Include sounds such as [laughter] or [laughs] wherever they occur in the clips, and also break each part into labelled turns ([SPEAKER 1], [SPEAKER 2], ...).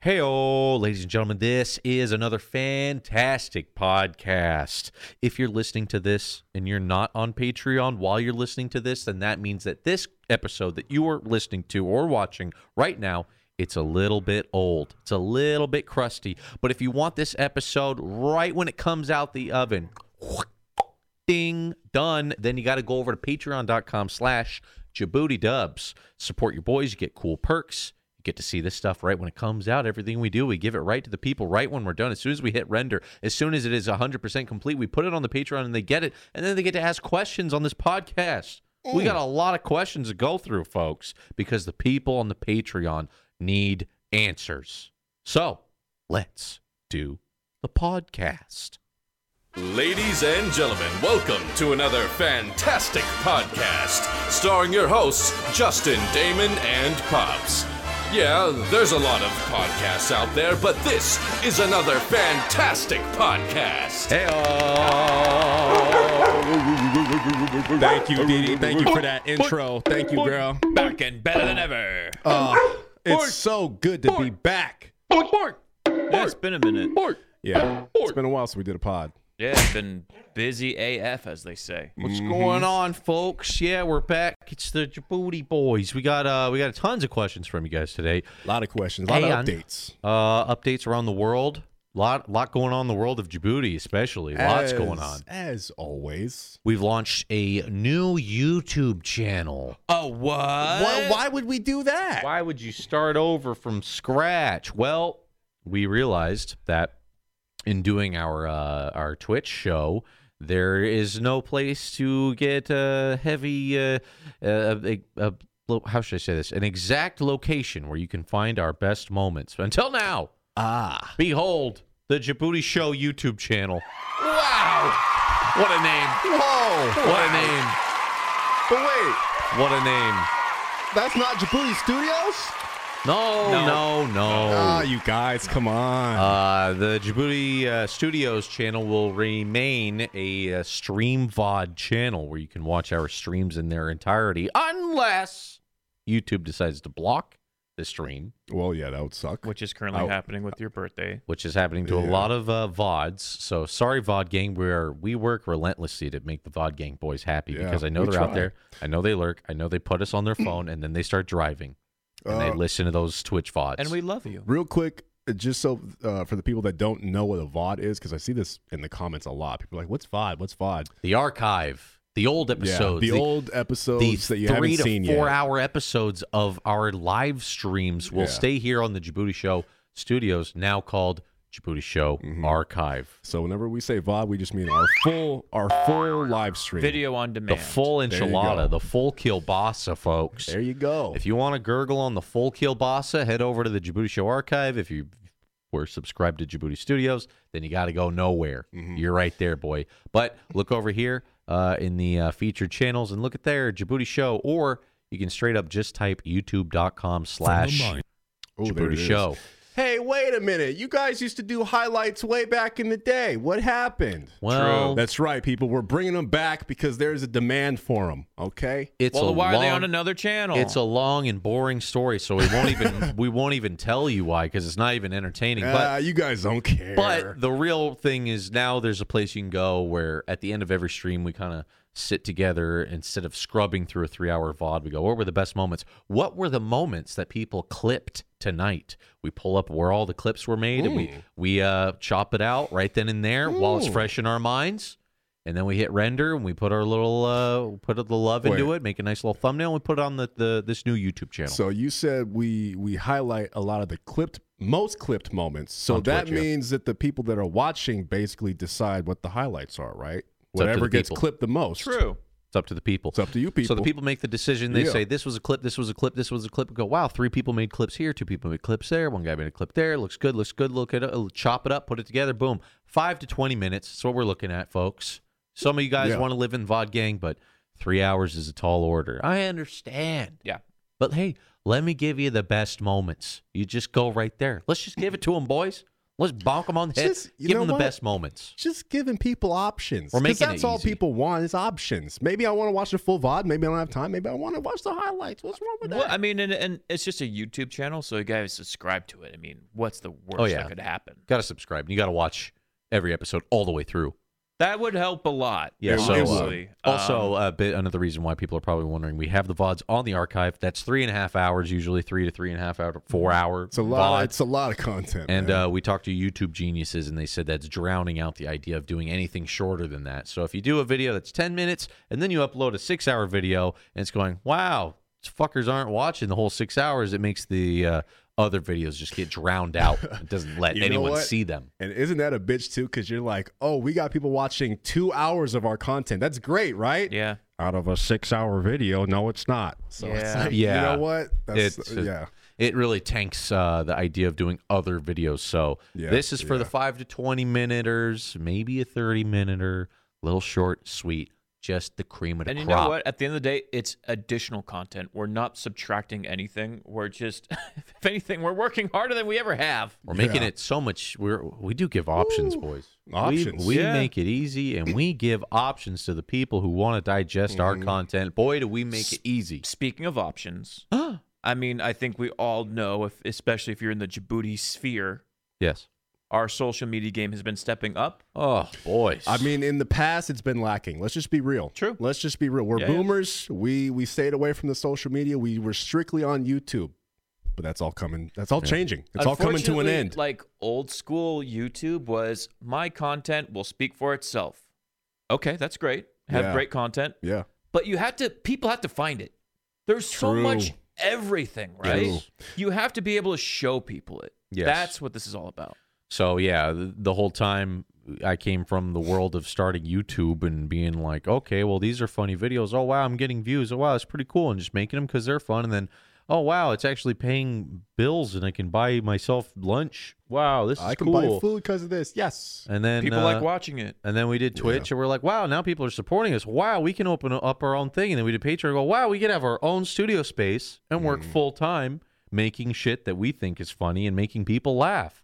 [SPEAKER 1] Hey, ladies and gentlemen, this is another fantastic podcast. If you're listening to this and you're not on Patreon while you're listening to this, then that means that this episode that you are listening to or watching right now, it's a little bit old. It's a little bit crusty. But if you want this episode right when it comes out the oven, ding done then you got to go over to patreon.com slash djibouti dubs support your boys you get cool perks you get to see this stuff right when it comes out everything we do we give it right to the people right when we're done as soon as we hit render as soon as it is 100% complete we put it on the patreon and they get it and then they get to ask questions on this podcast we got a lot of questions to go through folks because the people on the patreon need answers so let's do the podcast
[SPEAKER 2] Ladies and gentlemen, welcome to another fantastic podcast starring your hosts, Justin, Damon, and Pops. Yeah, there's a lot of podcasts out there, but this is another fantastic podcast.
[SPEAKER 1] Hey,
[SPEAKER 3] Thank you, Dee Dee. Thank you for that intro. Thank you, girl.
[SPEAKER 4] back and better than ever.
[SPEAKER 3] Oh, it's so good to be back.
[SPEAKER 4] Yeah, it's been a minute.
[SPEAKER 3] Yeah, it's been a while since we did a pod.
[SPEAKER 4] Yeah, it's been busy AF, as they say.
[SPEAKER 1] What's going
[SPEAKER 4] Mm-hmm.
[SPEAKER 1] on, folks? Yeah, we're back. It's the Djibouti boys. We got uh, we got tons of questions from you guys today.
[SPEAKER 3] A lot of questions, a lot of
[SPEAKER 1] And,
[SPEAKER 3] updates.
[SPEAKER 1] Uh, updates around the world. Lot lot going on in the world of Djibouti, especially. Lots
[SPEAKER 3] As-
[SPEAKER 1] going on.
[SPEAKER 3] As always.
[SPEAKER 1] We've launched a new YouTube channel.
[SPEAKER 4] Oh, what?
[SPEAKER 3] Why, why would we do that?
[SPEAKER 1] Uh, Why would you start over from scratch? Well, we realized that in doing our uh, our Twitch show, there is no place to get a heavy uh, uh, a, a, lo- how should I say this? An exact location where you can find our best moments. Until now,
[SPEAKER 3] Ah,
[SPEAKER 1] behold the Djibouti Show YouTube channel.
[SPEAKER 4] What a name.
[SPEAKER 3] whoa!
[SPEAKER 1] What a name!
[SPEAKER 3] But wait,
[SPEAKER 1] What a name!
[SPEAKER 3] that's not Djibouti Studios.
[SPEAKER 1] No, no, no.
[SPEAKER 3] Ah, you guys, come on.
[SPEAKER 1] Oh. Uh, the Djibouti uh, Studios channel will remain a uh, stream VOD channel where you can watch our streams in their entirety, unless YouTube decides to block the stream,
[SPEAKER 3] well, yeah, that would suck.
[SPEAKER 4] Which is currently
[SPEAKER 3] Oh.
[SPEAKER 4] happening with your birthday.
[SPEAKER 1] which is happening to a
[SPEAKER 3] Yeah.
[SPEAKER 1] lot of uh, VODs. So sorry, VOD gang. We are we work relentlessly to make the VOD gang boys happy
[SPEAKER 3] Yeah,
[SPEAKER 1] because I know
[SPEAKER 3] we
[SPEAKER 1] they're out
[SPEAKER 3] try.
[SPEAKER 1] there. I know they lurk. I know they put us on their phone and then they start driving and they
[SPEAKER 3] Uh,
[SPEAKER 1] listen to those Twitch VODs.
[SPEAKER 4] And we love you.
[SPEAKER 3] Real quick, uh, just so uh, for the people that don't know what a VOD is, because I see this in the comments a lot. People are like, "What's VOD? What's VOD?"
[SPEAKER 1] the archive, the old episodes,
[SPEAKER 3] yeah, the, old episodes
[SPEAKER 1] the
[SPEAKER 3] that you
[SPEAKER 1] three
[SPEAKER 3] haven't
[SPEAKER 1] to
[SPEAKER 3] seen
[SPEAKER 1] four
[SPEAKER 3] yet.
[SPEAKER 1] hour episodes of our live streams will
[SPEAKER 3] Yeah.
[SPEAKER 1] stay here on the Djibouti Show Studios, now called Djibouti Show
[SPEAKER 3] Mm-hmm.
[SPEAKER 1] Archive.
[SPEAKER 3] So whenever we say VOD, we just mean our full our full live stream.
[SPEAKER 4] Video on
[SPEAKER 1] The
[SPEAKER 4] demand.
[SPEAKER 1] full
[SPEAKER 3] you
[SPEAKER 1] enchilada,
[SPEAKER 3] go.
[SPEAKER 1] the full kielbasa, folks.
[SPEAKER 3] There you go.
[SPEAKER 1] If you want to gurgle on the full kielbasa, head over to the Djibouti Show Archive. If you were subscribed to Djibouti Studios, then you got to go nowhere.
[SPEAKER 3] Mm-hmm.
[SPEAKER 1] You're right there, boy. But look over here uh, in the uh, featured channels and look at there, Djibouti Show, or you can straight up just type youtube.com slash
[SPEAKER 3] Oh, there
[SPEAKER 1] Djibouti
[SPEAKER 3] it is.
[SPEAKER 1] Show.
[SPEAKER 3] Hey, wait a minute. You guys used to do highlights way back in the day. What happened?
[SPEAKER 1] Well,
[SPEAKER 3] That's right, people. We're bringing them back because there's a demand for them. Okay.
[SPEAKER 1] it's a
[SPEAKER 4] well, why
[SPEAKER 1] long,
[SPEAKER 4] are they on another channel?
[SPEAKER 1] It's a long and boring story, so we won't even we won't even tell you why because it's not even entertaining. But
[SPEAKER 3] Ah, you guys don't care.
[SPEAKER 1] But the real thing is now there's a place you can go where at the end of every stream we kind of sit together instead of scrubbing through a three hour VOD. We go, what were the best moments? What were the moments that people clipped tonight? We pull up where all the clips were made and we we uh, chop it out right then and there while it's fresh in our minds. And then we hit render and we put our little uh, put the love into
[SPEAKER 3] Wait.
[SPEAKER 1] it, make a nice little thumbnail, and we put it on the, the this new YouTube channel.
[SPEAKER 3] so you said we we highlight a lot of the clipped most clipped moments. So
[SPEAKER 1] On
[SPEAKER 3] that
[SPEAKER 1] Twitch, yeah.
[SPEAKER 3] means that the people that are watching basically decide what the highlights are, right?
[SPEAKER 1] up to
[SPEAKER 3] Whatever
[SPEAKER 1] the
[SPEAKER 3] gets
[SPEAKER 1] people.
[SPEAKER 3] clipped the most.
[SPEAKER 4] true.
[SPEAKER 1] it's up to the people.
[SPEAKER 3] It's up to you people.
[SPEAKER 1] So the people make the decision. They
[SPEAKER 3] Yeah.
[SPEAKER 1] say this was a clip, this was a clip, this was a clip. We go, wow, three people made clips here, two people made clips there, one guy made a clip there. Looks good, looks good. Look at it, uh, chop it up, put it together. Boom, five to twenty minutes. That's what we're looking at, folks. Some of you guys
[SPEAKER 3] Yeah.
[SPEAKER 1] want to live in VOD gang, but three hours is a tall order. I understand,
[SPEAKER 4] Yeah.
[SPEAKER 1] but hey, let me give you the best moments. You just go right there. Let's just give it to them, boys. Let's bonk them on the head.
[SPEAKER 3] Just- you
[SPEAKER 1] give
[SPEAKER 3] know
[SPEAKER 1] them the
[SPEAKER 3] what?
[SPEAKER 1] best moments.
[SPEAKER 3] Just giving people options.
[SPEAKER 1] We're
[SPEAKER 3] 'Cause
[SPEAKER 1] making
[SPEAKER 3] that's
[SPEAKER 1] it
[SPEAKER 3] all
[SPEAKER 1] easy.
[SPEAKER 3] people want is options. Maybe I want to watch the full VOD. Maybe I don't have time. Maybe I want to watch the highlights. What's wrong with that?
[SPEAKER 4] Well, I mean, and, and it's just a YouTube channel, so you guys subscribe to it. I mean, what's the worst
[SPEAKER 1] Oh, yeah.
[SPEAKER 4] that could happen?
[SPEAKER 1] Got to subscribe. and You got to watch every episode all the way through.
[SPEAKER 4] That would help a lot.
[SPEAKER 1] Yeah, so,
[SPEAKER 3] uh,
[SPEAKER 4] obviously. Um,
[SPEAKER 1] Also, a bit another reason why people are probably wondering: we have the vods on the archive. That's three and a half hours, usually three to three and a half hour, four hour.
[SPEAKER 3] Mm-hmm. it's a lot.
[SPEAKER 1] VOD.
[SPEAKER 3] It's a lot of content.
[SPEAKER 1] And
[SPEAKER 3] man.
[SPEAKER 1] uh, we talked to YouTube geniuses, and they said that's drowning out the idea of doing anything shorter than that. So if you do a video that's 10 minutes, and then you upload a six hour video, and it's going, wow, these fuckers aren't watching the whole six hours, it makes the uh, other videos just get drowned out. It doesn't let
[SPEAKER 3] [laughs] You know
[SPEAKER 1] anyone
[SPEAKER 3] what?
[SPEAKER 1] see them.
[SPEAKER 3] And isn't that a bitch too? Because you're like, oh, we got people watching two hours of our content. That's great, right?
[SPEAKER 4] yeah.
[SPEAKER 3] Out of a six-hour video, no, it's not. So it's
[SPEAKER 4] Yeah.
[SPEAKER 3] like,
[SPEAKER 1] Yeah.
[SPEAKER 3] you know what? That's,
[SPEAKER 1] It's-
[SPEAKER 3] yeah.
[SPEAKER 1] It really tanks uh, the idea of doing other videos. So
[SPEAKER 3] Yeah,
[SPEAKER 1] this is for the
[SPEAKER 3] yeah.
[SPEAKER 1] five to 20 minuters, maybe a 30 minuter, little short, sweet, just the cream of the
[SPEAKER 4] And you
[SPEAKER 1] crop.
[SPEAKER 4] know what? At the end of the day, it's additional content. We're not subtracting anything. We're just, [laughs] if anything, we're working harder than we ever have.
[SPEAKER 1] We're making
[SPEAKER 3] Yeah.
[SPEAKER 1] it so much. We're we do give options, boys. We-
[SPEAKER 3] options.
[SPEAKER 1] We,
[SPEAKER 4] Yeah.
[SPEAKER 1] make it easy, and we give options to the people who want to digest our
[SPEAKER 3] Mm-hmm.
[SPEAKER 1] content. Boy, do we make it easy.
[SPEAKER 4] Speaking
[SPEAKER 1] [gasps]
[SPEAKER 4] of options, I mean, I think we all know, if especially if you're in the Djibouti sphere,
[SPEAKER 1] Yes.
[SPEAKER 4] our social media game has been stepping up.
[SPEAKER 1] Oh, boys.
[SPEAKER 3] I mean, in the past, it's been lacking. Let's just be real.
[SPEAKER 4] True.
[SPEAKER 3] Let's just be real. We're
[SPEAKER 4] Yeah, yeah.
[SPEAKER 3] boomers. We we stayed away from the social media. We were strictly on YouTube. But that's all coming. That's all changing. It's all coming to an
[SPEAKER 4] Unfortunately,
[SPEAKER 3] end.
[SPEAKER 4] Like old school YouTube was my content will speak for itself. Okay, that's great. Have
[SPEAKER 3] Yeah.
[SPEAKER 4] great content.
[SPEAKER 3] yeah.
[SPEAKER 4] But you have to people have to find it. There's so
[SPEAKER 3] True.
[SPEAKER 4] much everything, right?
[SPEAKER 3] True.
[SPEAKER 4] You have to be able to show people it.
[SPEAKER 1] Yes.
[SPEAKER 4] That's what this is all about.
[SPEAKER 1] so yeah, the, the whole time I came from the world of starting YouTube and being like, okay, well these are funny videos. Oh wow, I'm getting views. Oh wow, it's pretty cool, and just making them because they're fun, and then. Oh wow! It's actually paying bills, and I can buy myself lunch. Wow, this is
[SPEAKER 3] I can
[SPEAKER 1] cool.
[SPEAKER 3] buy food because of this. Yes.
[SPEAKER 1] And then
[SPEAKER 4] People
[SPEAKER 1] uh,
[SPEAKER 4] like watching it.
[SPEAKER 1] And then we did Twitch, and we're like, wow, now people are supporting us. Wow, we can open up our own thing. And then we did Patreon. Go, wow, we could have our own studio space and work
[SPEAKER 3] Mm-hmm.
[SPEAKER 1] full time making shit that we think is funny and making people laugh.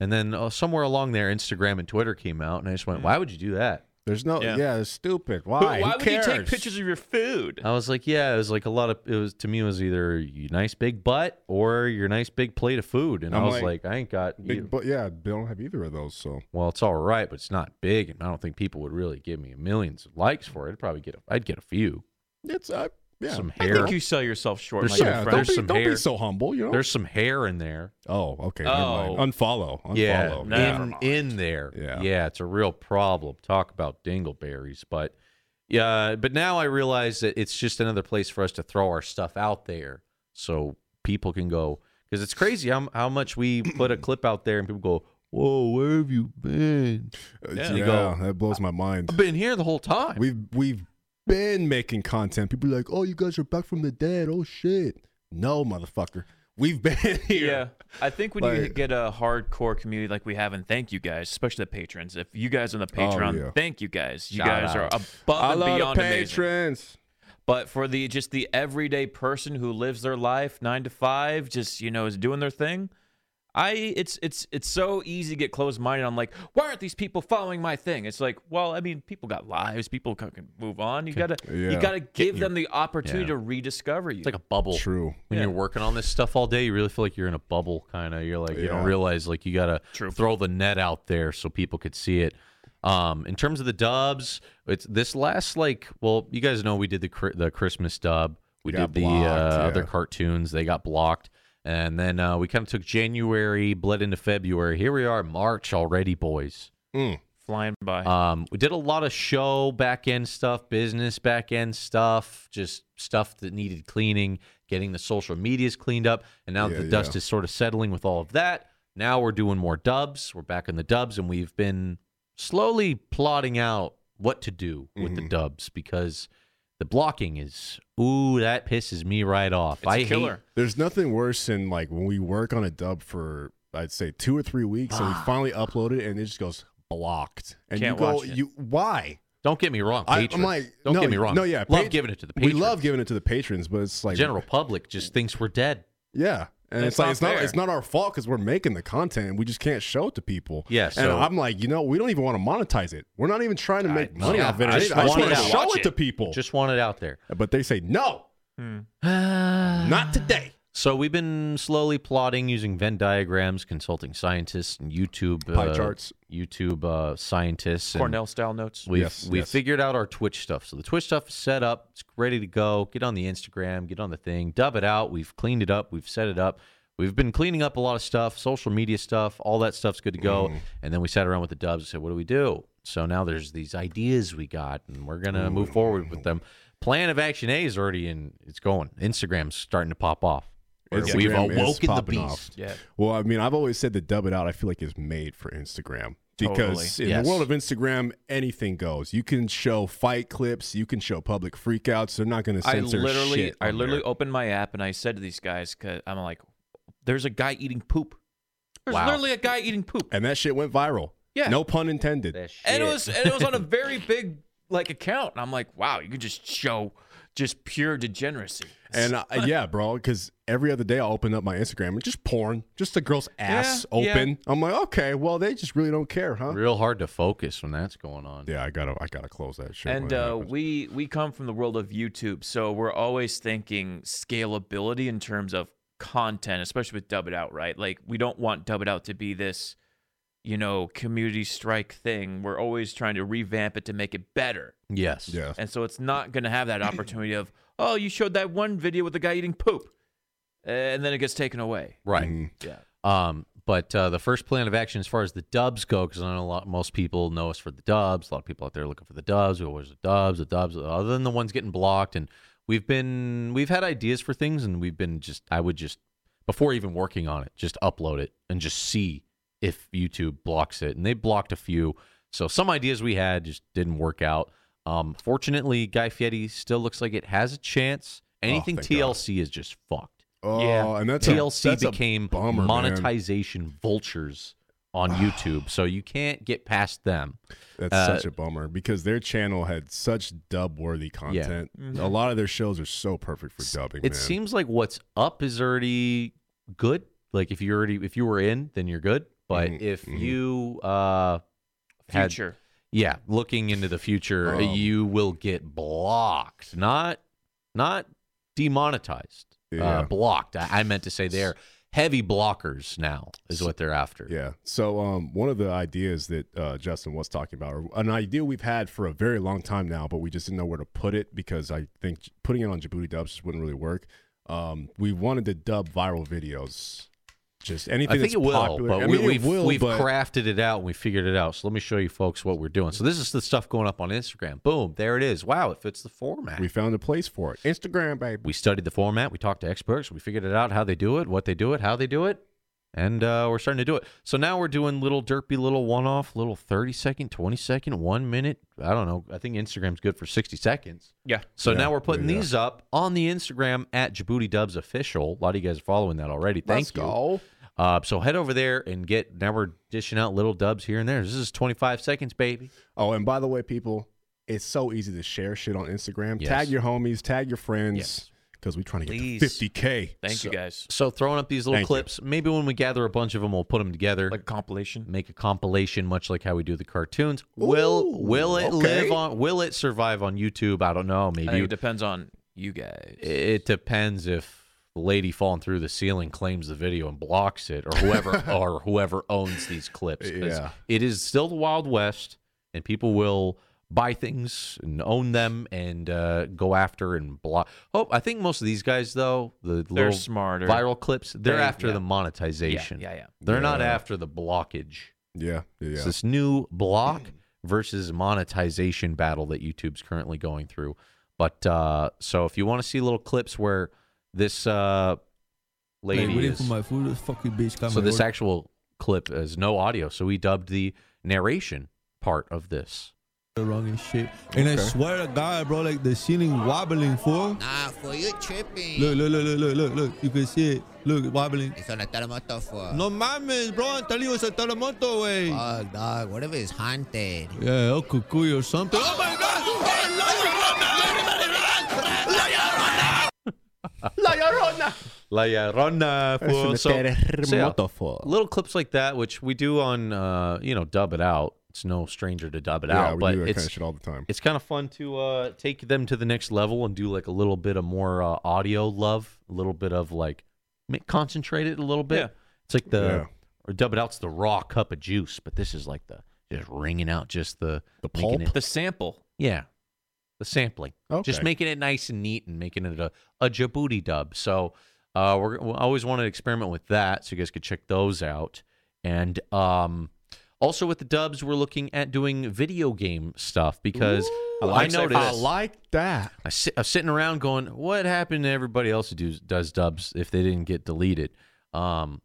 [SPEAKER 1] And then uh, somewhere along there, Instagram and Twitter came out, and I just went,
[SPEAKER 3] Mm-hmm.
[SPEAKER 1] why would you do that?
[SPEAKER 3] There's no.
[SPEAKER 4] Yeah.
[SPEAKER 3] Yeah. it's stupid. Why?
[SPEAKER 4] Why,
[SPEAKER 3] Who
[SPEAKER 4] would you take
[SPEAKER 3] cares?
[SPEAKER 4] pictures of your food?
[SPEAKER 1] I was like, yeah, it was like a lot of it was to me it was either your nice big butt or your nice big plate of food, and i
[SPEAKER 3] I'm
[SPEAKER 1] was like,
[SPEAKER 3] like,
[SPEAKER 1] I ain't got.
[SPEAKER 3] Big,
[SPEAKER 1] either.
[SPEAKER 3] but yeah, they don't have either of those. So
[SPEAKER 1] well, it's all right, but it's not big, and I don't think people would really give me millions of likes for it. I'd probably get a, I'd get a few,
[SPEAKER 3] it's uh, yeah.
[SPEAKER 1] some
[SPEAKER 4] I
[SPEAKER 1] hair.
[SPEAKER 4] think you sell yourself short,
[SPEAKER 1] There's
[SPEAKER 4] my
[SPEAKER 1] some-
[SPEAKER 4] good
[SPEAKER 3] yeah,
[SPEAKER 4] friend.
[SPEAKER 3] don't,
[SPEAKER 1] there's
[SPEAKER 3] be,
[SPEAKER 1] some
[SPEAKER 3] don't
[SPEAKER 1] hair.
[SPEAKER 3] be so humble. You know.
[SPEAKER 1] There's some hair in there.
[SPEAKER 3] oh, okay. never mind.
[SPEAKER 4] Oh.
[SPEAKER 3] Unfollow. Unfollow.
[SPEAKER 1] Yeah,
[SPEAKER 4] Never
[SPEAKER 1] in,
[SPEAKER 4] mind.
[SPEAKER 1] in there.
[SPEAKER 3] Yeah.
[SPEAKER 1] it's a real problem. Talk about dingleberries, but yeah, but now I realize that it's just another place for us to throw our stuff out there, so people can go because it's crazy how how much we put a clip out there and people go, "Whoa, where have you been?
[SPEAKER 3] Uh,
[SPEAKER 4] Yeah.
[SPEAKER 3] Yeah,
[SPEAKER 1] You go-
[SPEAKER 3] that blows my mind.
[SPEAKER 1] I've been here the whole time."
[SPEAKER 3] We've we've been making content. People are like, oh, you guys are back from the dead. Oh shit. No, motherfucker. We've [laughs] been here.
[SPEAKER 4] Yeah, I think when you
[SPEAKER 3] Like-
[SPEAKER 4] get a hardcore community like we have, and thank you guys, especially the patrons. If you guys on the Patreon,
[SPEAKER 3] Oh, yeah.
[SPEAKER 4] thank you guys. You
[SPEAKER 1] Shout
[SPEAKER 4] guys
[SPEAKER 1] out.
[SPEAKER 4] are above and
[SPEAKER 3] I love
[SPEAKER 4] beyond
[SPEAKER 3] the
[SPEAKER 4] amazing.
[SPEAKER 3] patrons.
[SPEAKER 4] But for the just the everyday person who lives their life nine to five, just you know, is doing their thing. I it's it's it's so easy to get closed minded on like why aren't these people following my thing? It's like well I mean people got lives, people can can move on. You gotta you
[SPEAKER 3] Yeah.
[SPEAKER 4] gotta give them the opportunity to rediscover you.
[SPEAKER 1] it's like a bubble.
[SPEAKER 3] True.
[SPEAKER 1] When you're working on this stuff all day, you really feel like you're in a bubble, kind of. You're like you don't
[SPEAKER 3] Yeah.
[SPEAKER 1] realize like you gotta
[SPEAKER 4] True.
[SPEAKER 1] throw the net out there so people could see it. Um, in terms of the dubs, it's this last like well, you guys know we did the Chri- the Christmas dub, we
[SPEAKER 3] We
[SPEAKER 1] did
[SPEAKER 3] got
[SPEAKER 1] the uh,
[SPEAKER 3] blocked, yeah.
[SPEAKER 1] other cartoons, they got blocked, and then uh, we kind of took January, bled into February. Here we are, March already, boys.
[SPEAKER 3] Mm.
[SPEAKER 4] flying by.
[SPEAKER 1] Um, we did a lot of show back end stuff, business back end stuff, just stuff that needed cleaning, getting the social medias cleaned up. And now that
[SPEAKER 3] Yeah,
[SPEAKER 1] the dust
[SPEAKER 3] yeah.
[SPEAKER 1] is sort of settling with all of that, now we're doing more dubs. We're back in the dubs, and we've been slowly plotting out what to do with
[SPEAKER 3] Mm-hmm.
[SPEAKER 1] the dubs because the blocking is ooh that pisses me right off.
[SPEAKER 4] it's
[SPEAKER 1] I
[SPEAKER 4] a
[SPEAKER 1] hate-
[SPEAKER 4] killer.
[SPEAKER 3] There's nothing worse than like when we work on a dub for I'd say two or three weeks, and we
[SPEAKER 1] Ah.
[SPEAKER 3] finally upload it, and it just goes blocked. And
[SPEAKER 4] Can't
[SPEAKER 3] you go,
[SPEAKER 4] watch it.
[SPEAKER 3] you why?
[SPEAKER 1] don't get me wrong,
[SPEAKER 3] I- I'm
[SPEAKER 1] patrons.
[SPEAKER 3] like,
[SPEAKER 1] don't
[SPEAKER 3] no,
[SPEAKER 1] get me wrong.
[SPEAKER 3] no, yeah,
[SPEAKER 1] love
[SPEAKER 3] pat-
[SPEAKER 1] giving it to the
[SPEAKER 3] We
[SPEAKER 1] patrons.
[SPEAKER 3] love giving it to the patrons, but it's
[SPEAKER 1] the
[SPEAKER 3] like
[SPEAKER 1] general public just thinks we're dead.
[SPEAKER 3] Yeah, And
[SPEAKER 4] That's
[SPEAKER 3] it's like
[SPEAKER 4] not
[SPEAKER 3] it's not
[SPEAKER 4] fair.
[SPEAKER 3] it's not our fault because we're making the content and we just can't show it to people.
[SPEAKER 1] Yeah,
[SPEAKER 3] and
[SPEAKER 1] so-
[SPEAKER 3] I'm like, you know, we don't even want to monetize it. We're not even trying to make money
[SPEAKER 1] no,
[SPEAKER 3] off
[SPEAKER 1] I
[SPEAKER 3] it. I
[SPEAKER 1] just
[SPEAKER 3] just, I just
[SPEAKER 1] want
[SPEAKER 3] want to
[SPEAKER 1] it to
[SPEAKER 3] show
[SPEAKER 1] watch
[SPEAKER 3] it.
[SPEAKER 1] it.
[SPEAKER 3] to people.
[SPEAKER 1] Just want it out there.
[SPEAKER 3] but they say no, not today.
[SPEAKER 1] So we've been slowly plotting using Venn diagrams, consulting scientists, and YouTube uh,
[SPEAKER 3] Pie charts.
[SPEAKER 1] YouTube uh, scientists. and
[SPEAKER 4] Cornell style notes.
[SPEAKER 1] We've
[SPEAKER 3] Yes,
[SPEAKER 1] we have
[SPEAKER 3] yes.
[SPEAKER 1] figured out our Twitch stuff. So the Twitch stuff is set up. It's ready to go. Get on the Instagram. Get on the thing. Dub it out. We've cleaned it up. We've set it up. We've been cleaning up a lot of stuff, social media stuff. All that stuff's good to go.
[SPEAKER 3] Mm.
[SPEAKER 1] And then we sat around with the dubs and said, "What do we do?" So now there's these ideas we got, and we're gonna move forward with them. Plan of action A is already in. It's going. Instagram's starting to pop off.
[SPEAKER 3] Instagram
[SPEAKER 1] We've
[SPEAKER 3] is
[SPEAKER 1] awoken the
[SPEAKER 3] popping
[SPEAKER 1] beast.
[SPEAKER 3] off.
[SPEAKER 4] Yeah.
[SPEAKER 3] Well, I mean, I've always said the dub it out. I feel like is made for Instagram because
[SPEAKER 4] Totally.
[SPEAKER 3] in
[SPEAKER 1] Yes.
[SPEAKER 3] the world of Instagram, anything goes. You can show fight clips, you can show public freakouts. They're not going to
[SPEAKER 4] I
[SPEAKER 3] censor
[SPEAKER 4] literally,
[SPEAKER 3] shit.
[SPEAKER 4] I
[SPEAKER 3] on
[SPEAKER 4] literally
[SPEAKER 3] there.
[SPEAKER 4] opened my app and I said to these guys, cause I'm like, there's a guy eating poop. There's
[SPEAKER 1] Wow.
[SPEAKER 4] literally a guy eating poop,
[SPEAKER 3] and that shit went viral.
[SPEAKER 4] Yeah.
[SPEAKER 3] no pun intended.
[SPEAKER 1] That shit.
[SPEAKER 4] and it was and
[SPEAKER 3] [laughs]
[SPEAKER 4] it was on a very big like account, and I'm like, wow, you could just show just pure degeneracy.
[SPEAKER 3] And uh, yeah, bro, because every other day I open up my Instagram and just porn, just the girl's ass
[SPEAKER 4] Yeah, yeah.
[SPEAKER 3] open. I'm like, okay, well they just really don't care, huh?
[SPEAKER 1] real hard to focus when that's going on.
[SPEAKER 3] Yeah, I gotta, I gotta close that shit.
[SPEAKER 4] And
[SPEAKER 3] when it
[SPEAKER 4] uh,
[SPEAKER 3] happens.
[SPEAKER 4] we we come from the world of YouTube, so we're always thinking scalability in terms of content, especially with Dub It Out, right? Like we don't want Dub It Out to be this, you know, community strike thing. We're always trying to revamp it to make it better,
[SPEAKER 1] Yes.
[SPEAKER 3] yeah,
[SPEAKER 4] and so it's not going to have that opportunity of oh, you showed that one video with the guy eating poop, and then it gets taken away.
[SPEAKER 1] Right.
[SPEAKER 3] Mhm.
[SPEAKER 4] Yeah.
[SPEAKER 1] Um, but uh, the first plan of action, as far as the dubs go, because I know a lot, most people know us for the dubs. A lot of people out there looking for the dubs. We always the dubs, the dubs. Other than the ones getting blocked, and we've been we've had ideas for things, and we've been just I would just before even working on it, just upload it and just see if YouTube blocks it. And they blocked a few, so some ideas we had just didn't work out. Um, fortunately, Guy Fieri still looks like it has a chance. Anything
[SPEAKER 3] Oh, thank God.
[SPEAKER 1] TLC is just fucked.
[SPEAKER 3] oh,
[SPEAKER 4] Yeah.
[SPEAKER 3] and that's a-
[SPEAKER 1] TLC
[SPEAKER 3] that's a
[SPEAKER 1] became
[SPEAKER 3] bummer, man.
[SPEAKER 1] monetization vultures
[SPEAKER 3] [sighs]
[SPEAKER 1] on YouTube, so you can't get past them.
[SPEAKER 3] That's
[SPEAKER 1] Uh,
[SPEAKER 3] such a bummer because their channel had such dub worthy content. A lot of their shows are so perfect for dubbing.
[SPEAKER 1] It
[SPEAKER 3] man.
[SPEAKER 1] seems like what's up is already good. Like if you already if you were in, then you're good. But
[SPEAKER 3] Mhm,
[SPEAKER 1] if
[SPEAKER 3] mhm.
[SPEAKER 1] you uh Had-
[SPEAKER 4] Future.
[SPEAKER 1] yeah, looking into the future,
[SPEAKER 3] Um,
[SPEAKER 1] you will get blocked. Not not demonetized. Uh,
[SPEAKER 3] Yeah.
[SPEAKER 1] blocked. I, I meant to say they're heavy blockers now is what they're after.
[SPEAKER 3] Yeah. So um, one of the ideas that uh, Justin was talking about, or an idea we've had for a very long time now, but we just didn't know where to put it because I think j- putting it on Djibouti dubs just wouldn't really work. Um, we wanted to dub viral videos, just anything
[SPEAKER 1] I think
[SPEAKER 3] that's
[SPEAKER 1] it will,
[SPEAKER 3] popular.
[SPEAKER 1] but
[SPEAKER 3] I
[SPEAKER 1] we,
[SPEAKER 3] mean, it
[SPEAKER 1] we've,
[SPEAKER 3] will,
[SPEAKER 1] we've
[SPEAKER 3] but-
[SPEAKER 1] crafted it out and we figured it out. So let me show you folks what we're doing. So this is the stuff going up on Instagram. Boom, there it is. Wow, it fits the format.
[SPEAKER 3] we found a place for it. Instagram, baby.
[SPEAKER 1] we studied the format. We talked to experts. We figured it out how they do it, what they do it, how they do it, and uh, we're starting to do it. So now we're doing little derpy, little one-off, little thirty-second, twenty-second, one-minute. I don't know. I think Instagram's good for sixty seconds.
[SPEAKER 4] Yeah.
[SPEAKER 1] So
[SPEAKER 3] Yeah,
[SPEAKER 1] now we're putting
[SPEAKER 3] yeah.
[SPEAKER 1] these up on the Instagram at Djibouti Dubs Official. A lot of you guys are following that already. Thank
[SPEAKER 3] Let's
[SPEAKER 1] you.
[SPEAKER 3] go.
[SPEAKER 1] Uh, so head over there and get. Now we're dishing out little dubs here and there. This is 25 seconds, baby.
[SPEAKER 3] Oh, and by the way, people, it's so easy to share shit on Instagram.
[SPEAKER 1] Yes.
[SPEAKER 3] Tag your homies, tag your friends,
[SPEAKER 1] Yes.
[SPEAKER 3] because we're trying to
[SPEAKER 4] Please.
[SPEAKER 3] get to 50K.
[SPEAKER 4] Thank
[SPEAKER 3] So-
[SPEAKER 4] you guys.
[SPEAKER 1] So throwing up these little
[SPEAKER 3] Thank you.
[SPEAKER 1] clips. Maybe when we gather a bunch of them, we'll put them together,
[SPEAKER 4] Like a compilation.
[SPEAKER 1] make a compilation, much like how we do the cartoons. will
[SPEAKER 3] Ooh,
[SPEAKER 1] Will it
[SPEAKER 3] okay.
[SPEAKER 1] live on? Will it survive on YouTube? I don't know.
[SPEAKER 4] I
[SPEAKER 1] Maybe
[SPEAKER 4] think it
[SPEAKER 1] it,
[SPEAKER 4] depends on you guys.
[SPEAKER 1] depends if the lady falling through the ceiling claims the video and blocks it, or
[SPEAKER 3] [laughs]
[SPEAKER 1] whoever or whoever owns these clips. 'cause
[SPEAKER 3] Yeah.
[SPEAKER 1] it is still the Wild West, and people will buy things and own them and uh, go after and block. Oh, I think most of these guys though, the
[SPEAKER 4] They're
[SPEAKER 1] little
[SPEAKER 4] smarter.
[SPEAKER 1] viral clips, they're
[SPEAKER 4] They-
[SPEAKER 1] after
[SPEAKER 4] yeah.
[SPEAKER 1] the monetization.
[SPEAKER 4] Yeah, yeah, yeah.
[SPEAKER 1] They're not
[SPEAKER 3] Yeah.
[SPEAKER 1] after the blockage.
[SPEAKER 3] Yeah. Yeah.
[SPEAKER 1] It's this new
[SPEAKER 3] [clears throat]
[SPEAKER 1] block versus monetization battle that YouTube's currently going through. But uh, so if you want to see little clips where this uh, lady
[SPEAKER 5] Like, waiting
[SPEAKER 1] is,
[SPEAKER 5] for my food. This fucking bitch got
[SPEAKER 1] so
[SPEAKER 5] my
[SPEAKER 1] this
[SPEAKER 5] order.
[SPEAKER 1] actual clip is no audio, so we dubbed the narration part of this.
[SPEAKER 5] wrong and shit. And I swear to God, bro, like the ceiling wobbling for.
[SPEAKER 6] Nah, Ah, for you tripping.
[SPEAKER 5] Look, look, look, look, look, look, look. You can see it. Look, it wobbling.
[SPEAKER 6] It's on a terremoto for.
[SPEAKER 5] No mames, bro. I'm telling you, it's a terremoto way.
[SPEAKER 6] Fuck, dog. What if it's haunted?
[SPEAKER 5] yeah, El Cucuy or something. Oh my God! Hey, look, look, look, look.
[SPEAKER 1] La La Llorona. fool. So, [laughs] so, yeah,
[SPEAKER 3] Hermoso.
[SPEAKER 1] little clips like that, which we do on, uh, you know, dub it out. It's no stranger to dub it
[SPEAKER 3] Yeah,
[SPEAKER 1] out,
[SPEAKER 3] we
[SPEAKER 1] but
[SPEAKER 3] do that kind
[SPEAKER 1] it's
[SPEAKER 3] of shit all the time.
[SPEAKER 1] it's kind of fun to uh, take them to the next level and do like a little bit of more uh, audio love, a little bit of like ma- concentrate it a little bit.
[SPEAKER 4] Yeah.
[SPEAKER 1] It's like the
[SPEAKER 3] Yeah.
[SPEAKER 1] or dub it out's the raw cup of juice, but this is like the just wringing out just the
[SPEAKER 3] The
[SPEAKER 1] making
[SPEAKER 3] pulp?
[SPEAKER 1] It,
[SPEAKER 4] The sample.
[SPEAKER 1] yeah, the sampling. Just
[SPEAKER 3] Okay.
[SPEAKER 1] making it nice and neat and making it a, a Djibouti dub. So uh, we're we always wanted to experiment with that, so you guys could check those out. And um, also with the dubs, we're looking at doing video game stuff because I, noticed
[SPEAKER 3] I like that.
[SPEAKER 1] I sit, I'm sitting around going, what happened to everybody else who does, does dubs if they didn't get deleted? Um,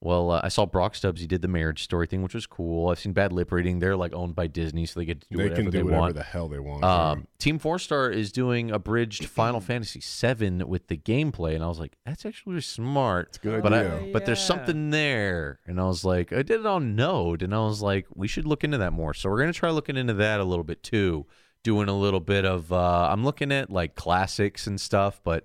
[SPEAKER 1] well, uh, I saw Brock's dubs. He did the marriage story thing, which was cool. I've seen Bad Lip Reading. They're like owned by Disney, so they get to do
[SPEAKER 3] They
[SPEAKER 1] whatever
[SPEAKER 3] can do
[SPEAKER 1] they
[SPEAKER 3] whatever
[SPEAKER 1] want.
[SPEAKER 3] the hell they want.
[SPEAKER 1] Um, Team Four Star is doing abridged
[SPEAKER 4] [clears throat]
[SPEAKER 1] Final Fantasy VII with the gameplay, and I was like, "That's actually smart." It's
[SPEAKER 3] good
[SPEAKER 1] but I,
[SPEAKER 3] idea.
[SPEAKER 1] but there's something there, and I was like, I did it on Node, and I was like, we should look into that more. So we're gonna try looking into that a little bit too, doing a little bit of. Uh, I'm looking at like classics and stuff, but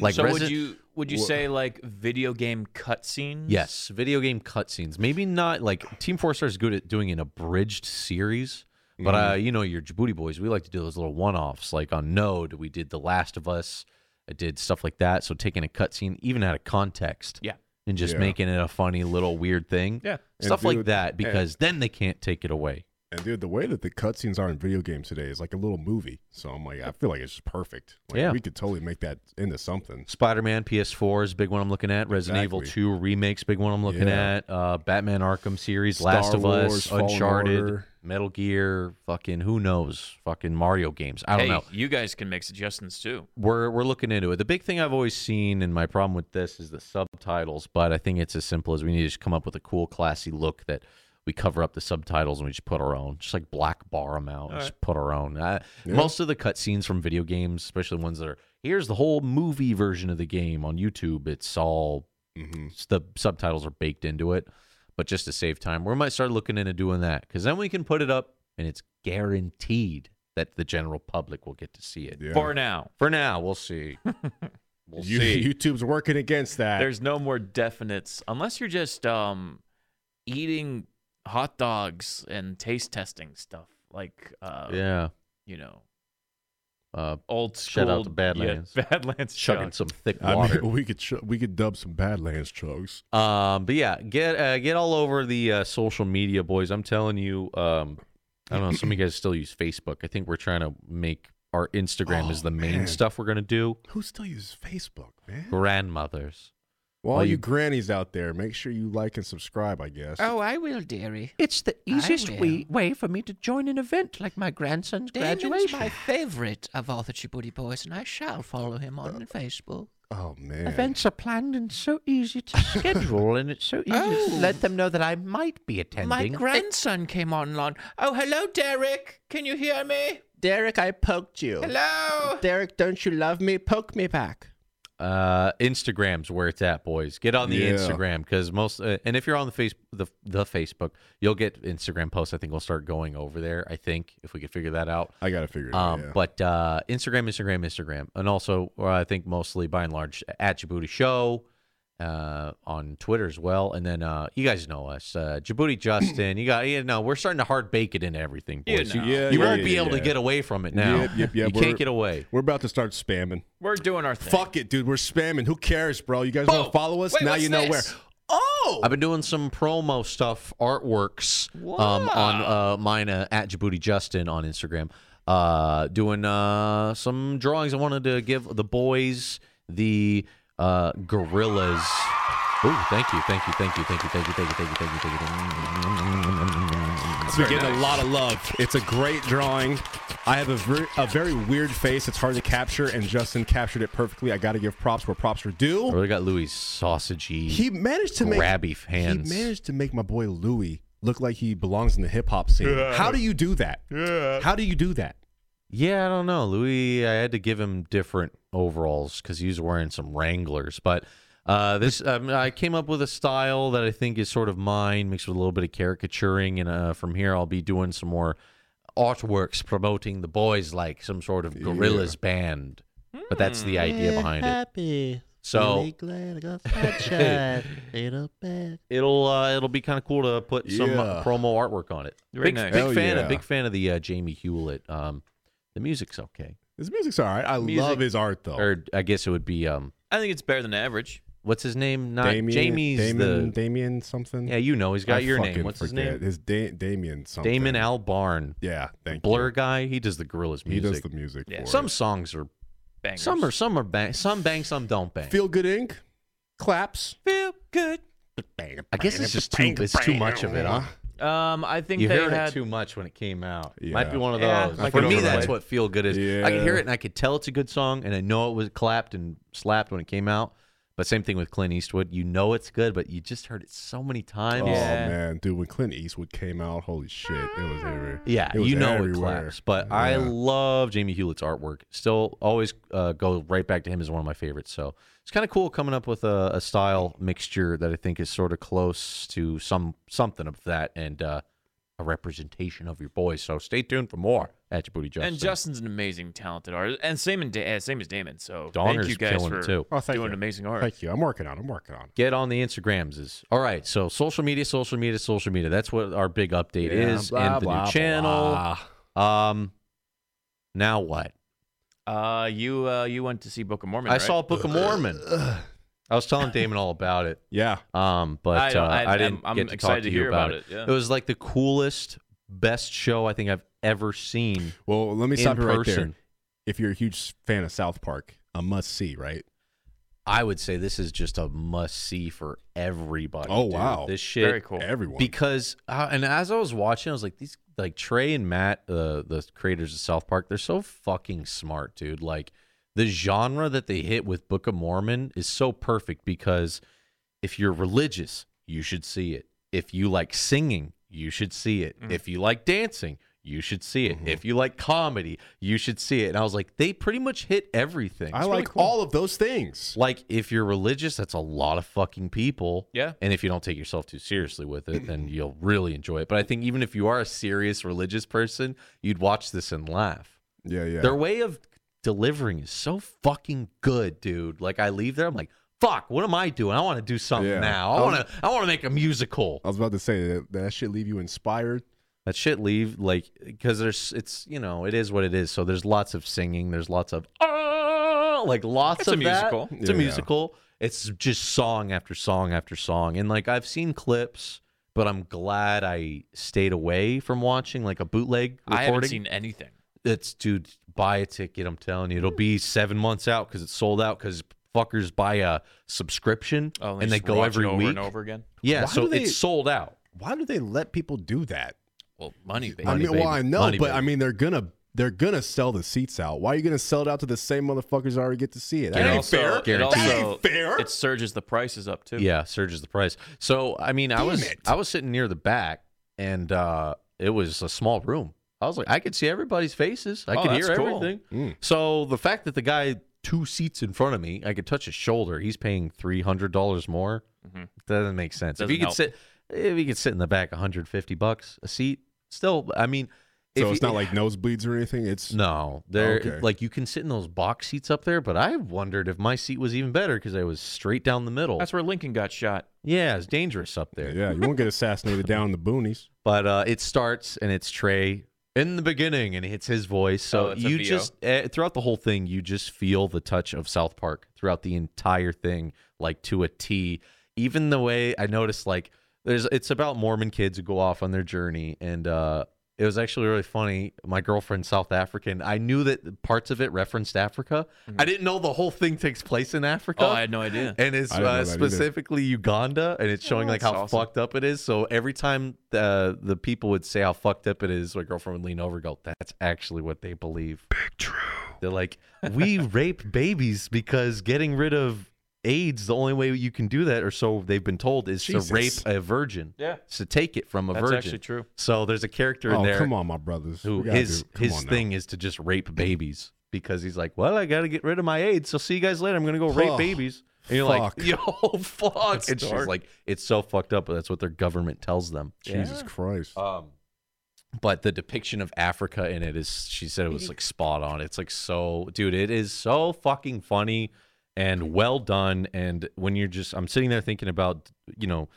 [SPEAKER 1] like
[SPEAKER 4] so
[SPEAKER 1] Resi-
[SPEAKER 4] would you would you say like video game cutscenes?
[SPEAKER 1] Yes, video game cutscenes. Maybe not like Team Four Star is good at doing an abridged series, but uh, you know, your Djibouti boys, we like to do those little one-offs. Like on Node, we did The Last of Us. I did stuff like that. So taking a cutscene, even out of context,
[SPEAKER 4] Yeah.
[SPEAKER 1] and just
[SPEAKER 3] Yeah.
[SPEAKER 1] making it a funny little weird thing,
[SPEAKER 4] Yeah.
[SPEAKER 3] And
[SPEAKER 1] stuff like
[SPEAKER 3] dude,
[SPEAKER 1] that,
[SPEAKER 3] and-
[SPEAKER 1] because then they can't take it away.
[SPEAKER 3] And dude, the way that the cutscenes are in video games today is like a little movie. So I'm like, I feel like it's just perfect. Like,
[SPEAKER 1] Yeah.
[SPEAKER 3] we could totally make that into something.
[SPEAKER 1] Spider-Man PS4 is a big one I'm looking at. Resident Evil
[SPEAKER 3] Exactly.
[SPEAKER 1] 2 remakes, big one I'm looking
[SPEAKER 3] Yeah.
[SPEAKER 1] at. Uh, Batman Arkham series,
[SPEAKER 3] Star
[SPEAKER 1] Last of
[SPEAKER 3] Wars,
[SPEAKER 1] Us,
[SPEAKER 3] Fallen
[SPEAKER 1] Uncharted,
[SPEAKER 3] Order.
[SPEAKER 1] Metal Gear, fucking who knows, fucking Mario games. I don't
[SPEAKER 4] Hey,
[SPEAKER 1] know.
[SPEAKER 4] you guys can make suggestions too.
[SPEAKER 1] We're we're looking into it. The big thing I've always seen, and my problem with this is the subtitles. But I think it's as simple as we need to just come up with a cool, classy look that. We cover up the subtitles and we just put our own, just like black bar them out, and just put our own. I, Most of the cutscenes from video games, especially ones that are here's the whole movie version of the game on YouTube, it's all
[SPEAKER 3] hmm
[SPEAKER 1] s- the subtitles are baked into it. But just to save time, we might start looking into doing that because then we can put it up and it's guaranteed that the general public will get to see it.
[SPEAKER 3] Yeah.
[SPEAKER 4] For now,
[SPEAKER 1] For now, we'll see. we'll
[SPEAKER 3] You-
[SPEAKER 1] see.
[SPEAKER 3] [laughs] YouTube's working against that.
[SPEAKER 4] there's no more definites unless you're just um eating hot dogs and taste testing stuff like uh
[SPEAKER 1] yeah.
[SPEAKER 4] you know
[SPEAKER 1] Uh,
[SPEAKER 4] old school
[SPEAKER 1] Shout out to Badlands.
[SPEAKER 4] Yeah, [laughs] Badlands
[SPEAKER 1] chugging
[SPEAKER 4] chug.
[SPEAKER 1] some thick
[SPEAKER 3] I
[SPEAKER 1] water.
[SPEAKER 3] mean, we could ch- we could dub some Badlands chugs.
[SPEAKER 1] Um, but yeah, get uh, get all over the uh, social media, boys. I'm telling you, um, I don't know. Some of you guys still use Facebook. I think we're trying to make our Instagram
[SPEAKER 3] Oh,
[SPEAKER 1] is the main
[SPEAKER 3] man.
[SPEAKER 1] stuff we're gonna do.
[SPEAKER 3] Who still uses Facebook, man?
[SPEAKER 1] Grandmothers.
[SPEAKER 3] Well, all
[SPEAKER 1] All
[SPEAKER 3] you
[SPEAKER 1] you-
[SPEAKER 3] grannies out there, make sure you like and subscribe. I guess.
[SPEAKER 6] Oh, I will, dearie.
[SPEAKER 1] It's the
[SPEAKER 6] easiest way-
[SPEAKER 1] way for me to join an event like my grandson's
[SPEAKER 6] favorite of all the Djibouti boys, and I shall follow him on Facebook.
[SPEAKER 3] Oh man.
[SPEAKER 1] are planned and so easy to schedule, and it's so easy
[SPEAKER 6] Oh. let
[SPEAKER 1] them know that I might be attending.
[SPEAKER 6] grandson came online. Oh, hello, Derek. Can you hear me? Derek, I poked you. Hello. Derek, don't you love me? Poke me back.
[SPEAKER 1] uh, Instagram's where it's at, boys. Get on the
[SPEAKER 3] Yeah.
[SPEAKER 1] Instagram because most, uh, and if you're on the face the the Facebook, you'll get Instagram posts. I think we'll start going over there. I think if we could figure that out.
[SPEAKER 3] I gotta figure it out.
[SPEAKER 1] Um,
[SPEAKER 3] yeah.
[SPEAKER 1] But uh, Instagram, Instagram, Instagram, and also uh, I think mostly by and large at Djibouti Show uh, on Twitter as well. And then uh, you guys know us, uh, Djibouti Justin. you got you know we're starting to hard bake it into everything,
[SPEAKER 4] You
[SPEAKER 1] boys. You,
[SPEAKER 4] know.
[SPEAKER 3] Yeah,
[SPEAKER 1] you
[SPEAKER 3] yeah,
[SPEAKER 1] won't
[SPEAKER 3] yeah,
[SPEAKER 1] be able to
[SPEAKER 3] yeah.
[SPEAKER 1] get away from it now.
[SPEAKER 3] Yep, yep, yep,
[SPEAKER 1] you
[SPEAKER 3] we're-
[SPEAKER 1] can't get away.
[SPEAKER 3] We're about to start spamming.
[SPEAKER 4] we're doing our thing
[SPEAKER 3] Fuck it, dude. We're spamming. Who cares, bro? You guys want to follow us?
[SPEAKER 4] Wait,
[SPEAKER 3] now
[SPEAKER 4] what's
[SPEAKER 3] you know
[SPEAKER 4] this?
[SPEAKER 3] where. Oh,
[SPEAKER 1] I've been doing some promo stuff, artworks um, on uh, mine uh, at Djibouti Justin on Instagram. Uh, doing uh, some drawings. I wanted to give the boys the uh, gorillas. Ooh, thank you, thank you, thank you, thank you, thank you, thank you, thank you, thank you, thank you.
[SPEAKER 3] It's been getting a lot of love. It's a great drawing. I have a, ver- a very weird face. It's hard to capture, and Justin captured it perfectly. I got to give props where props are
[SPEAKER 1] I
[SPEAKER 3] due.
[SPEAKER 1] really got Louis sausagey.
[SPEAKER 3] He managed to make
[SPEAKER 1] Grabby hands.
[SPEAKER 3] He managed to make my boy Louis look like he belongs in the hip hop scene. How do you do that? How do you do that?
[SPEAKER 1] Yeah, I don't know. Louis, I had to give him different overalls because he was wearing some Wranglers. But uh,
[SPEAKER 3] [laughs]
[SPEAKER 1] this, um, I came up with a style that I think is sort of mine, mixed with a little bit of caricaturing. And uh, from here, I'll be doing some more artworks promoting the
[SPEAKER 3] Hmm.
[SPEAKER 1] boys like some sort of gorillas band. But that's the idea behind it.
[SPEAKER 5] Happy.
[SPEAKER 1] So
[SPEAKER 6] Really glad I got sunshine in a bag.
[SPEAKER 1] it'll uh, it'll be kind of cool to put some uh,
[SPEAKER 3] Yeah.
[SPEAKER 1] promo artwork on it.
[SPEAKER 4] Very
[SPEAKER 1] big
[SPEAKER 4] nice.
[SPEAKER 1] big
[SPEAKER 3] Hell
[SPEAKER 1] fan,
[SPEAKER 3] yeah.
[SPEAKER 1] a big fan of the uh, Jamie Hewlett. Um, the music's okay,
[SPEAKER 3] His music's all right. I
[SPEAKER 1] Music-
[SPEAKER 3] love his art though.
[SPEAKER 1] or I guess it would be um,
[SPEAKER 4] I think it's better than average.
[SPEAKER 1] what's his name? Not
[SPEAKER 3] Damien,
[SPEAKER 1] Jamie's
[SPEAKER 3] Damien,
[SPEAKER 1] the
[SPEAKER 3] Damien something.
[SPEAKER 1] yeah, you know, he's got
[SPEAKER 3] I
[SPEAKER 1] your name.
[SPEAKER 3] fucking
[SPEAKER 1] What's his
[SPEAKER 3] forget.
[SPEAKER 1] name?
[SPEAKER 3] His da- Damien something.
[SPEAKER 1] Damon Al Barn,
[SPEAKER 3] Yeah, thank
[SPEAKER 1] Blur
[SPEAKER 3] you.
[SPEAKER 1] guy. He does the Gorillas
[SPEAKER 3] He
[SPEAKER 1] music.
[SPEAKER 3] does the music.
[SPEAKER 4] Yeah.
[SPEAKER 3] for
[SPEAKER 1] some
[SPEAKER 3] it.
[SPEAKER 1] songs are
[SPEAKER 4] Bangers.
[SPEAKER 1] some are some are bang, some bang, some don't bang.
[SPEAKER 3] feel good ink claps.
[SPEAKER 4] feel good.
[SPEAKER 1] I guess it's just too it's too much of it. Huh?
[SPEAKER 4] Um, I think
[SPEAKER 1] You
[SPEAKER 4] they
[SPEAKER 1] heard
[SPEAKER 4] had
[SPEAKER 1] it too much when it came out. Might be
[SPEAKER 3] Yeah.
[SPEAKER 1] one of
[SPEAKER 4] Yeah,
[SPEAKER 1] those.
[SPEAKER 4] I
[SPEAKER 1] For
[SPEAKER 4] can
[SPEAKER 1] me,
[SPEAKER 4] overlay.
[SPEAKER 1] that's what feel good is. I could hear
[SPEAKER 3] Yeah.
[SPEAKER 1] it and I could tell it's a good song, and I know it was clapped and slapped when it came out. But same thing with Clint Eastwood. You know it's good, but you just heard it so many
[SPEAKER 3] Oh
[SPEAKER 1] times.
[SPEAKER 4] Yeah.
[SPEAKER 3] man, dude, when Clint Eastwood came out, holy shit, it was everywhere.
[SPEAKER 1] Yeah,
[SPEAKER 3] It was
[SPEAKER 1] you know it
[SPEAKER 3] everywhere.
[SPEAKER 1] claps. But I
[SPEAKER 3] Yeah.
[SPEAKER 1] love Jamie Hewlett's artwork. Still, always uh, go right back to him as one of my favorites. So it's kind of cool coming up with a, a style mixture that I think is sort of close to some something of that and uh, a representation of your boys. So stay tuned for more at your booty Justin.
[SPEAKER 4] and Justin's an amazing, talented artist, and same in da- uh, same as Damon. So
[SPEAKER 1] Donner's
[SPEAKER 4] thank you guys
[SPEAKER 1] killing
[SPEAKER 4] for
[SPEAKER 1] it too.
[SPEAKER 3] Oh, thank
[SPEAKER 4] doing
[SPEAKER 3] you.
[SPEAKER 4] amazing art.
[SPEAKER 3] Thank you. I'm working on. it. I'm working on. it.
[SPEAKER 1] Get on the Instagrams is all right. So social media, social media, social media. That's what our big update
[SPEAKER 3] Yeah,
[SPEAKER 1] is,
[SPEAKER 3] blah,
[SPEAKER 1] and the
[SPEAKER 3] blah,
[SPEAKER 1] new channel.
[SPEAKER 3] blah.
[SPEAKER 1] Um, now what?
[SPEAKER 4] Uh, you uh, you went to see Book of Mormon.
[SPEAKER 1] I
[SPEAKER 4] right?
[SPEAKER 1] saw Book of Mormon. I was telling Damon all about it.
[SPEAKER 3] [sighs] Yeah,
[SPEAKER 1] Um, but
[SPEAKER 4] I don't-
[SPEAKER 1] uh,
[SPEAKER 4] I-
[SPEAKER 1] I, didn't
[SPEAKER 4] I'm- I'm
[SPEAKER 1] get to
[SPEAKER 4] excited
[SPEAKER 1] talk to,
[SPEAKER 4] to
[SPEAKER 1] you
[SPEAKER 4] hear
[SPEAKER 1] about,
[SPEAKER 4] about
[SPEAKER 1] it.
[SPEAKER 4] it, yeah.
[SPEAKER 1] It was like the coolest, best show I think I've ever seen
[SPEAKER 3] Well, let me
[SPEAKER 1] in
[SPEAKER 3] stop you right there.
[SPEAKER 1] person.
[SPEAKER 3] If you're a huge fan of South Park, a must see, right?
[SPEAKER 1] I would say this is just a must see for everybody.
[SPEAKER 3] Oh,
[SPEAKER 1] dude.
[SPEAKER 3] wow.
[SPEAKER 1] this shit.
[SPEAKER 4] Very cool.
[SPEAKER 3] Everyone.
[SPEAKER 1] Because uh, and as I was watching, I was like, these like Trey and Matt, uh, the creators of South Park, they're so fucking smart, dude. Like the genre that they hit with Book of Mormon is so perfect because if you're religious, you should see it. If you like singing, you should see it.
[SPEAKER 3] Mm.
[SPEAKER 1] If you like dancing, you should see
[SPEAKER 3] Mm-hmm.
[SPEAKER 1] it. If you like comedy, you should see it. And I was like, they pretty much hit everything.
[SPEAKER 3] I like all of those things.
[SPEAKER 1] Like, if you're religious, that's a lot of fucking people.
[SPEAKER 4] Yeah.
[SPEAKER 1] And if you don't take yourself too seriously with it, then you'll really enjoy it. But I think even if you are a serious religious person, you'd watch this and laugh.
[SPEAKER 3] Yeah, yeah.
[SPEAKER 1] Their way of delivering is so fucking good, dude. Like, I leave there, I'm like, fuck, what am I doing? I want to do something
[SPEAKER 3] Yeah.
[SPEAKER 1] now. I
[SPEAKER 3] Um,
[SPEAKER 1] want to. I want to make a musical.
[SPEAKER 3] I was about to say that that should leave you inspired.
[SPEAKER 1] That shit leave like because there's it's you know it is what it is. So there's lots of singing. There's lots of oh like lots
[SPEAKER 4] It's a
[SPEAKER 1] of that.
[SPEAKER 4] musical.
[SPEAKER 1] It's a
[SPEAKER 3] Yeah.
[SPEAKER 1] musical. It's just song after song after song. And like I've seen clips, but I'm glad I stayed away from watching like a bootleg
[SPEAKER 4] I
[SPEAKER 1] recording.
[SPEAKER 4] haven't seen anything.
[SPEAKER 1] it's dude buy a ticket. I'm telling you, it'll be seven months out because it's sold out because fuckers buy a subscription
[SPEAKER 4] Oh,
[SPEAKER 1] and they
[SPEAKER 4] just
[SPEAKER 1] go
[SPEAKER 4] watch it
[SPEAKER 1] every
[SPEAKER 4] over
[SPEAKER 1] week.
[SPEAKER 4] and over again.
[SPEAKER 1] Yeah,
[SPEAKER 3] Why
[SPEAKER 1] so
[SPEAKER 3] do they-
[SPEAKER 1] it's sold out.
[SPEAKER 3] Why do they let people do that?
[SPEAKER 4] Well, money, baby.
[SPEAKER 3] I mean,
[SPEAKER 1] baby.
[SPEAKER 3] well, I know,
[SPEAKER 1] Money,
[SPEAKER 3] but
[SPEAKER 1] baby.
[SPEAKER 3] I mean, they're gonna they're gonna sell the seats out. Why are you gonna sell it out to the same motherfuckers that already get to see it? That
[SPEAKER 4] And
[SPEAKER 3] ain't
[SPEAKER 4] also-
[SPEAKER 3] fair.
[SPEAKER 4] it
[SPEAKER 1] That
[SPEAKER 4] also-
[SPEAKER 3] ain't fair.
[SPEAKER 4] It surges the prices up too.
[SPEAKER 1] Yeah, surges the price. So I mean, I
[SPEAKER 3] Damn
[SPEAKER 1] was
[SPEAKER 3] it.
[SPEAKER 1] I was sitting near the back, and uh, it was a small room. I was like, I could see everybody's faces. I
[SPEAKER 4] Oh,
[SPEAKER 1] could
[SPEAKER 4] that's
[SPEAKER 1] hear
[SPEAKER 4] cool.
[SPEAKER 1] everything.
[SPEAKER 3] Mm.
[SPEAKER 1] So the fact that the guy two seats in front of me, I could touch his shoulder. He's paying three hundred dollars more.
[SPEAKER 3] Mm-hmm.
[SPEAKER 1] Doesn't make sense. if
[SPEAKER 4] Doesn't
[SPEAKER 1] you could
[SPEAKER 4] help.
[SPEAKER 1] sit, if you could sit in the back, one hundred fifty bucks a seat. Still, I mean, if
[SPEAKER 3] So it's
[SPEAKER 1] you-
[SPEAKER 3] not like nosebleeds or anything. It's
[SPEAKER 1] no, they're
[SPEAKER 3] Okay.
[SPEAKER 1] like you can sit in those box seats up there. But I wondered if my seat was even better because I was straight down the middle.
[SPEAKER 4] That's where Lincoln got shot.
[SPEAKER 1] yeah, it's dangerous up there.
[SPEAKER 3] yeah. You won't get assassinated down in the boonies.
[SPEAKER 1] but uh, it starts and it's Trey in the beginning and it's his voice. So
[SPEAKER 4] Oh, it's a
[SPEAKER 1] you
[SPEAKER 4] VO.
[SPEAKER 1] just uh, throughout the whole thing, you just feel the touch of South Park throughout the entire thing, like to a T. Even the way I noticed, like there's it's about Mormon kids who go off on their journey and. uh it was actually really funny. My girlfriend's South African. I knew that parts of it referenced Africa. I didn't know the whole thing takes place in Africa
[SPEAKER 4] Mm-hmm. Oh, I had no idea.
[SPEAKER 1] and it's
[SPEAKER 3] I didn't know
[SPEAKER 1] uh,
[SPEAKER 3] that either.
[SPEAKER 1] specifically Uganda, and it's showing like how
[SPEAKER 4] that's awesome.
[SPEAKER 1] fucked up it is. So every time the the people would say how fucked up it is, my girlfriend would lean over, and go, "That's actually what they believe." Big true. They're like, we
[SPEAKER 3] [laughs]
[SPEAKER 1] rape babies because getting rid of AIDS, the only way you can do that, or so they've been told, is
[SPEAKER 3] Jesus.
[SPEAKER 1] to rape a virgin.
[SPEAKER 4] Yeah.
[SPEAKER 1] It's to take it from a
[SPEAKER 4] That's
[SPEAKER 1] virgin.
[SPEAKER 4] actually true.
[SPEAKER 1] So there's a character in
[SPEAKER 3] Oh,
[SPEAKER 1] there
[SPEAKER 3] come on, my brothers.
[SPEAKER 1] who
[SPEAKER 3] We gotta
[SPEAKER 1] his
[SPEAKER 3] do- come
[SPEAKER 1] his
[SPEAKER 3] on now.
[SPEAKER 1] thing is to just rape babies because he's like, well, I got to get rid of my AIDS. So see you guys later. I'm gonna go rape
[SPEAKER 3] Oh,
[SPEAKER 1] babies. And you're like, [laughs]
[SPEAKER 3] fuck.
[SPEAKER 1] yo, fuck. and she's
[SPEAKER 4] dark.
[SPEAKER 1] like, it's so fucked up, but that's what their government tells them.
[SPEAKER 3] Jesus Christ.
[SPEAKER 1] Um, but the depiction of Africa in it is, she said it was like spot on. It's like so, dude, it is so fucking funny. and well done. And when you're just, I'm sitting there thinking about, you know,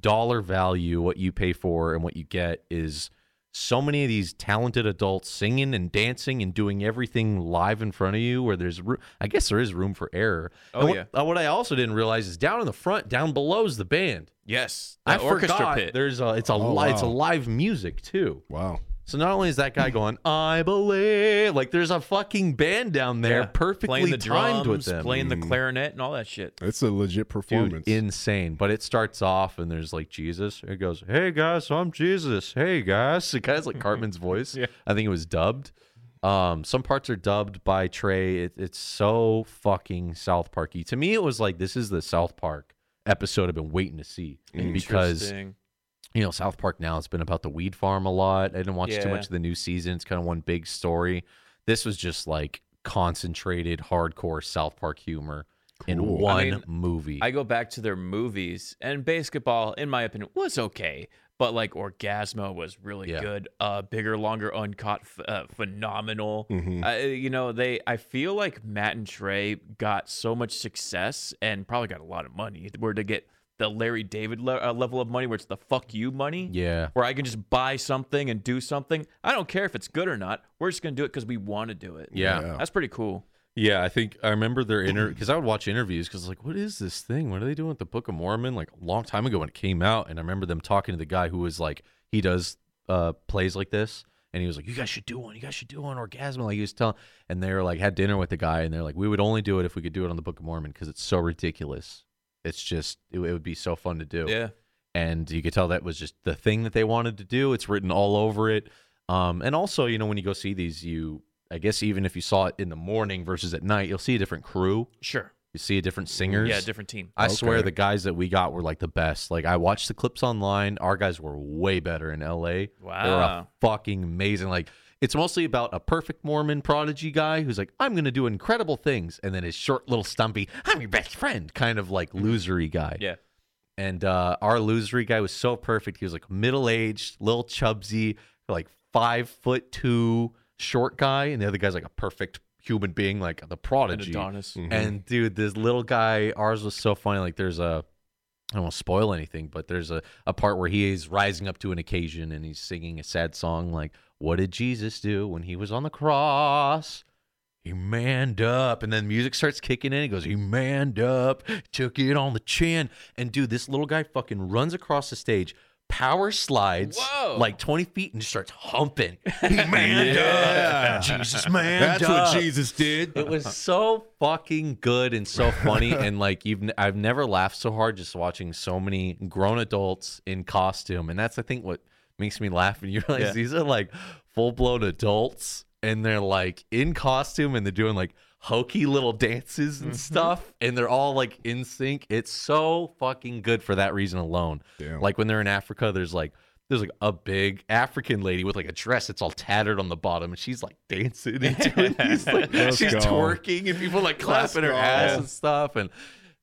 [SPEAKER 1] dollar value, what you pay for and what you get is so many of these talented adults singing and dancing and doing everything live in front of you where there's roo- I guess there is room for error.
[SPEAKER 4] Oh,
[SPEAKER 1] And what,
[SPEAKER 4] yeah.
[SPEAKER 1] uh, what I also didn't realize is down in the front, down below is the band.
[SPEAKER 4] Yes,
[SPEAKER 1] I forgot there's a it's a
[SPEAKER 3] Oh,
[SPEAKER 1] li- it's a
[SPEAKER 3] wow.
[SPEAKER 1] live music too.
[SPEAKER 3] Wow.
[SPEAKER 1] So not only is that guy going, I believe, like there's a fucking band down there perfectly
[SPEAKER 4] playing the
[SPEAKER 1] timed with
[SPEAKER 4] drums,
[SPEAKER 1] them.
[SPEAKER 4] playing the clarinet and all that shit.
[SPEAKER 3] It's a legit
[SPEAKER 1] Dude,
[SPEAKER 3] performance.
[SPEAKER 1] insane. But it starts off and there's like Jesus. It goes, Hey guys, I'm Jesus. Hey guys. It kind of like
[SPEAKER 4] [laughs]
[SPEAKER 1] Cartman's voice. I think it was dubbed. Um, some parts are dubbed by Trey. It, it's so fucking South Parky. To me, it was like this is the South Park episode I've been waiting to see because
[SPEAKER 4] Interesting.
[SPEAKER 1] you know, South Park now it's been about the weed farm a lot. I didn't watch too
[SPEAKER 4] Yeah.
[SPEAKER 1] much of the new season. It's kind of one big story. This was just like concentrated hardcore South Park humor in
[SPEAKER 3] Cool. I
[SPEAKER 1] one
[SPEAKER 4] mean,
[SPEAKER 1] movie.
[SPEAKER 4] I go back to their movies and basketball, in my opinion, was okay, but like Orgasmo was really
[SPEAKER 1] Yeah.
[SPEAKER 4] good. Uh, bigger, longer, uncut, f- uh, phenomenal.
[SPEAKER 1] Mm-hmm.
[SPEAKER 3] Mhm.
[SPEAKER 4] I- you know, they. I feel like Matt and Trey got so much success and probably got a lot of money. Where to get the Larry David le- uh, level of money, where it's the fuck you money.
[SPEAKER 1] yeah.
[SPEAKER 4] Where I can just buy something and do something. I don't care if it's good or not. We're just gonna do it because we want to do it.
[SPEAKER 1] Yeah.
[SPEAKER 3] Yeah.
[SPEAKER 4] that's pretty cool.
[SPEAKER 1] Yeah, I think I remember their inter because I would watch interviews because like, what is this thing? What are they doing with the Book of Mormon? Like a long time ago when it came out, and I remember them talking to the guy who was like, he does uh plays like this, and he was like, you guys should do one, you guys should do one, orgasm. Like he was telling, and they were like had dinner with the guy, and they're like, we would only do it if we could do it on the Book of Mormon because it's so ridiculous. It's just it, it would be so fun to do
[SPEAKER 4] Yeah,
[SPEAKER 1] and you could tell that was just the thing that they wanted to do. It's written all over it. Um, and also, you know, when you go see these, you I guess even if you saw it in the morning versus at night, you'll see a different crew.
[SPEAKER 4] sure.
[SPEAKER 1] You see a different singers.
[SPEAKER 4] Mm, Yeah, different team.
[SPEAKER 1] I
[SPEAKER 3] Okay.
[SPEAKER 1] swear the guys that we got were like the best. Like I watched the clips online. Our guys were way better in LA. They were a
[SPEAKER 4] Wow.
[SPEAKER 1] fucking amazing. Like it's mostly about a perfect Mormon prodigy guy who's like, I'm gonna do incredible things, and then his short little stumpy, I'm your best friend, kind of like losery guy.
[SPEAKER 4] Yeah.
[SPEAKER 1] And uh, our losery guy was so perfect. He was like middle aged, little chubsy, like five foot two, short guy, and the other guy's like a perfect human being, like the
[SPEAKER 4] And
[SPEAKER 1] prodigy.
[SPEAKER 4] Adonis.
[SPEAKER 3] Mm-hmm.
[SPEAKER 1] And dude, this little guy, ours was so funny. Like there's a I don't want to spoil anything, but there's a, a part where he is rising up to an occasion and he's singing a sad song like, What did Jesus do when he was on the cross? He manned up. And then music starts kicking in. He goes, He manned up, took it on the chin. And dude, this little guy fucking runs across the stage, power slides
[SPEAKER 4] Whoa.
[SPEAKER 1] like 20 feet and just starts
[SPEAKER 3] [laughs]
[SPEAKER 1] humping. He manned up. Jesus manned
[SPEAKER 3] That's
[SPEAKER 1] up.
[SPEAKER 3] what Jesus did.
[SPEAKER 1] It was so fucking good and so funny, and like you've n- I've never laughed so hard just watching so many grown adults in costume, and that's I think what makes me laugh. And you realize
[SPEAKER 4] Yeah.
[SPEAKER 1] these are like full blown adults, and they're like in costume, and they're doing like hokey little dances and stuff, and they're all like in sync. It's so fucking good for that reason alone.
[SPEAKER 3] Damn.
[SPEAKER 1] Like when they're in Africa, there's like. There's like a big African lady with like a dress that's all tattered on the bottom, and she's like dancing and doing these like
[SPEAKER 3] Let's
[SPEAKER 1] she's
[SPEAKER 3] go.
[SPEAKER 1] twerking and people like clapping her
[SPEAKER 3] go.
[SPEAKER 1] ass and stuff and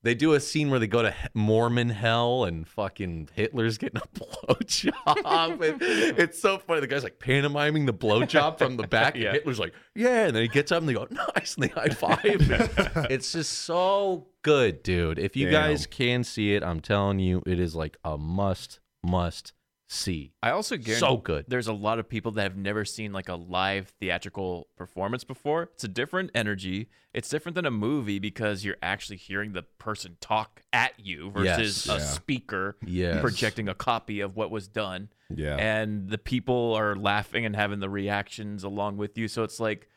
[SPEAKER 1] they do a scene where they go to he- Mormon hell and fucking Hitler's getting a [laughs] blowjob. And it's so funny. The guy's like pantomiming the blowjob from the
[SPEAKER 3] [laughs]
[SPEAKER 1] back. And Hitler's like, yeah. And then he gets up and they go, nice. And they high
[SPEAKER 3] [laughs]
[SPEAKER 1] five. it's just so good, dude. If you
[SPEAKER 3] Damn.
[SPEAKER 1] guys can see it, I'm telling you, it is like a must, must see.
[SPEAKER 4] I also guarantee
[SPEAKER 1] So good.
[SPEAKER 4] There's a lot of people that have never seen like a live theatrical performance before. It's a different energy. It's different than a movie because you're actually hearing the person talk at you versus
[SPEAKER 1] Yes.
[SPEAKER 4] a
[SPEAKER 3] Yeah.
[SPEAKER 4] speaker
[SPEAKER 1] Yes.
[SPEAKER 4] projecting a copy of what was done.
[SPEAKER 3] Yeah.
[SPEAKER 4] And the people are laughing and having the reactions along with you. So it's like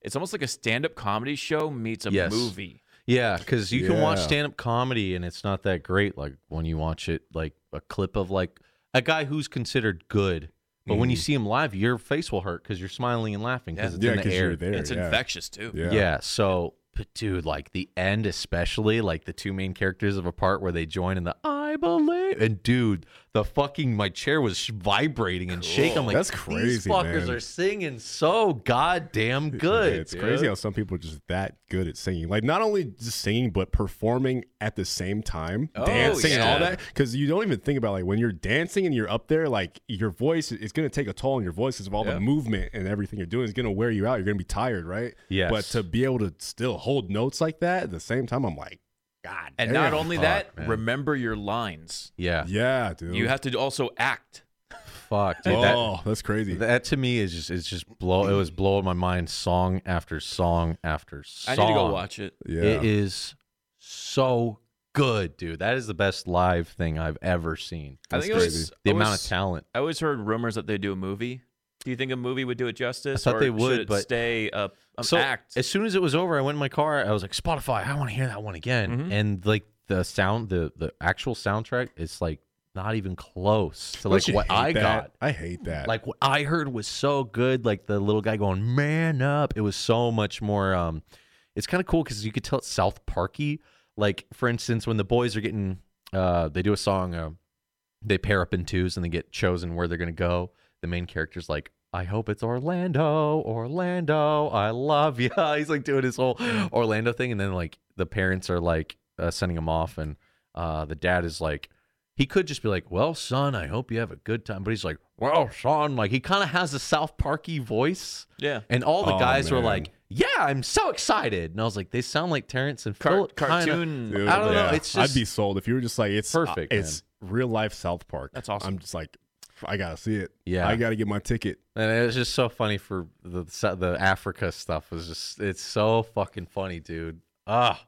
[SPEAKER 4] it's almost like a stand-up comedy show meets a
[SPEAKER 1] Yes.
[SPEAKER 4] movie.
[SPEAKER 1] Yeah, because you can watch
[SPEAKER 3] Yeah.
[SPEAKER 1] stand up comedy and it's not that great. Like when you watch it, like a clip of like a guy who's considered good, but when you see him live, your face will hurt because you're smiling and laughing because it's
[SPEAKER 3] Mm. yeah,
[SPEAKER 1] in the
[SPEAKER 3] because
[SPEAKER 1] air.
[SPEAKER 3] you're there.
[SPEAKER 4] It's
[SPEAKER 3] yeah.
[SPEAKER 4] infectious too.
[SPEAKER 3] Yeah.
[SPEAKER 1] Yeah. So, but dude, like the end, especially like the two main characters of a part where they join in the I I believe. And dude, the fucking my chair was sh- vibrating and shaking. I'm like,
[SPEAKER 3] That's
[SPEAKER 1] These
[SPEAKER 3] crazy,
[SPEAKER 1] fuckers
[SPEAKER 3] man."
[SPEAKER 1] are singing so goddamn good.
[SPEAKER 3] Yeah, it's
[SPEAKER 1] dude.
[SPEAKER 3] crazy how some people are just that good at singing. Like not only just singing, but performing at the same time,
[SPEAKER 4] Oh,
[SPEAKER 3] dancing and all
[SPEAKER 4] yeah.
[SPEAKER 3] that. Because you don't even think about like when you're dancing and you're up there, like your voice is going to take a toll on your voice because of all
[SPEAKER 4] Yeah.
[SPEAKER 3] the movement and everything you're doing is going to wear you out. You're going to be tired, right?
[SPEAKER 1] Yes.
[SPEAKER 3] But to be able to still hold notes like that at the same time, I'm like, God.
[SPEAKER 4] And
[SPEAKER 3] damn.
[SPEAKER 4] not only that, remember your lines.
[SPEAKER 1] Yeah.
[SPEAKER 3] yeah, dude.
[SPEAKER 4] You have to also act.
[SPEAKER 1] Fuck, dude. that-
[SPEAKER 3] Oh, that's crazy.
[SPEAKER 1] That to me is just it's just blow it was blowing my mind song after song after song.
[SPEAKER 4] I need to go watch it.
[SPEAKER 3] yeah.
[SPEAKER 1] It is so good, dude. That is the best live thing I've ever seen.
[SPEAKER 4] I
[SPEAKER 3] That's
[SPEAKER 4] think it was
[SPEAKER 3] crazy.
[SPEAKER 1] The
[SPEAKER 4] I
[SPEAKER 1] amount
[SPEAKER 4] was-
[SPEAKER 1] of talent.
[SPEAKER 4] I always heard rumors that they do a movie. Do you think a movie would do it justice?
[SPEAKER 1] I thought
[SPEAKER 4] or
[SPEAKER 1] they
[SPEAKER 4] should
[SPEAKER 1] would,
[SPEAKER 4] it
[SPEAKER 1] but-
[SPEAKER 4] stay up. Um,
[SPEAKER 1] so
[SPEAKER 4] act.
[SPEAKER 1] as soon as it was over, I went in my car. I was like, Spotify, I want to hear that one again.
[SPEAKER 4] Mhm.
[SPEAKER 1] And like the sound, the the actual soundtrack is like not even close to
[SPEAKER 3] Don't
[SPEAKER 1] like
[SPEAKER 3] you
[SPEAKER 1] what
[SPEAKER 3] hate
[SPEAKER 1] I
[SPEAKER 3] that?
[SPEAKER 1] got.
[SPEAKER 3] I hate that.
[SPEAKER 1] Like what I heard was so good. Like the little guy going, "Man up!" It was so much more. Um, it's kind of cool because you could tell it's South Parky. Like for instance, when the boys are getting, uh, they do a song. Uh, they pair up in twos and they get chosen where they're gonna go. The main character's like, "I hope it's Orlando, Orlando, I love you." [laughs] He's like doing his whole Orlando thing, and then like the parents are like uh, sending him off, and uh, the dad is like, he could just be like, "Well, son, I hope you have a good time," but he's like, "Well, son," like he kind of has a South Parky voice,
[SPEAKER 4] yeah.
[SPEAKER 1] and all the
[SPEAKER 3] Oh,
[SPEAKER 1] guys were
[SPEAKER 3] man.
[SPEAKER 1] like, "Yeah, I'm so excited," and I was like, "They sound like Terrence and
[SPEAKER 4] Car-
[SPEAKER 1] Philip." kinda."
[SPEAKER 4] cartoon.
[SPEAKER 3] Dude,
[SPEAKER 1] I don't know, it's
[SPEAKER 3] I'd be
[SPEAKER 1] just-
[SPEAKER 3] sold if you were just like it's
[SPEAKER 1] Perfect,
[SPEAKER 3] uh, it's real life South Park.
[SPEAKER 4] That's awesome.
[SPEAKER 3] I'm just like, I gotta see it.
[SPEAKER 1] Yeah.
[SPEAKER 3] I gotta get my ticket.
[SPEAKER 1] And it was just so funny for the the Africa stuff was just it's so fucking funny, dude. Ah,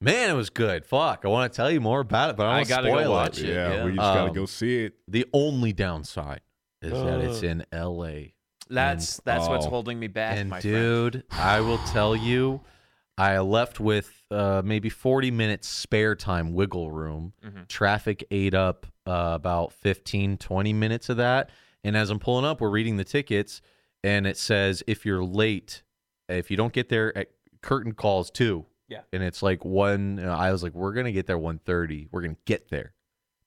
[SPEAKER 1] man, it was good. Fuck, I want to tell you more about it, but I, don't
[SPEAKER 4] I
[SPEAKER 1] wanna
[SPEAKER 4] gotta go
[SPEAKER 1] spoil it.
[SPEAKER 4] watch it.
[SPEAKER 3] yeah,
[SPEAKER 4] yeah.
[SPEAKER 3] we just gotta
[SPEAKER 1] Um,
[SPEAKER 3] go see it.
[SPEAKER 1] The only downside is that it's in L.A.
[SPEAKER 4] That's that's what's
[SPEAKER 3] Oh.
[SPEAKER 4] holding me back,
[SPEAKER 1] and
[SPEAKER 4] my friend.
[SPEAKER 1] dude, I will tell you, I left with uh, maybe 40 minutes spare time wiggle room.
[SPEAKER 4] Mm-hmm.
[SPEAKER 1] Traffic ate up uh, about 15, 20 minutes of that. And as I'm pulling up, we're reading the tickets, and it says if you're late, if you don't get there at curtain calls two.
[SPEAKER 4] Yeah.
[SPEAKER 1] And it's like one. uh, I was like, we're gonna get there 1:30. We're gonna get there.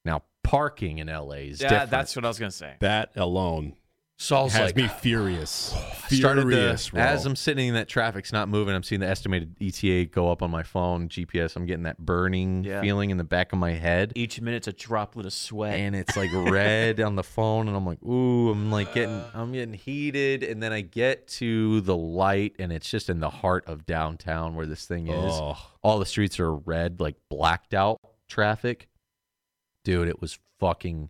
[SPEAKER 1] Now parking in LA is
[SPEAKER 4] Yeah,
[SPEAKER 1] different.
[SPEAKER 4] that's what I was gonna say.
[SPEAKER 3] That alone
[SPEAKER 1] so I was
[SPEAKER 3] has
[SPEAKER 1] like, [sighs]
[SPEAKER 3] me furious.
[SPEAKER 1] started to,
[SPEAKER 3] furious. bro.
[SPEAKER 1] as I'm sitting in that traffic's not moving. I'm seeing the estimated ETA go up on my phone GPS. I'm getting that burning
[SPEAKER 4] Yeah.
[SPEAKER 1] feeling in the back of my head,
[SPEAKER 4] Each minute's a droplet of sweat.
[SPEAKER 1] and it's like red on the phone, and I'm like, ooh, I'm like getting,
[SPEAKER 4] Uh.
[SPEAKER 1] I'm getting heated, and then I get to the light, and it's just in the heart of downtown where this thing
[SPEAKER 4] Oh.
[SPEAKER 1] is.
[SPEAKER 3] Ugh.
[SPEAKER 1] All the streets are red, like blacked out traffic. Dude, it was fucking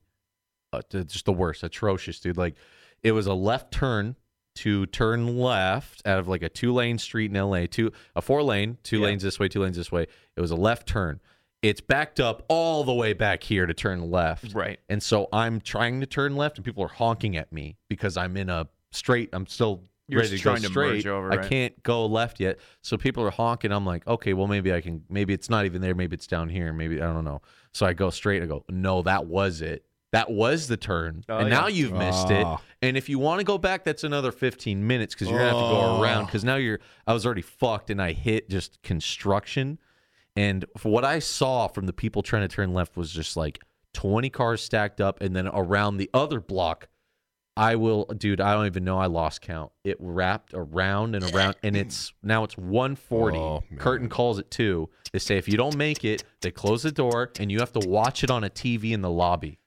[SPEAKER 1] uh, t- just the worst, atrocious, dude. Like it was a left turn to turn left out of like a two lane street in LA, two a four lane, two lanes this way, two lanes this way. It was a left turn. It's backed up all the way back here to turn left.
[SPEAKER 4] Right.
[SPEAKER 1] And so I'm trying to turn left and people are honking at me because I'm in a straight, I'm still
[SPEAKER 4] You're
[SPEAKER 1] ready
[SPEAKER 4] just
[SPEAKER 1] to go
[SPEAKER 4] trying to
[SPEAKER 1] straight.
[SPEAKER 4] merge over,
[SPEAKER 1] I
[SPEAKER 4] right?
[SPEAKER 1] can't go left yet. So people are honking. I'm like, okay, well maybe I can maybe it's not even there, maybe it's down here, maybe I don't know. So I go straight, I go, no, that was it. That was the turn.
[SPEAKER 4] Oh,
[SPEAKER 1] and
[SPEAKER 4] yeah.
[SPEAKER 1] now you've missed it.
[SPEAKER 3] Ah.
[SPEAKER 1] And if you want to go back, that's another 15 minutes because you're gonna have to go
[SPEAKER 3] Oh.
[SPEAKER 1] around. Because now you're, I was already fucked, and I hit just construction. And for what I saw from the people trying to turn left was just like 20 cars stacked up, and then around the other block, I will, dude, I don't even know. I lost count. It wrapped around and around, and it's now it's 140.
[SPEAKER 3] Oh, man.
[SPEAKER 1] Curtain calls at two. They say if you don't make it, they close the door, and you have to watch it on a TV in the lobby.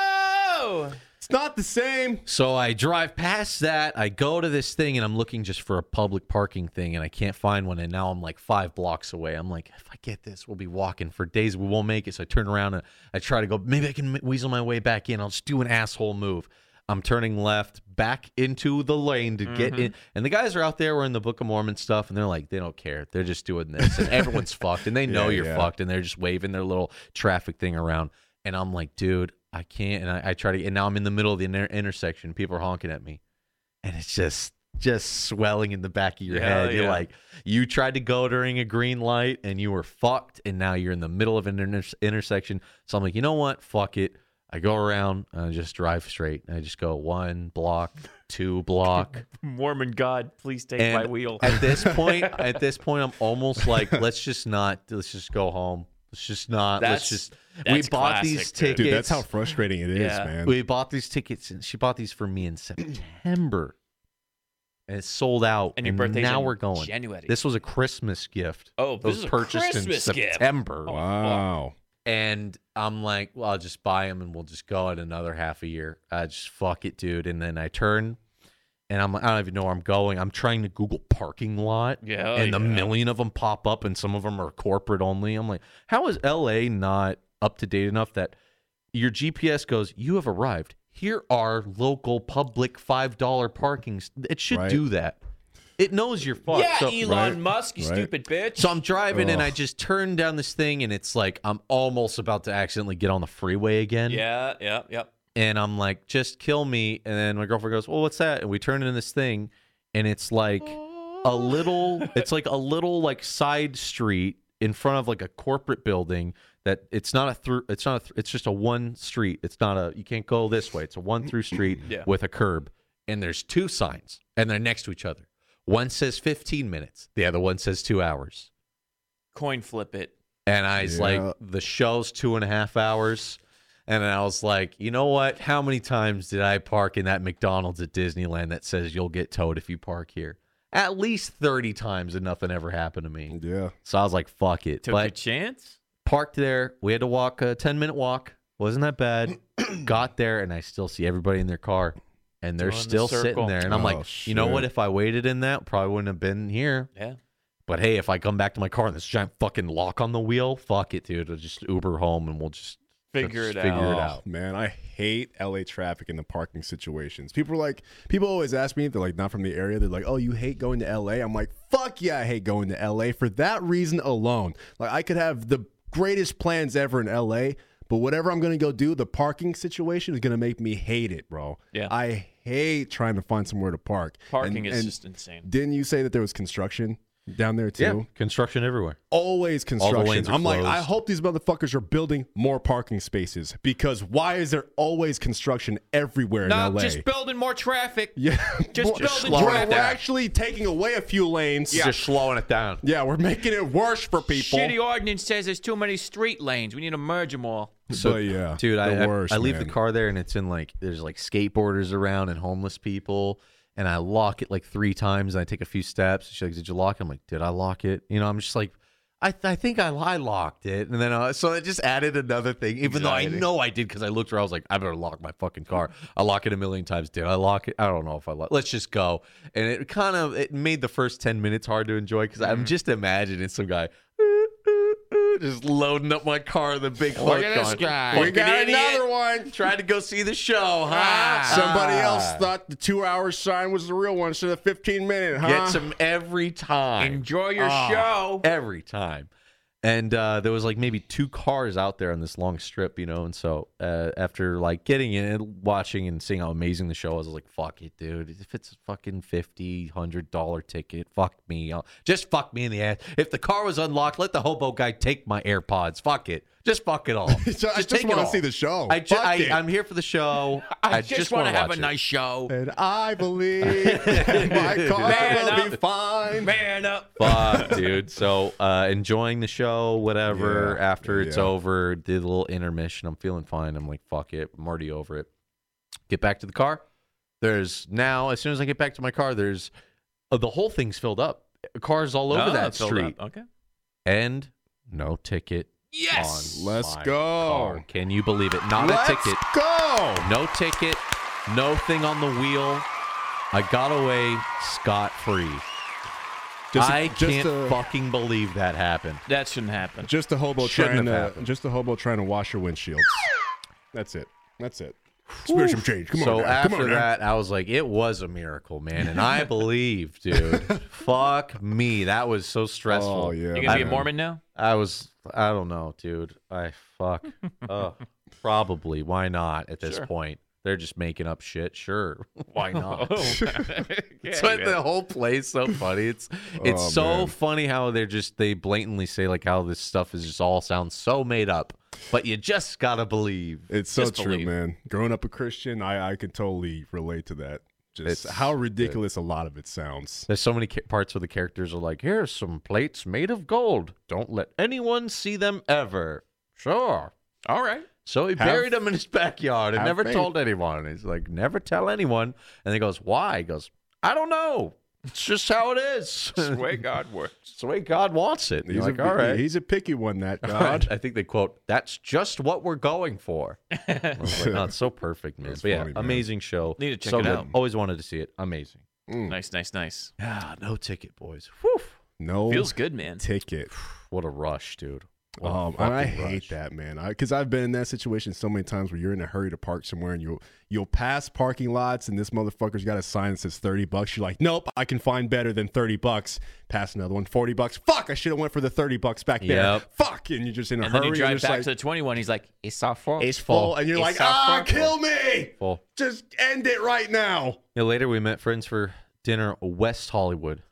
[SPEAKER 4] No.
[SPEAKER 3] It's not the same.
[SPEAKER 1] So I drive past that. I go to this thing and I'm looking just for a public parking thing and I can't find one. And now I'm like five blocks away. I'm like, if I get this, we'll be walking for days. We won't make it. So I turn around and I try to go, maybe I can weasel my way back in. I'll just do an asshole move. I'm turning left back into the lane to
[SPEAKER 3] Mm-hmm.
[SPEAKER 1] get in. And the guys are out there wearing the Book of Mormon stuff and they're like, they don't care. They're just doing this. And everyone's fucked and they know
[SPEAKER 3] [laughs] Yeah,
[SPEAKER 1] you're
[SPEAKER 3] yeah.
[SPEAKER 1] fucked and they're just waving their little traffic thing around. And I'm like, dude, I can't. And I, I try to, and now I'm in the middle of the inter- intersection. People are honking at me. And it's just, just swelling in the back of your
[SPEAKER 4] Hell
[SPEAKER 1] head. You're
[SPEAKER 4] yeah.
[SPEAKER 1] like, you tried to go during a green light and you were fucked. And now you're in the middle of an inter- intersection. So I'm like, you know what? Fuck it. I go around and I just drive straight. And I just go one block, two block.
[SPEAKER 4] Mormon God, please take
[SPEAKER 1] And
[SPEAKER 4] my wheel. [laughs]
[SPEAKER 1] At this point, at this point, I'm almost like, let's just not, let's just go home. Let's Let's just not.
[SPEAKER 4] That's-
[SPEAKER 1] let's just.
[SPEAKER 4] that's
[SPEAKER 1] we bought
[SPEAKER 4] classic,
[SPEAKER 1] these
[SPEAKER 4] dude.
[SPEAKER 1] tickets.
[SPEAKER 3] Dude, that's how frustrating it is,
[SPEAKER 4] Yeah.
[SPEAKER 3] man.
[SPEAKER 1] we bought these tickets, and she bought these for me in September, and it's sold out.
[SPEAKER 4] And your birthday's
[SPEAKER 1] now
[SPEAKER 4] in
[SPEAKER 1] we're going
[SPEAKER 4] January.
[SPEAKER 1] This was a Christmas gift.
[SPEAKER 4] Oh,
[SPEAKER 1] It
[SPEAKER 4] this
[SPEAKER 1] was
[SPEAKER 4] is a
[SPEAKER 1] purchased
[SPEAKER 4] Christmas
[SPEAKER 1] in
[SPEAKER 4] gift. Oh,
[SPEAKER 1] September,
[SPEAKER 3] wow.
[SPEAKER 1] and I'm like, well, I'll just buy them, and we'll just go in another half a year. I just fuck it, dude. And then I turn. And I'm like, I don't even know where I'm going. I'm trying to Google parking lot.
[SPEAKER 4] Yeah, oh,
[SPEAKER 1] and a
[SPEAKER 4] yeah.
[SPEAKER 1] million of them pop up, and some of them are corporate only. I'm like, how is LA not up to date enough that your GPS goes, you have arrived. Here are local public five dollar parkings. It should
[SPEAKER 3] Right.
[SPEAKER 1] do that. It knows you're fucked.
[SPEAKER 4] yeah,
[SPEAKER 1] so,
[SPEAKER 4] Elon
[SPEAKER 3] right,
[SPEAKER 4] Musk, you
[SPEAKER 3] right.
[SPEAKER 4] stupid bitch.
[SPEAKER 1] so I'm driving and I
[SPEAKER 3] Ugh.
[SPEAKER 1] just turn down this thing and it's like I'm almost about to accidentally get on the freeway again.
[SPEAKER 4] yeah, yeah, yeah.
[SPEAKER 1] And I'm like, just kill me. And then my girlfriend goes, Well, what's that? And we turn in this thing and it's like a
[SPEAKER 4] [laughs]
[SPEAKER 1] little it's like a little like side street in front of like a corporate building that it's not a through it's not a thr- it's just a one street it's not a you can't go this way it's a one through street
[SPEAKER 4] [laughs] Yeah.
[SPEAKER 1] with a curb and there's two signs and they're next to each other one says 15 minutes the other one says two hours
[SPEAKER 4] Coin flip it.
[SPEAKER 1] and i was
[SPEAKER 3] Yeah.
[SPEAKER 1] like the show's two and a half hours and i was like you know what how many times did i park in that mcdonald's at disneyland that says you'll get towed if you park here at least 30 times and nothing ever happened to me
[SPEAKER 3] Yeah.
[SPEAKER 1] so I was like, fuck it.
[SPEAKER 4] Took a
[SPEAKER 1] but
[SPEAKER 4] chance.
[SPEAKER 1] parked there. We had to walk a 10 minute walk. Wasn't that
[SPEAKER 4] [clears throat]
[SPEAKER 1] bad. Got there, and I still see everybody in their car. And they're
[SPEAKER 4] Doing the
[SPEAKER 1] still sitting
[SPEAKER 4] circle.
[SPEAKER 1] there. And I'm
[SPEAKER 3] Oh,
[SPEAKER 1] like, you know
[SPEAKER 3] shit.
[SPEAKER 1] what? If I waited in that, probably wouldn't have been here.
[SPEAKER 4] Yeah.
[SPEAKER 1] But hey, if I come back to my car and this giant fucking lock on the wheel, fuck it, dude. I'll just Uber home and we'll just
[SPEAKER 4] Figure
[SPEAKER 1] just
[SPEAKER 4] it
[SPEAKER 1] figure
[SPEAKER 4] out.
[SPEAKER 1] it
[SPEAKER 3] Oh,
[SPEAKER 1] out.
[SPEAKER 3] Man, I hate LA traffic and the parking situations. People are like, people always ask me, they're like, not from the area. They're like, oh, you hate going to LA? I'm like, fuck yeah, I hate going to LA for that reason alone. Like, I could have the greatest plans ever in LA, but whatever I'm going to go do, the parking situation is going to make me hate it, bro.
[SPEAKER 4] Yeah.
[SPEAKER 3] I hate trying to find somewhere to park.
[SPEAKER 4] Parking
[SPEAKER 3] And-
[SPEAKER 4] is
[SPEAKER 3] and
[SPEAKER 4] just insane.
[SPEAKER 3] Didn't you say that there was construction down there too?
[SPEAKER 1] Yeah. Construction everywhere.
[SPEAKER 3] always construction.
[SPEAKER 1] lanes are
[SPEAKER 3] I'm like, I
[SPEAKER 1] closed.
[SPEAKER 3] hope these motherfuckers are building more parking spaces because why is there always construction everywhere
[SPEAKER 4] No,
[SPEAKER 3] in LA?
[SPEAKER 4] just building more traffic.
[SPEAKER 3] [laughs] yeah,
[SPEAKER 4] just
[SPEAKER 3] We're-
[SPEAKER 4] build the
[SPEAKER 3] we're,
[SPEAKER 4] traffic.
[SPEAKER 3] we're actually taking away a few lanes.
[SPEAKER 1] It's
[SPEAKER 3] Yeah,
[SPEAKER 1] Just slowing it down.
[SPEAKER 3] we're making it worse for people.
[SPEAKER 4] Shitty ordinance says there's too many street lanes. We need to merge them all.
[SPEAKER 3] so yeah,
[SPEAKER 1] dude, I,
[SPEAKER 3] the
[SPEAKER 1] I-
[SPEAKER 3] worst,
[SPEAKER 1] I leave the
[SPEAKER 3] man.
[SPEAKER 1] car there and it's in like there's like skateboarders around and homeless people, and I lock it like three times. And I take a few steps. She's like, "Did you lock?" it? I'm like, "Did I lock it?" You know, I'm just like, I, th- I think I, I locked it, and then uh, so I just added another thing, even though I
[SPEAKER 4] Anxiety.
[SPEAKER 1] know I did because I looked around. I was like, "I better lock my fucking car." I lock it a million times. Did I lock it? I don't know if I lock. Let's just go. And it kind of it made the first ten minutes hard to enjoy because I'm just imagining some guy. [laughs] Just loading up my car, with a big hook
[SPEAKER 4] at this
[SPEAKER 1] on.
[SPEAKER 4] guy.
[SPEAKER 1] Fucking
[SPEAKER 3] We got
[SPEAKER 1] idiot. Ah.
[SPEAKER 3] another one.
[SPEAKER 1] Tried to go see the show, huh?
[SPEAKER 3] Somebody else thought the two-hour sign was the real one, so the 15-minute, huh?
[SPEAKER 1] Gets him every time. Ah.
[SPEAKER 4] Enjoy your show.
[SPEAKER 1] Every time. And uh, there was like maybe two cars out there on this long strip, you know. And so uh, after like getting in and watching and seeing how amazing the show was, I was like, fuck it, dude. If it's a fucking $50, $100 ticket, fuck me. I'll- just fuck me in the ass. If the car was unlocked, let the hobo guy take my AirPods. Fuck it. Just fuck it all.
[SPEAKER 3] [laughs] [laughs] So I
[SPEAKER 1] take
[SPEAKER 3] just
[SPEAKER 1] it
[SPEAKER 3] want to
[SPEAKER 1] all.
[SPEAKER 3] see the show.
[SPEAKER 1] I, ju-
[SPEAKER 3] Fuck
[SPEAKER 1] I
[SPEAKER 3] it.
[SPEAKER 1] I'm here for the show. Oh, [laughs] I,
[SPEAKER 4] wanna
[SPEAKER 1] want to
[SPEAKER 4] have a nice show.
[SPEAKER 3] and
[SPEAKER 1] [laughs]
[SPEAKER 3] I believe my car
[SPEAKER 4] Man
[SPEAKER 3] will be
[SPEAKER 4] up.
[SPEAKER 3] fine.
[SPEAKER 4] Man up.
[SPEAKER 1] [laughs] Fuck, dude. So uh, enjoying the show, whatever.
[SPEAKER 3] Yeah,
[SPEAKER 1] after it's
[SPEAKER 3] yeah.
[SPEAKER 1] over, did a little intermission. I'm feeling fine. I'm like, fuck it. I'm already over it. Get back to the car. There's now, as soon as I get back to my car, there's uh, the whole thing's filled up. Cars all over
[SPEAKER 4] Ah,
[SPEAKER 1] that
[SPEAKER 4] filled up.
[SPEAKER 1] street.
[SPEAKER 4] Okay.
[SPEAKER 1] And no ticket.
[SPEAKER 4] Yes.
[SPEAKER 1] on
[SPEAKER 3] Let's
[SPEAKER 1] my
[SPEAKER 3] go.
[SPEAKER 1] car. Can you believe it? Not
[SPEAKER 3] Let's
[SPEAKER 1] a ticket.
[SPEAKER 3] go.
[SPEAKER 1] No ticket. No thing on the wheel. I got away scot free. I can't
[SPEAKER 3] a,
[SPEAKER 1] fucking believe that happened.
[SPEAKER 4] That shouldn't happen.
[SPEAKER 3] Just a hobo
[SPEAKER 1] Shouldn't have
[SPEAKER 3] trying to
[SPEAKER 1] happened.
[SPEAKER 3] just a hobo trying to wash your windshields. That's it. That's it. Spare some change. Come on.
[SPEAKER 1] so
[SPEAKER 3] now.
[SPEAKER 1] after
[SPEAKER 3] Come on, now.
[SPEAKER 1] that, I was like, it was a miracle, man, and I believe,
[SPEAKER 3] [laughs]
[SPEAKER 1] dude. fuck me, that was so stressful.
[SPEAKER 3] Oh yeah.
[SPEAKER 4] You gonna be a
[SPEAKER 1] I-
[SPEAKER 3] man.
[SPEAKER 4] Mormon now?
[SPEAKER 1] I was, I don't know, dude. I
[SPEAKER 3] [laughs]
[SPEAKER 1] fuck. Ugh. probably. Why not? At this
[SPEAKER 4] Sure.
[SPEAKER 1] point, they're just making up shit. Sure,
[SPEAKER 4] [laughs]
[SPEAKER 1] why [laughs] not?
[SPEAKER 4] Yeah,
[SPEAKER 1] That's why
[SPEAKER 4] yeah.
[SPEAKER 1] the whole play's so funny.
[SPEAKER 3] [laughs]
[SPEAKER 1] It's it's
[SPEAKER 3] Oh,
[SPEAKER 1] so
[SPEAKER 3] man.
[SPEAKER 1] funny how they're just they blatantly say like how this stuff is just all sounds so made up, but you just gotta believe.
[SPEAKER 3] It's so
[SPEAKER 1] Just
[SPEAKER 3] true,
[SPEAKER 1] believe.
[SPEAKER 3] man. Growing up a Christian, I I could totally relate to that. Just
[SPEAKER 1] It's-
[SPEAKER 3] how ridiculous a lot of it sounds.
[SPEAKER 1] There's so many ca- parts where the characters are like, here's some plates made of gold. Don't let anyone see them ever. Sure.
[SPEAKER 4] All right.
[SPEAKER 1] So he
[SPEAKER 3] Have-
[SPEAKER 1] buried them in his backyard and
[SPEAKER 3] have
[SPEAKER 1] never
[SPEAKER 3] faith.
[SPEAKER 1] told anyone. And he's like, never tell anyone. And he goes, why? He goes, I don't know. It's just how it is. [laughs]
[SPEAKER 4] It's the
[SPEAKER 1] it's
[SPEAKER 4] way God works.
[SPEAKER 1] the way God wants it. And
[SPEAKER 3] He's
[SPEAKER 1] You're like,
[SPEAKER 3] a,
[SPEAKER 1] all right. [laughs]
[SPEAKER 3] He's a picky one, that
[SPEAKER 1] God.
[SPEAKER 3] God.
[SPEAKER 1] I think they quote, that's just what we're going
[SPEAKER 4] [laughs]
[SPEAKER 1] for. I was like, "Oh, it's so perfect, man.
[SPEAKER 3] That's
[SPEAKER 1] But yeah,
[SPEAKER 3] funny, man.
[SPEAKER 1] amazing show.
[SPEAKER 4] Need to check
[SPEAKER 1] So
[SPEAKER 4] it
[SPEAKER 1] good.
[SPEAKER 4] out.
[SPEAKER 1] Always wanted to see it. Amazing.
[SPEAKER 3] Hmm.
[SPEAKER 4] Nice, nice, nice.
[SPEAKER 1] Ah, no ticket, boys. Whew.
[SPEAKER 3] No
[SPEAKER 4] Feels good, man.
[SPEAKER 3] ticket.
[SPEAKER 1] What a rush, dude. What a
[SPEAKER 3] Um, and I
[SPEAKER 1] fucking
[SPEAKER 3] hate
[SPEAKER 1] rush.
[SPEAKER 3] that, man. Because I've been in that situation so many times where you're in a hurry to park somewhere and you'll you'll pass parking lots and this motherfucker's got a sign that says thirty bucks. You're like, nope, I can find better than thirty bucks. Pass another one, forty bucks. Fuck, I should have went for the thirty bucks back there.
[SPEAKER 1] Yep.
[SPEAKER 3] Fuck, and you're just in a
[SPEAKER 4] And
[SPEAKER 3] hurry.
[SPEAKER 4] then you
[SPEAKER 3] and
[SPEAKER 4] drive
[SPEAKER 3] just
[SPEAKER 4] back
[SPEAKER 3] like,
[SPEAKER 4] to the 21. He's like, it's our fault.
[SPEAKER 1] It's
[SPEAKER 3] full,
[SPEAKER 1] full.
[SPEAKER 3] and you're like,
[SPEAKER 4] our
[SPEAKER 3] ah,
[SPEAKER 4] fuck.
[SPEAKER 3] kill me.
[SPEAKER 1] Full.
[SPEAKER 3] Just end it right now.
[SPEAKER 1] Yeah, later we met friends for dinner West Hollywood.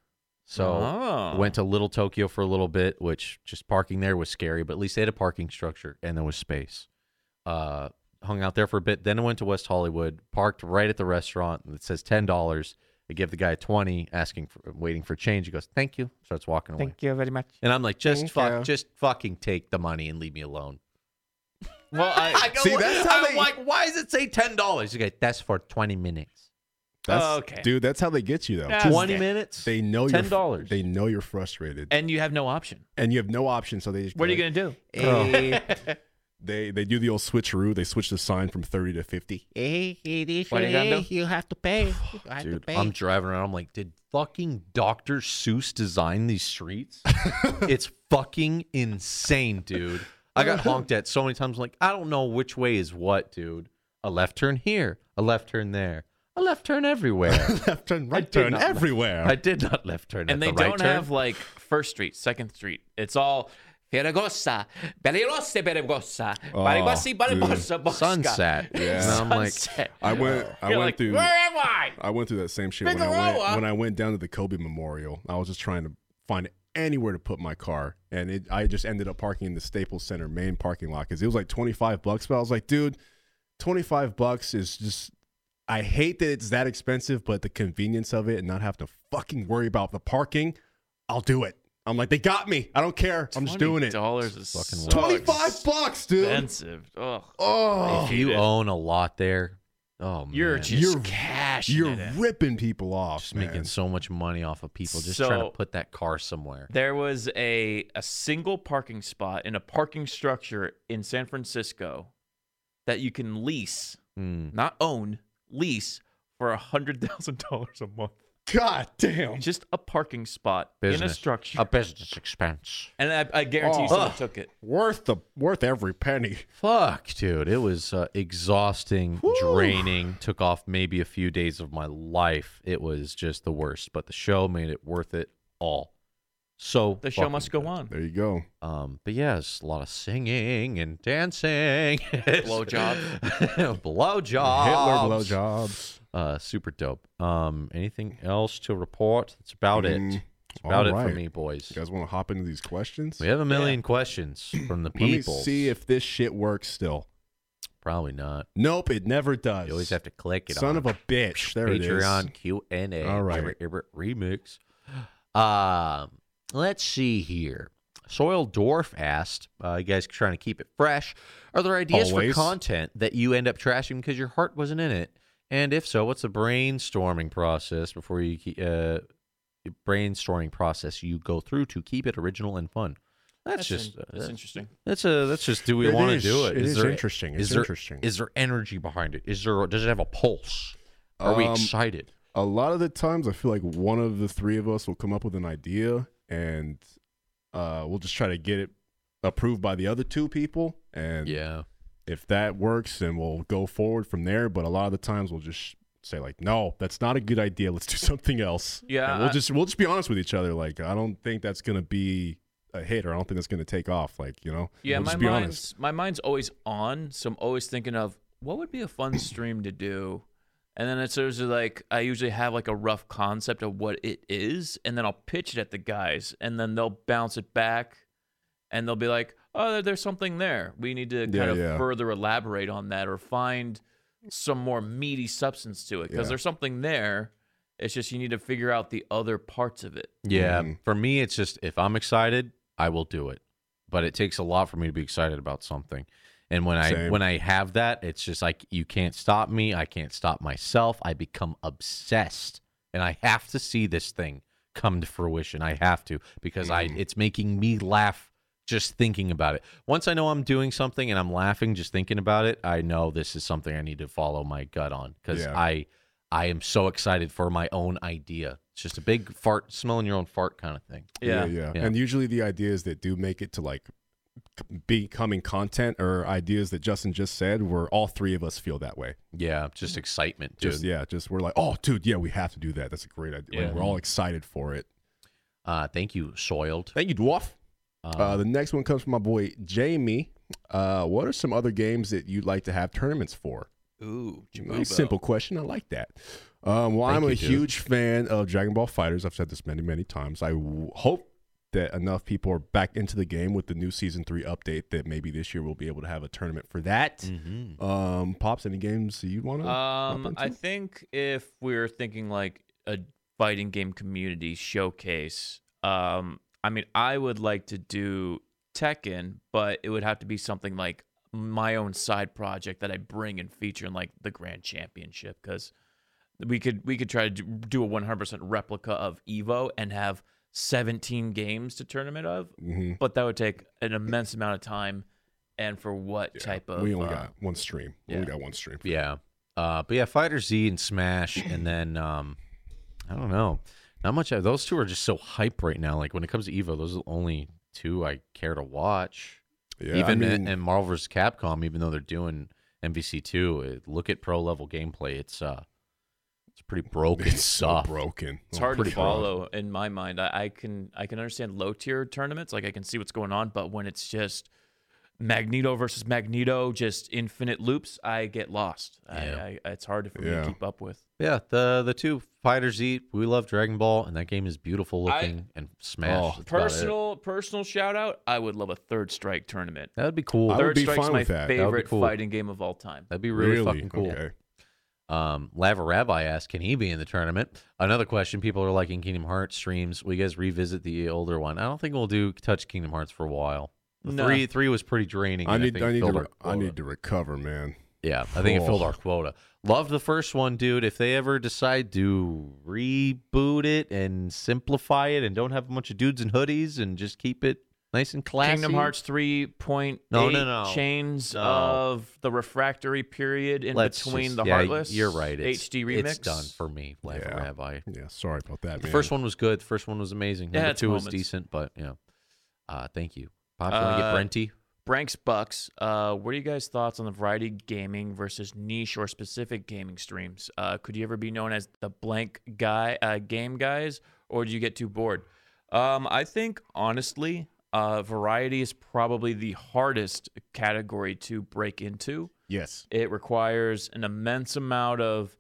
[SPEAKER 1] So
[SPEAKER 4] Oh.
[SPEAKER 1] went to Little Tokyo for a little bit, which just parking there was scary, but at least they had a parking structure and there was space. Uh, hung out there for a bit, then I went to West Hollywood, parked right at the restaurant and it says ten dollars. I give the guy a twenty, asking for waiting for change. He goes, Thank you. Starts walking away.
[SPEAKER 6] Thank you very much.
[SPEAKER 1] And I'm like, just
[SPEAKER 6] Thank
[SPEAKER 1] fuck
[SPEAKER 6] you.
[SPEAKER 1] just fucking take the money and leave me alone.
[SPEAKER 4] well, I,
[SPEAKER 1] go,
[SPEAKER 3] See, that's how
[SPEAKER 1] I'm
[SPEAKER 3] they-
[SPEAKER 1] like, why does it say ten dollars? You go, that's for twenty minutes.
[SPEAKER 3] That's,
[SPEAKER 4] Okay.
[SPEAKER 3] dude. That's how they get you though.
[SPEAKER 4] Yeah.
[SPEAKER 3] Just-
[SPEAKER 1] Twenty minutes?
[SPEAKER 3] They know you're
[SPEAKER 1] $10.
[SPEAKER 3] They know you're frustrated,
[SPEAKER 4] and you have no option.
[SPEAKER 3] and you have no option. So they just
[SPEAKER 4] What are
[SPEAKER 3] go,
[SPEAKER 4] you going to do?
[SPEAKER 1] Oh,
[SPEAKER 6] Eh,
[SPEAKER 3] They they do the old switcheroo. They switch the sign from thirty to fifty.
[SPEAKER 6] eh, it is
[SPEAKER 4] What are you gonna
[SPEAKER 6] eh,
[SPEAKER 4] do?
[SPEAKER 6] You have to pay. You have to
[SPEAKER 1] Dude,
[SPEAKER 6] pay.
[SPEAKER 1] I'm driving around. I'm like, did fucking Dr. Seuss design these
[SPEAKER 3] [laughs]
[SPEAKER 1] streets? it's fucking insane, dude. I got honked at so many times. Like, I don't know which way is what, dude. A left turn here, a left turn there, a left turn
[SPEAKER 3] [laughs]
[SPEAKER 1] everywhere.
[SPEAKER 3] Left turn,
[SPEAKER 1] I
[SPEAKER 3] right
[SPEAKER 1] did
[SPEAKER 3] turn,
[SPEAKER 1] not like-
[SPEAKER 3] everywhere.
[SPEAKER 1] I did not left turn.
[SPEAKER 4] And
[SPEAKER 1] at
[SPEAKER 4] they
[SPEAKER 1] the right
[SPEAKER 4] don't
[SPEAKER 1] turn.
[SPEAKER 4] have like First Street, Second Street. It's all Ferragosa, Belirosa, Berigosa, Barigossi, Barigosa, Bosca.
[SPEAKER 1] sunset.
[SPEAKER 3] Oh,
[SPEAKER 4] [laughs]
[SPEAKER 3] Yeah.
[SPEAKER 1] And I'm like,
[SPEAKER 4] Sunset.
[SPEAKER 3] I went. I
[SPEAKER 4] You're
[SPEAKER 3] went
[SPEAKER 4] like,
[SPEAKER 3] through.
[SPEAKER 4] Where am I?
[SPEAKER 3] I went through that same shit when I
[SPEAKER 4] Figueroa.
[SPEAKER 3] went when I went down to the Kobe Memorial. I was just trying to find anywhere to put my car, and it, I just ended up parking in the Staples Center main parking lot because it was like twenty five bucks. But I was like, dude, twenty five bucks is just. I hate that it's that expensive, but the convenience of it and not have to fucking worry about the parking, I'll do it. I'm like, they got me. I don't care. I'm just doing it.
[SPEAKER 4] Dollars is
[SPEAKER 1] Fucking
[SPEAKER 4] so
[SPEAKER 3] Twenty five bucks, dude.
[SPEAKER 4] expensive. Ugh.
[SPEAKER 3] Oh,
[SPEAKER 1] if you
[SPEAKER 4] Hate it.
[SPEAKER 1] own a lot there, oh,
[SPEAKER 4] You're
[SPEAKER 1] man.
[SPEAKER 4] just
[SPEAKER 3] You're-
[SPEAKER 4] cashing
[SPEAKER 3] you're
[SPEAKER 4] it in.
[SPEAKER 3] ripping people off,
[SPEAKER 1] just
[SPEAKER 3] man.
[SPEAKER 1] making so much money off of people just trying to
[SPEAKER 4] So-
[SPEAKER 1] put that car somewhere.
[SPEAKER 4] There was a a single parking spot in a parking structure in San Francisco that you can lease,
[SPEAKER 3] Hmm.
[SPEAKER 1] Mm.
[SPEAKER 4] not own, lease for a hundred thousand dollars a month.
[SPEAKER 3] God damn.
[SPEAKER 4] Just a parking spot in a
[SPEAKER 1] Business.
[SPEAKER 4] structure,
[SPEAKER 1] A business expense.
[SPEAKER 4] and I, I guarantee
[SPEAKER 3] Oh.
[SPEAKER 4] you someone
[SPEAKER 3] Ugh.
[SPEAKER 4] took it.
[SPEAKER 3] worth the worth every penny.
[SPEAKER 1] Fuck, dude. It was uh, exhausting, draining. Took off maybe a few days of my life. It was just the worst, but the show made it worth it all. So
[SPEAKER 4] The show
[SPEAKER 1] fucking
[SPEAKER 4] must go
[SPEAKER 1] good.
[SPEAKER 4] on.
[SPEAKER 3] There you go.
[SPEAKER 1] Um, but yeah, it's a lot of singing and dancing, [laughs]
[SPEAKER 4] Blowjob.
[SPEAKER 1] blowjob,
[SPEAKER 3] Hitler blowjobs.
[SPEAKER 1] Uh, super dope. Um, anything else to report? That's about it.
[SPEAKER 3] Mm,
[SPEAKER 1] That's about it for
[SPEAKER 3] alright.
[SPEAKER 1] me, boys.
[SPEAKER 3] You guys want to hop into these questions?
[SPEAKER 1] We have a million questions from the
[SPEAKER 3] Let me
[SPEAKER 1] people.
[SPEAKER 3] see if this shit works still.
[SPEAKER 1] Probably not.
[SPEAKER 3] Nope, it never does.
[SPEAKER 1] You always have to click it.
[SPEAKER 3] Son
[SPEAKER 1] on.
[SPEAKER 3] of a bitch. There
[SPEAKER 1] Patreon
[SPEAKER 3] it
[SPEAKER 1] Q and A.
[SPEAKER 3] All right.
[SPEAKER 1] Ibrit, Ibrit remix. Um, let's see here. Soil Dwarf asked, uh, "You guys trying to keep it fresh? Are there ideas
[SPEAKER 3] Always.
[SPEAKER 1] for content that you end up trashing because your heart wasn't in it? And if so, what's the brainstorming process before you ke- uh, brainstorming process you go through to keep it original and fun?" That's, just
[SPEAKER 4] in-
[SPEAKER 1] uh,
[SPEAKER 4] that's interesting.
[SPEAKER 1] that's a that's just do we
[SPEAKER 3] It
[SPEAKER 1] want to
[SPEAKER 3] is.
[SPEAKER 1] do it?
[SPEAKER 3] It
[SPEAKER 1] Is
[SPEAKER 3] is
[SPEAKER 1] there-
[SPEAKER 3] interesting.
[SPEAKER 1] is
[SPEAKER 3] It's
[SPEAKER 1] there-
[SPEAKER 3] interesting.
[SPEAKER 1] Is there energy behind it? Is there does it have a pulse? Are we
[SPEAKER 3] Um,
[SPEAKER 1] excited?
[SPEAKER 3] is. A lot of the times, I feel like one of the three of us will come up with an idea, and uh, we'll just try to get it approved by the other two people. And
[SPEAKER 1] Yeah.
[SPEAKER 3] if that works, then we'll go forward from there. But a lot of the times we'll just say like, no, that's not a good idea. Let's do [laughs] something else.
[SPEAKER 4] Yeah,
[SPEAKER 3] And we'll
[SPEAKER 4] I-
[SPEAKER 3] just we'll just be honest with each other. Like, I don't think that's gonna be a hit, or I don't think that's gonna take off. Like, you know,
[SPEAKER 4] Yeah,
[SPEAKER 3] we'll
[SPEAKER 4] my
[SPEAKER 3] just be
[SPEAKER 4] mind's
[SPEAKER 3] honest.
[SPEAKER 4] my mind's always on, so I'm always thinking of what would be a fun stream to do, and then it's usually like I usually have like a rough concept of what it is, and then I'll pitch it at the guys, and then they'll bounce it back, and they'll be like, "Oh, there- there's something there. We need to kind
[SPEAKER 3] Yeah,
[SPEAKER 4] of
[SPEAKER 3] yeah.
[SPEAKER 4] further elaborate on that or find some more meaty substance to it because
[SPEAKER 3] Yeah.
[SPEAKER 4] there's something there. It's just you need to figure out the other parts of it.
[SPEAKER 1] Yeah.
[SPEAKER 3] Mhm.
[SPEAKER 1] For me, it's just if I'm excited, I will do it. But it takes a lot for me to be excited about something. And when I
[SPEAKER 3] Same.
[SPEAKER 1] when I have that, it's just like you can't stop me. I can't stop myself. I become obsessed, and I have to see this thing come to fruition. I have to because I it's making me laugh just thinking about it. Once I know I'm doing something and I'm laughing just thinking about it, I know this is something I need to follow my gut on because
[SPEAKER 3] Yeah.
[SPEAKER 1] I I am so excited for my own idea. It's just a big fart, smelling your own fart kind of thing.
[SPEAKER 3] yeah,
[SPEAKER 4] Yeah.
[SPEAKER 3] yeah.
[SPEAKER 1] Yeah.
[SPEAKER 3] And usually the ideas that do make it to like c- becoming content or ideas that Justin just said were all three of us feel that way.
[SPEAKER 1] Yeah, just excitement, dude.
[SPEAKER 3] Just yeah, just we're like, oh, dude, yeah, we have to do that. That's a great idea. Like,
[SPEAKER 1] Yeah.
[SPEAKER 3] we're all excited for it.
[SPEAKER 1] Uh, thank you, Soiled.
[SPEAKER 3] Thank you, dwarf.
[SPEAKER 1] Um,
[SPEAKER 3] Uh, the next one comes from my boy Jamie. Uh, what are some other games that you'd like to have tournaments for?
[SPEAKER 6] Ooh,
[SPEAKER 3] Nice simple question. I like that. Um, well,
[SPEAKER 1] Thank
[SPEAKER 3] I'm a
[SPEAKER 1] you, dude.
[SPEAKER 3] huge fan of Dragon Ball Fighters. I've said this many, many times. I w- hope that enough people are back into the game with the new season three update that maybe this year we'll be able to have a tournament for that.
[SPEAKER 1] mhm.
[SPEAKER 3] Um, Pops, any games you want to?
[SPEAKER 1] Uh,
[SPEAKER 4] Um, I think if we're thinking like a fighting game community showcase, um, I mean, I would like to do Tekken, but it would have to be something like my own side project that I bring and feature in like the Grand Championship because we could we could try to do- do a 100% replica of Evo and have 17 games to tournament of,
[SPEAKER 3] Mhm.
[SPEAKER 4] but that would take an immense amount of time. And for what type of
[SPEAKER 3] we only
[SPEAKER 4] uh,
[SPEAKER 3] got one stream. We only got one stream.
[SPEAKER 1] Yeah. Uh, but yeah, Fighter Z and Smash, and then um, I don't know. Not much. Those two are just so hype right now. Like when it comes to Evo, those are the only two I care to watch.
[SPEAKER 3] Yeah,
[SPEAKER 1] even
[SPEAKER 3] I
[SPEAKER 1] and Marvel vs. Capcom, even though they're doing MVC two, look at pro level gameplay. It's uh, it's pretty broken
[SPEAKER 3] [laughs] it's so
[SPEAKER 1] stuff.
[SPEAKER 3] broken.
[SPEAKER 4] It's hard to
[SPEAKER 1] pretty broad.
[SPEAKER 4] follow in my mind. I, I can I can understand low tier tournaments, like I can see what's going on, but when it's just Magneto versus Magneto, just infinite loops, I get lost. I, I, it's hard for me
[SPEAKER 3] Yeah.
[SPEAKER 4] to keep up with.
[SPEAKER 1] Yeah, the the two Fighter Z, we love Dragon Ball, and that game is beautiful
[SPEAKER 4] I-
[SPEAKER 1] looking and Smash.
[SPEAKER 3] Oh,
[SPEAKER 1] that's about it.
[SPEAKER 4] Personal personal shout out, I would love a third strike tournament.
[SPEAKER 1] That would be cool.
[SPEAKER 3] I would
[SPEAKER 4] third
[SPEAKER 3] be
[SPEAKER 4] strike's
[SPEAKER 3] fine
[SPEAKER 4] my
[SPEAKER 3] with that. That would
[SPEAKER 1] be
[SPEAKER 4] favorite
[SPEAKER 1] cool.
[SPEAKER 4] fighting game of all time.
[SPEAKER 1] That'd be really, fucking cool.
[SPEAKER 3] Okay.
[SPEAKER 1] Um, Lava Rabbi asked, "Can he be in the tournament?" Another question: People are liking Kingdom Hearts streams. Will you guys revisit the older one? I don't think we'll do touch Kingdom Hearts for a while. The
[SPEAKER 4] No.
[SPEAKER 1] Three three was pretty draining.
[SPEAKER 3] I
[SPEAKER 1] and
[SPEAKER 3] need
[SPEAKER 1] think
[SPEAKER 3] I
[SPEAKER 1] it
[SPEAKER 3] need to
[SPEAKER 1] filled
[SPEAKER 3] re-
[SPEAKER 1] our
[SPEAKER 3] I
[SPEAKER 1] quota.
[SPEAKER 3] need to recover, man.
[SPEAKER 1] Yeah, I think it filled
[SPEAKER 3] Oh.
[SPEAKER 1] our quota. Loved the first one, dude. If they ever decide to reboot it and simplify it and don't have a bunch of dudes in hoodies and just keep it nice and classy.
[SPEAKER 4] Kingdom Hearts 3.8
[SPEAKER 1] No, no, no.
[SPEAKER 4] chains
[SPEAKER 1] No.
[SPEAKER 4] of the refractory period in
[SPEAKER 1] Let's
[SPEAKER 4] between
[SPEAKER 1] just-
[SPEAKER 4] the
[SPEAKER 1] yeah,
[SPEAKER 4] Heartless.
[SPEAKER 1] You're right. It's,
[SPEAKER 4] HD remix.
[SPEAKER 1] It's done for me, Lava
[SPEAKER 3] Yeah.
[SPEAKER 1] Rabbi.
[SPEAKER 3] Yeah, sorry about that,
[SPEAKER 1] The
[SPEAKER 3] man.
[SPEAKER 1] first one was good. The first one was amazing.
[SPEAKER 4] Yeah,
[SPEAKER 1] Number
[SPEAKER 4] it's
[SPEAKER 1] two was
[SPEAKER 4] moments.
[SPEAKER 1] decent, but yeah. Uh, thank you. Pop, you want to
[SPEAKER 4] Uh,
[SPEAKER 1] get Brenty?
[SPEAKER 4] Branks Bucks, uh, what are you guys' thoughts on the variety gaming versus niche or specific gaming streams? Uh, could you ever be known as the blank guy, uh, game guys, or do you get too bored? Um, I think honestly, uh, variety is probably the hardest category to break into.
[SPEAKER 3] Yes.
[SPEAKER 4] It requires an immense amount of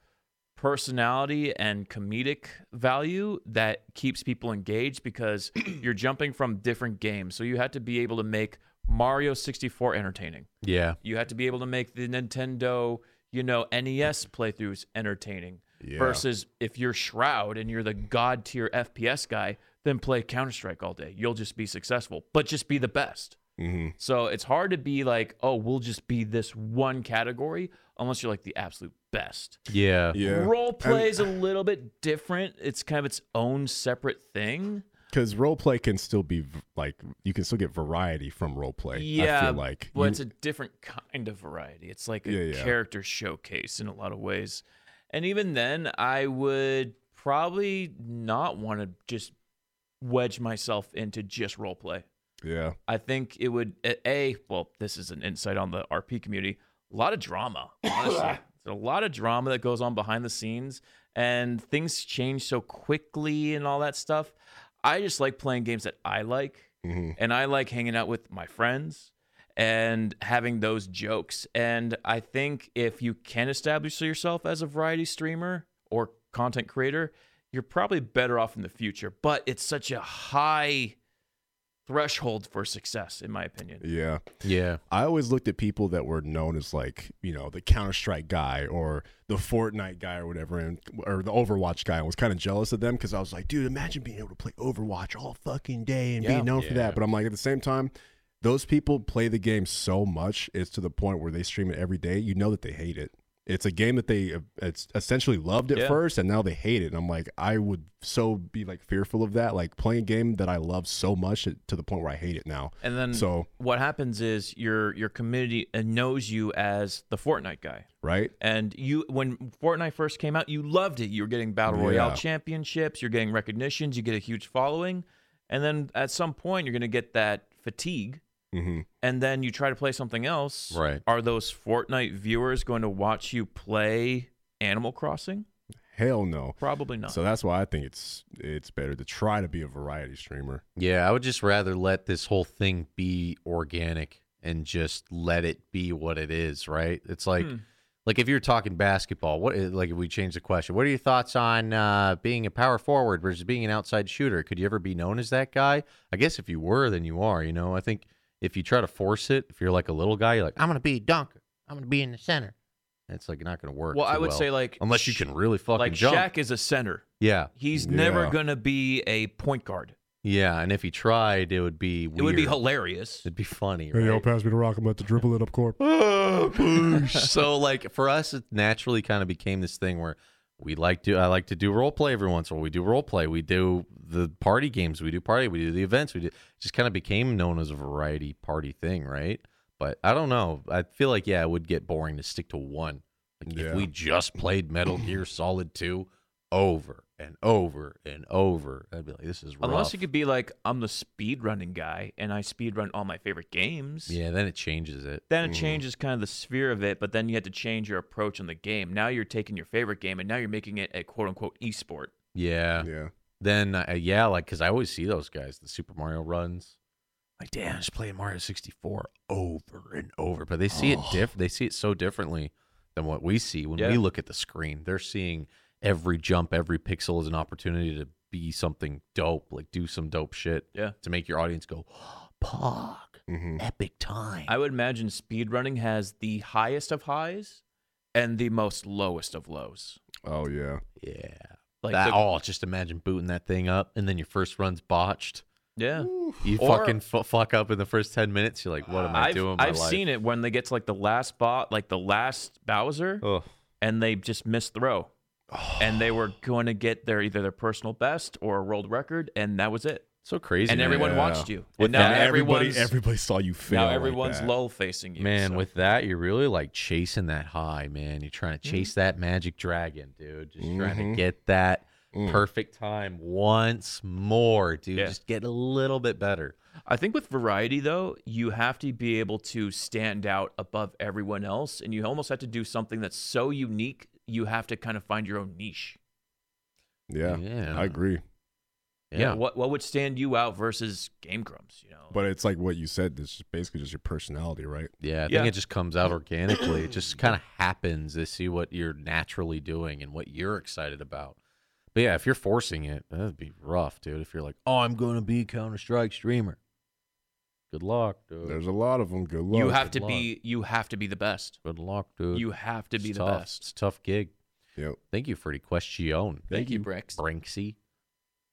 [SPEAKER 4] personality and comedic value that keeps people engaged because you're jumping from different games. So you had to be able to make Mario 64 entertaining.
[SPEAKER 1] Yeah.
[SPEAKER 4] You had to be able to make the Nintendo, you know, NES playthroughs entertaining.
[SPEAKER 3] Yeah.
[SPEAKER 4] Versus if you're Shroud and you're the god tier FPS guy, then play Counter Strike all day. You'll just be successful, but just be the best.
[SPEAKER 1] Mm-hmm.
[SPEAKER 3] hmm
[SPEAKER 4] So it's hard to be like, oh, we'll just be this one category unless you're like the absolute best.
[SPEAKER 1] Yeah.
[SPEAKER 3] Yeah.
[SPEAKER 4] Role play is a little bit different. It's kind of its own separate thing.
[SPEAKER 3] Because role play can still be v- like you can still get variety from role play.
[SPEAKER 4] yeah,
[SPEAKER 3] I feel like
[SPEAKER 4] but
[SPEAKER 3] You-
[SPEAKER 4] it's a different kind of variety. It's like a
[SPEAKER 3] Yeah, yeah.
[SPEAKER 4] character showcase in a lot of ways. And even then, I would probably not want to just wedge myself into just role play.
[SPEAKER 3] yeah,
[SPEAKER 4] I think it would a well. This is an insight on the RP community. A lot of drama, honestly. There's a lot of drama that goes on behind the scenes, and things change so quickly and all that stuff. I just like playing games that I like, [laughs] and I like hanging out with my friends and having those jokes. And I think if you can establish yourself as a variety streamer or content creator, you're probably better off in the future. But it's such a high threshold for success, in my opinion.
[SPEAKER 3] Yeah.
[SPEAKER 1] Yeah.
[SPEAKER 3] I always looked at people that were known as like, you know, the Counter Strike guy or the Fortnite guy or whatever, and or the Overwatch guy. I was kind of jealous of them because I was like, dude, imagine being able to play Overwatch all fucking day and being known for that. But I'm like, at the same time, those people play the game so much, it's to the point where they stream it every day. You know that they hate it. It's a game that they uh, it's essentially loved at
[SPEAKER 4] Yeah.
[SPEAKER 3] first, and now they hate it. And I'm like, I would so be like fearful of that, like playing a game that I love so much to the point where I hate it now.
[SPEAKER 4] And then
[SPEAKER 3] So-
[SPEAKER 4] what happens is your your community uh, knows you as the Fortnite guy.
[SPEAKER 3] Right?
[SPEAKER 4] And you, when Fortnite first came out, you loved it. You were getting battle royale
[SPEAKER 3] Yeah.
[SPEAKER 4] championships, you're getting recognitions, you get a huge following, and then at some point you're going to get that fatigue,
[SPEAKER 3] Mm-hmm.
[SPEAKER 4] and then you try to play something else.
[SPEAKER 1] Right.
[SPEAKER 4] Are those Fortnite viewers going to watch you play Animal Crossing?
[SPEAKER 3] Hell no.
[SPEAKER 4] Probably not.
[SPEAKER 3] So that's why I think it's it's better to try to be a variety streamer.
[SPEAKER 1] Yeah, I would just rather let this whole thing be organic and just let it be what it is, right? It's like
[SPEAKER 4] Hmm.
[SPEAKER 1] like if you're talking basketball, what eh, like if we change the question, what are your thoughts on uh, being a power forward versus being an outside shooter? Could you ever be known as that guy? I guess if you were, then you are, you know. I think if you try to force it, if you're like a little guy, you're like, I'm gonna be a dunker. I'm gonna be in the center. It's like not gonna work.
[SPEAKER 4] well, I
[SPEAKER 1] too
[SPEAKER 4] would say like
[SPEAKER 1] unless you
[SPEAKER 4] Sh-
[SPEAKER 1] can really fucking
[SPEAKER 4] like
[SPEAKER 1] jump.
[SPEAKER 4] Shaq is a center.
[SPEAKER 1] yeah.
[SPEAKER 4] He's never
[SPEAKER 3] Yeah.
[SPEAKER 4] going to be a point guard.
[SPEAKER 1] Yeah. And if he tried, it would be weird.
[SPEAKER 4] It would be hilarious.
[SPEAKER 1] It'd be funny, right?
[SPEAKER 3] pass me the rock. I'm about to dribble it up court.
[SPEAKER 1] Oh, so like for us it naturally kind of became this thing where we like to I like to do role play every once in a while. We do role play, we do the party games, we do party, we do the events, we do it just kind of became known as a variety party thing, right? But I don't know. I feel like yeah, it would get boring to stick to one. Like
[SPEAKER 3] Yeah.
[SPEAKER 1] if we just played Metal Gear Solid 2 over and over and over, I'd be like this is rough.
[SPEAKER 4] Unless you could be like, I'm the speedrunning guy and I speedrun all my favorite games.
[SPEAKER 1] Yeah, then it changes it. Mm-hmm.
[SPEAKER 4] Then it changes kind of the sphere of it, but then you had to change your approach on the game. Now you're taking your favorite game and now you're making it a quote unquote esport.
[SPEAKER 1] Yeah.
[SPEAKER 3] Yeah.
[SPEAKER 1] Then uh, yeah, like cuz I always see those guys, the Super Mario runs.
[SPEAKER 4] Like, damn.
[SPEAKER 1] just playing Mario 64 over and over. But they see it diff they see it so differently than what we see when
[SPEAKER 4] Oh. Yeah.
[SPEAKER 1] we look at the screen. They're seeing every jump, every pixel is an opportunity to be something dope, like do some dope shit.
[SPEAKER 4] Yeah.
[SPEAKER 1] To make your audience go, [gasps] Pog,
[SPEAKER 3] Mm-hmm.
[SPEAKER 1] epic time.
[SPEAKER 4] I would imagine speedrunning has the highest of highs and the most lowest of lows.
[SPEAKER 3] Oh yeah.
[SPEAKER 1] yeah.
[SPEAKER 4] Like
[SPEAKER 1] that
[SPEAKER 4] the-
[SPEAKER 1] all just imagine booting that thing up and then your first run's botched.
[SPEAKER 4] Yeah.
[SPEAKER 1] You
[SPEAKER 4] Or-
[SPEAKER 1] fucking f- fuck up in the first 10 minutes. You're like, what am I
[SPEAKER 4] I've,
[SPEAKER 1] doing? with my
[SPEAKER 4] I've
[SPEAKER 1] life?
[SPEAKER 4] seen it when they get to like the last bot, like the last Bowser,
[SPEAKER 1] Ugh.
[SPEAKER 4] and they just miss throw. And they were going to get their either their personal best or a world record, and that was it.
[SPEAKER 1] So crazy.
[SPEAKER 4] and
[SPEAKER 1] man.
[SPEAKER 4] everyone
[SPEAKER 3] Yeah.
[SPEAKER 4] watched you.
[SPEAKER 1] With
[SPEAKER 4] and now
[SPEAKER 1] that,
[SPEAKER 3] everybody
[SPEAKER 4] everyone's
[SPEAKER 3] everybody saw you fail.
[SPEAKER 4] now
[SPEAKER 3] like
[SPEAKER 4] everyone's
[SPEAKER 3] that.
[SPEAKER 4] lull facing you.
[SPEAKER 1] Man,
[SPEAKER 4] so.
[SPEAKER 1] with that, you're really like chasing that high, man. You're trying to chase that magic dragon, dude. Just trying to
[SPEAKER 3] Mhm.
[SPEAKER 1] get that
[SPEAKER 3] Mm.
[SPEAKER 1] perfect time once more, dude.
[SPEAKER 4] Yeah.
[SPEAKER 1] Just get a little bit better.
[SPEAKER 4] I think with variety though, you have to be able to stand out above everyone else, and you almost have to do something that's so unique. You have to kind of find your own niche.
[SPEAKER 3] Yeah.
[SPEAKER 1] Yeah.
[SPEAKER 3] I agree.
[SPEAKER 1] Yeah.
[SPEAKER 4] What what would stand you out versus Game Grumps? You know.
[SPEAKER 3] But it's like what you said. It's just basically just your personality, right?
[SPEAKER 1] Yeah, I think
[SPEAKER 4] Yeah.
[SPEAKER 1] it just comes out organically. it just kind of happens to see what you're naturally doing and what you're excited about. But yeah, if you're forcing it, that'd be rough, dude. If you're like, oh, I'm going to be a Counter Strike streamer, good luck, dude.
[SPEAKER 3] There's a lot of them. Good luck.
[SPEAKER 4] you have
[SPEAKER 1] good
[SPEAKER 4] to be you have to be the best.
[SPEAKER 1] good luck, dude.
[SPEAKER 4] You have to be
[SPEAKER 1] It's
[SPEAKER 4] the
[SPEAKER 1] tough.
[SPEAKER 4] best.
[SPEAKER 1] It's a tough gig.
[SPEAKER 3] Yep.
[SPEAKER 1] Thank you for the question.
[SPEAKER 4] Thank you, Brex.
[SPEAKER 1] Brinksy.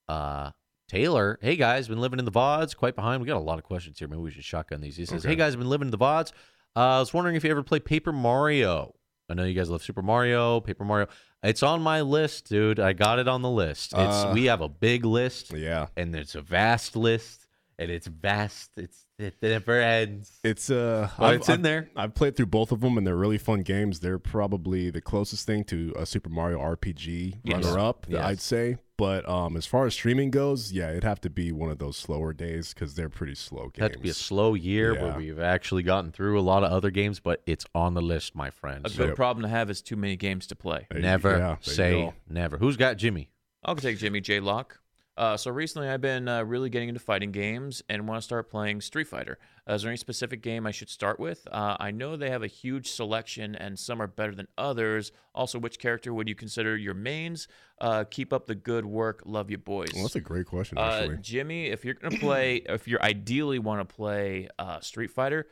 [SPEAKER 1] Uh, Taylor, hey guys, been living in the VODs, quite behind. We got a lot of questions here. Maybe we should shotgun these. He says, hey guys, been living in the VODs. Uh, I was wondering if you ever play Paper Mario. I know you guys love Super Mario, Paper Mario. It's on my list, dude. I got it on the list. It's
[SPEAKER 3] Uh,
[SPEAKER 1] we have a big list,
[SPEAKER 3] Yeah.
[SPEAKER 1] and it's a vast list, and it's vast. It's it never ends.
[SPEAKER 3] It's uh.
[SPEAKER 1] But
[SPEAKER 3] I've-
[SPEAKER 1] it's in
[SPEAKER 3] I've-
[SPEAKER 1] there.
[SPEAKER 3] I've played through both of them, and they're really fun games. They're probably the closest thing to a Super Mario RPG
[SPEAKER 4] Yes.
[SPEAKER 3] runner up, that
[SPEAKER 1] Yes.
[SPEAKER 3] I'd say. But um, as far as streaming goes, yeah, it'd have to be one of those slower days because they're pretty slow games.
[SPEAKER 1] Had to be a slow year where
[SPEAKER 3] Yeah.
[SPEAKER 1] we've actually gotten through a lot of other games, but it's on the list, my friend.
[SPEAKER 4] A
[SPEAKER 1] So
[SPEAKER 4] good
[SPEAKER 3] Yep.
[SPEAKER 4] problem to have is too many games to play.
[SPEAKER 3] There you-
[SPEAKER 1] never
[SPEAKER 3] yeah, there you
[SPEAKER 1] say
[SPEAKER 3] go.
[SPEAKER 1] never. Who's got Jimmy?
[SPEAKER 4] I'll take Jimmy J. Locke. Uh, so recently, I've been uh, really getting into fighting games and want to start playing Street Fighter. Is there any specific game I should start with? Uh, I know they have a huge selection and some are better than others. Also, which character would you consider your mains? Uh, keep up the good work. Love you, boys.
[SPEAKER 3] Well, that's a great question,
[SPEAKER 4] Uh,
[SPEAKER 3] actually.
[SPEAKER 4] Jimmy, if you're gonna
[SPEAKER 3] [clears throat]
[SPEAKER 4] play, if you are ideally want to play uh, Street Fighter,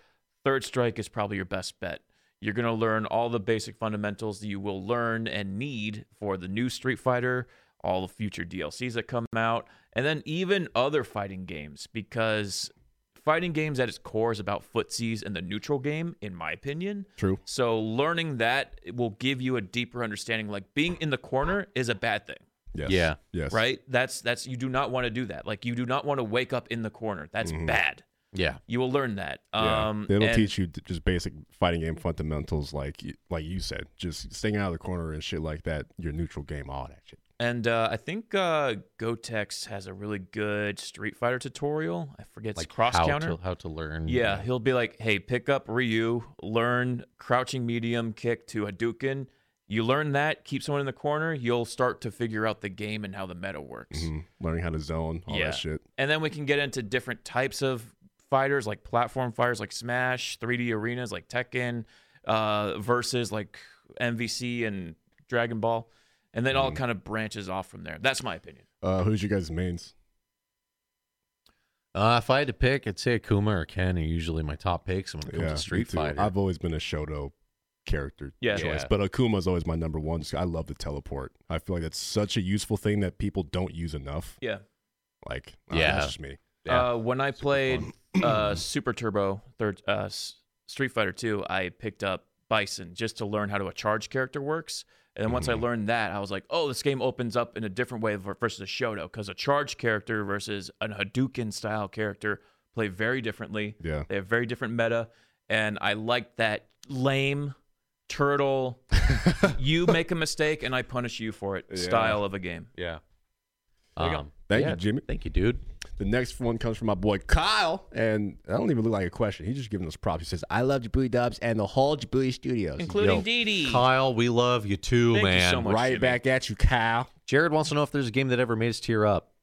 [SPEAKER 4] Third Strike is probably your best bet. You're gonna learn all the basic fundamentals that you will learn and need for the new Street Fighter, all the future DLCs that come out, and then even other fighting games because fighting games at its core is about footsies and the neutral game, in my opinion.
[SPEAKER 3] True.
[SPEAKER 4] So learning that will give you a deeper understanding. Like being in the corner is a bad thing
[SPEAKER 3] Yes.
[SPEAKER 1] Yeah.
[SPEAKER 3] Yes.
[SPEAKER 4] right that's that's you do not want to do that like you do not want to wake up in the corner that's bad
[SPEAKER 1] Yeah.
[SPEAKER 4] you will learn that
[SPEAKER 3] Mm-hmm. Yeah.
[SPEAKER 4] um
[SPEAKER 3] It'll
[SPEAKER 4] and-
[SPEAKER 3] teach you d- just basic fighting game fundamentals, like y- like you said, just staying out of the corner and shit like that. Your neutral game, all that shit.
[SPEAKER 4] and uh i think uh gotex has a really good street fighter tutorial i forget it's cross
[SPEAKER 1] how
[SPEAKER 4] counter
[SPEAKER 1] to, how to learn.
[SPEAKER 4] yeah he'll be like hey pick up ryu learn crouching medium kick to hadouken you learn that keep someone in the corner you'll start to figure out the game and how the meta works
[SPEAKER 3] Mhm. Learning how to zone, all
[SPEAKER 4] Yeah.
[SPEAKER 3] that shit.
[SPEAKER 4] And then we can get into different types of fighters, like platform fighters, like Smash, 3D arenas, like Tekken, uh, versus like MVC and Dragon Ball, and then all kind of branches off from there. That's my opinion.
[SPEAKER 3] Uh, who's your guys' mains?
[SPEAKER 1] Uh, if I had to pick, I'd say Akuma or Ken are usually my top picks when it comes
[SPEAKER 3] me
[SPEAKER 1] to Street
[SPEAKER 3] too.
[SPEAKER 1] Fighter.
[SPEAKER 3] I've always been a Shoto character
[SPEAKER 4] Yeah.
[SPEAKER 3] choice,
[SPEAKER 1] Yeah.
[SPEAKER 3] but Akuma's always my number one. Just- I love the teleport. I feel like that's such a useful thing that people don't use enough.
[SPEAKER 4] Yeah.
[SPEAKER 3] Like, uh,
[SPEAKER 1] Yeah.
[SPEAKER 3] that's just me.
[SPEAKER 1] Yeah.
[SPEAKER 4] Uh, when I played uh, [clears throat] Super Turbo Third uh, S- Street Fighter 2, I picked up Bison just to learn how to a charge character works. And then once I learned that, I was like, "Oh, this game opens up in a different way ver- versus a Shoto, because a charge character versus an Hadouken style character play very differently.
[SPEAKER 3] Yeah.
[SPEAKER 4] They have very different meta, and I liked that lame turtle. you make a mistake, and I punish you for it. Style of a game.
[SPEAKER 1] yeah.
[SPEAKER 4] you go.
[SPEAKER 1] Um,
[SPEAKER 3] Thank
[SPEAKER 1] yeah,
[SPEAKER 3] you, Jimmy.
[SPEAKER 1] Thank you, dude.
[SPEAKER 3] The next one comes from my boy Kyle, and I don't even look like a question. He's just giving us props. He says, "I love Djibouti Dubs and the whole Djibouti Studios."
[SPEAKER 4] including
[SPEAKER 1] Yo,
[SPEAKER 4] Dee Dee.
[SPEAKER 1] Kyle, we love you too,
[SPEAKER 4] Thank you
[SPEAKER 1] man.
[SPEAKER 4] so much.
[SPEAKER 3] right
[SPEAKER 4] Jimmy.
[SPEAKER 3] back at you, Kyle.
[SPEAKER 1] Jared wants to know if there's a game that ever made us tear up.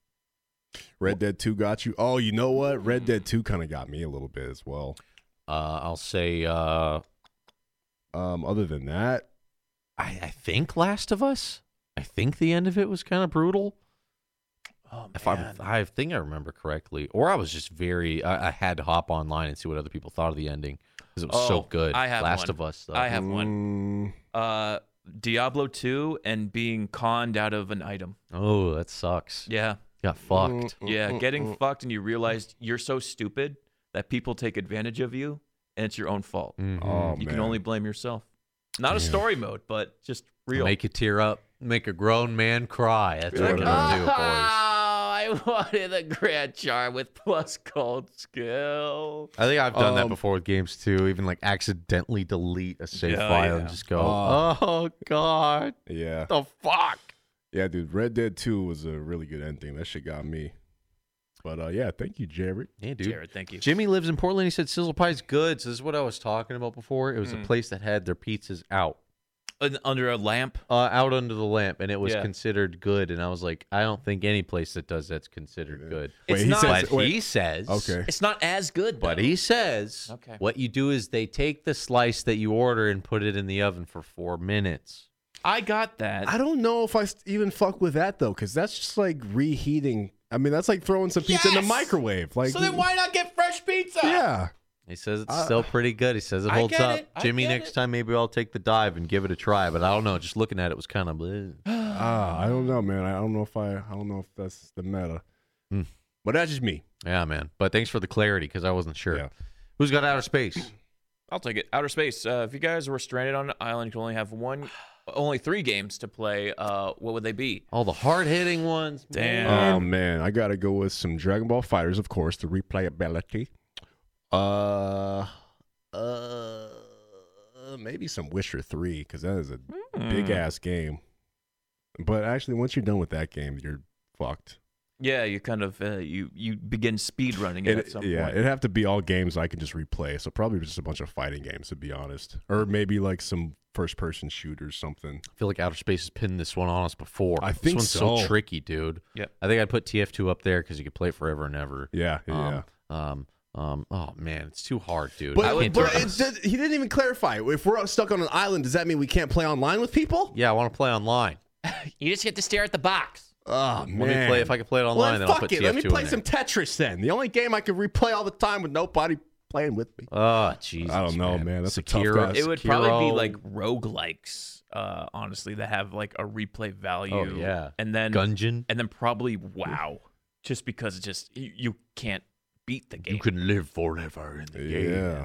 [SPEAKER 3] Red Dead Two got you. Oh, you know what? Red
[SPEAKER 1] Mm-hmm.
[SPEAKER 3] Dead Two kind of got me a little bit as well.
[SPEAKER 1] Uh, I'll say, uh,
[SPEAKER 3] Um, other than that,
[SPEAKER 1] I, I think Last of Us. I think the end of it was kind of brutal.
[SPEAKER 4] Oh,
[SPEAKER 1] If
[SPEAKER 4] man.
[SPEAKER 1] I, I think I remember correctly, or I was just very, I, I had to hop online and see what other people thought of the ending because it was so
[SPEAKER 4] Oh,
[SPEAKER 1] good.
[SPEAKER 4] I have
[SPEAKER 1] Last
[SPEAKER 4] one.
[SPEAKER 1] of Us. Though.
[SPEAKER 4] I have
[SPEAKER 3] mm,
[SPEAKER 4] one. Uh, Diablo 2 and being conned out of an item.
[SPEAKER 1] Oh, that sucks.
[SPEAKER 4] Yeah.
[SPEAKER 1] Got fucked.
[SPEAKER 3] Mm,
[SPEAKER 4] Yeah. Getting fucked and you realize you're so stupid that people take advantage of you and it's your own fault.
[SPEAKER 1] Mhm.
[SPEAKER 3] oh
[SPEAKER 4] you
[SPEAKER 3] man,
[SPEAKER 4] can only blame yourself. Not a story mode, but just real.
[SPEAKER 1] Make you tear up. Make a grown man cry. That's what it'll do,
[SPEAKER 4] [laughs]
[SPEAKER 1] boys.
[SPEAKER 4] I wanted the Grand Jar with plus gold skill.
[SPEAKER 1] I think I've done that
[SPEAKER 3] Um,
[SPEAKER 1] before with games too. Even like accidentally delete a save
[SPEAKER 4] Yeah,
[SPEAKER 1] file
[SPEAKER 4] yeah.
[SPEAKER 1] and just go,
[SPEAKER 3] Oh.
[SPEAKER 1] "Oh God,
[SPEAKER 3] yeah,
[SPEAKER 1] the fuck."
[SPEAKER 3] yeah, dude. Red Dead Two was a really good ending. That shit got me. But uh, yeah, thank you, Jared.
[SPEAKER 1] Yeah, dude.
[SPEAKER 4] Jared, thank you.
[SPEAKER 1] Jimmy lives in Portland. He said Sizzle Pie's good. So this is what I was talking about before. It was
[SPEAKER 4] Hmm.
[SPEAKER 1] a place that had their pizzas out,
[SPEAKER 4] Un- Under a lamp.
[SPEAKER 1] uh, out under the lamp, and it was
[SPEAKER 4] Yeah.
[SPEAKER 1] considered good. And I was like, I don't think any place that does that's considered good.
[SPEAKER 4] It's
[SPEAKER 3] he
[SPEAKER 4] not-
[SPEAKER 3] says-
[SPEAKER 1] but
[SPEAKER 3] wait,
[SPEAKER 1] he says,
[SPEAKER 3] okay.
[SPEAKER 4] It's not as good,
[SPEAKER 1] But
[SPEAKER 4] though.
[SPEAKER 1] he says,
[SPEAKER 4] Okay.
[SPEAKER 1] what you do is they take the slice that you order and put it in the oven for four minutes.
[SPEAKER 4] I got that.
[SPEAKER 3] I don't know if I st- even fuck with that though, because that's just like reheating. I mean, that's like throwing some pizza in the
[SPEAKER 4] Yes!
[SPEAKER 3] microwave. Like,
[SPEAKER 4] so then why not get fresh pizza?
[SPEAKER 3] Yeah,
[SPEAKER 1] He says it's
[SPEAKER 3] Uh,
[SPEAKER 1] still pretty good. He says it
[SPEAKER 4] I
[SPEAKER 1] holds
[SPEAKER 4] get
[SPEAKER 1] up.
[SPEAKER 4] it. I
[SPEAKER 1] Jimmy,
[SPEAKER 4] get
[SPEAKER 1] next
[SPEAKER 4] it.
[SPEAKER 1] time maybe I'll take the dive and give it a try. But I don't know. Just looking at it was kind of. bleh.
[SPEAKER 4] [gasps]
[SPEAKER 3] Ah, I don't know, man. I don't know if I, I don't know if that's the meta.
[SPEAKER 1] Hmm.
[SPEAKER 3] But that's just me.
[SPEAKER 1] Yeah, man. But thanks for the clarity because I wasn't sure.
[SPEAKER 3] Yeah.
[SPEAKER 1] Who's got outer space?
[SPEAKER 4] I'll take it. Outer space. Uh, if you guys were stranded on an island, you could only have one, only three games to play. Uh, what would they be?
[SPEAKER 1] All the hard hitting ones.
[SPEAKER 4] Damn.
[SPEAKER 1] man.
[SPEAKER 3] Oh man, I gotta go with some Dragon Ball Fighters, of course, the replayability. Uh, uh, maybe some Wisher Three because that is a big ass game. But actually, once you're done with that game, you're fucked.
[SPEAKER 4] Yeah, you kind of uh, you you begin speed running it,
[SPEAKER 3] It-
[SPEAKER 4] at some
[SPEAKER 3] yeah,
[SPEAKER 4] point.
[SPEAKER 3] it'd have to be all games I can just replay. So probably just a bunch of fighting games, to be honest, or maybe like some first person shooters, something.
[SPEAKER 1] I feel like outer space has pinned this one on us before.
[SPEAKER 3] I
[SPEAKER 1] this
[SPEAKER 3] think
[SPEAKER 1] one's so.
[SPEAKER 3] so.
[SPEAKER 1] tricky, dude.
[SPEAKER 4] Yep.
[SPEAKER 1] I think I'd put TF2 up there because you could play it forever and ever.
[SPEAKER 3] Yeah, yeah.
[SPEAKER 1] Um, um, Um, oh man, it's too hard, dude. I
[SPEAKER 3] But,
[SPEAKER 1] can't
[SPEAKER 3] but
[SPEAKER 1] do
[SPEAKER 3] it,
[SPEAKER 1] this.
[SPEAKER 3] does- he didn't even clarify. If we're stuck on an island, does that mean we can't play online with people?
[SPEAKER 1] yeah, I want to play online.
[SPEAKER 7] You just get to stare at the box.
[SPEAKER 3] Oh man.
[SPEAKER 1] Let me play if I can play it
[SPEAKER 3] Well,
[SPEAKER 1] online.
[SPEAKER 3] then
[SPEAKER 1] then I'll
[SPEAKER 3] fuck
[SPEAKER 1] put
[SPEAKER 3] it.
[SPEAKER 1] TF2
[SPEAKER 3] Let me
[SPEAKER 1] in
[SPEAKER 3] play
[SPEAKER 1] there.
[SPEAKER 3] some Tetris then. The only game I can replay all the time with nobody playing with me.
[SPEAKER 1] Oh Jesus!
[SPEAKER 3] I don't know, man. That's a tough
[SPEAKER 1] Sekiro,
[SPEAKER 3] guess.
[SPEAKER 1] Sekiro.
[SPEAKER 4] It would probably be like roguelikes, uh, honestly, that have like a replay value.
[SPEAKER 1] Oh, yeah.
[SPEAKER 4] And then
[SPEAKER 1] Gungeon.
[SPEAKER 4] and then probably WoW, just because it's just you, you can't beat the game.
[SPEAKER 1] You can live forever in the game.
[SPEAKER 3] Yeah.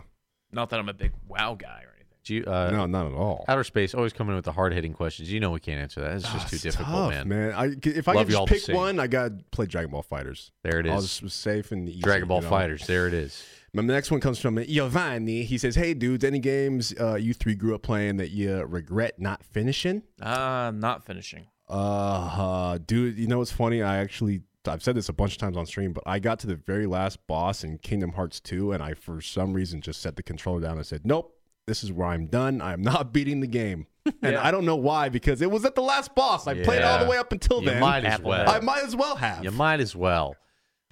[SPEAKER 4] Not that I'm a big WoW guy or anything.
[SPEAKER 1] Do you, uh,
[SPEAKER 3] No, not at all.
[SPEAKER 1] Outer space always coming in with the hard hitting questions. You know we can't answer that. It's just too
[SPEAKER 3] Ah, It's
[SPEAKER 1] difficult,
[SPEAKER 3] tough,
[SPEAKER 1] man.
[SPEAKER 3] I, if I
[SPEAKER 1] Love
[SPEAKER 3] could just
[SPEAKER 1] y'all the
[SPEAKER 3] pick
[SPEAKER 1] same.
[SPEAKER 3] one, I got to play Dragon Ball Fighters.
[SPEAKER 1] There it
[SPEAKER 3] I'll
[SPEAKER 1] is.
[SPEAKER 3] just be safe and easy.
[SPEAKER 1] Dragon Ball
[SPEAKER 3] you know?
[SPEAKER 1] Fighters. There it is.
[SPEAKER 3] My next one comes from Giovanni. He says, "Hey dudes, any games uh, you three grew up playing that you regret not finishing?"
[SPEAKER 4] Ah, not finishing.
[SPEAKER 3] Uh, uh, dude, you know what's funny? I actually I've said this a bunch of times on stream, but I got to the very last boss in Kingdom Hearts 2 and I for some reason just set the controller down and said, "Nope, this is where I'm done. I'm not [laughs] beating
[SPEAKER 1] [laughs]
[SPEAKER 3] the game." And I don't know why because it was at the last boss. I played all
[SPEAKER 1] Yeah.
[SPEAKER 3] the way up until
[SPEAKER 1] You
[SPEAKER 3] then.
[SPEAKER 1] might as well.
[SPEAKER 3] I might as well have.
[SPEAKER 1] You might as well.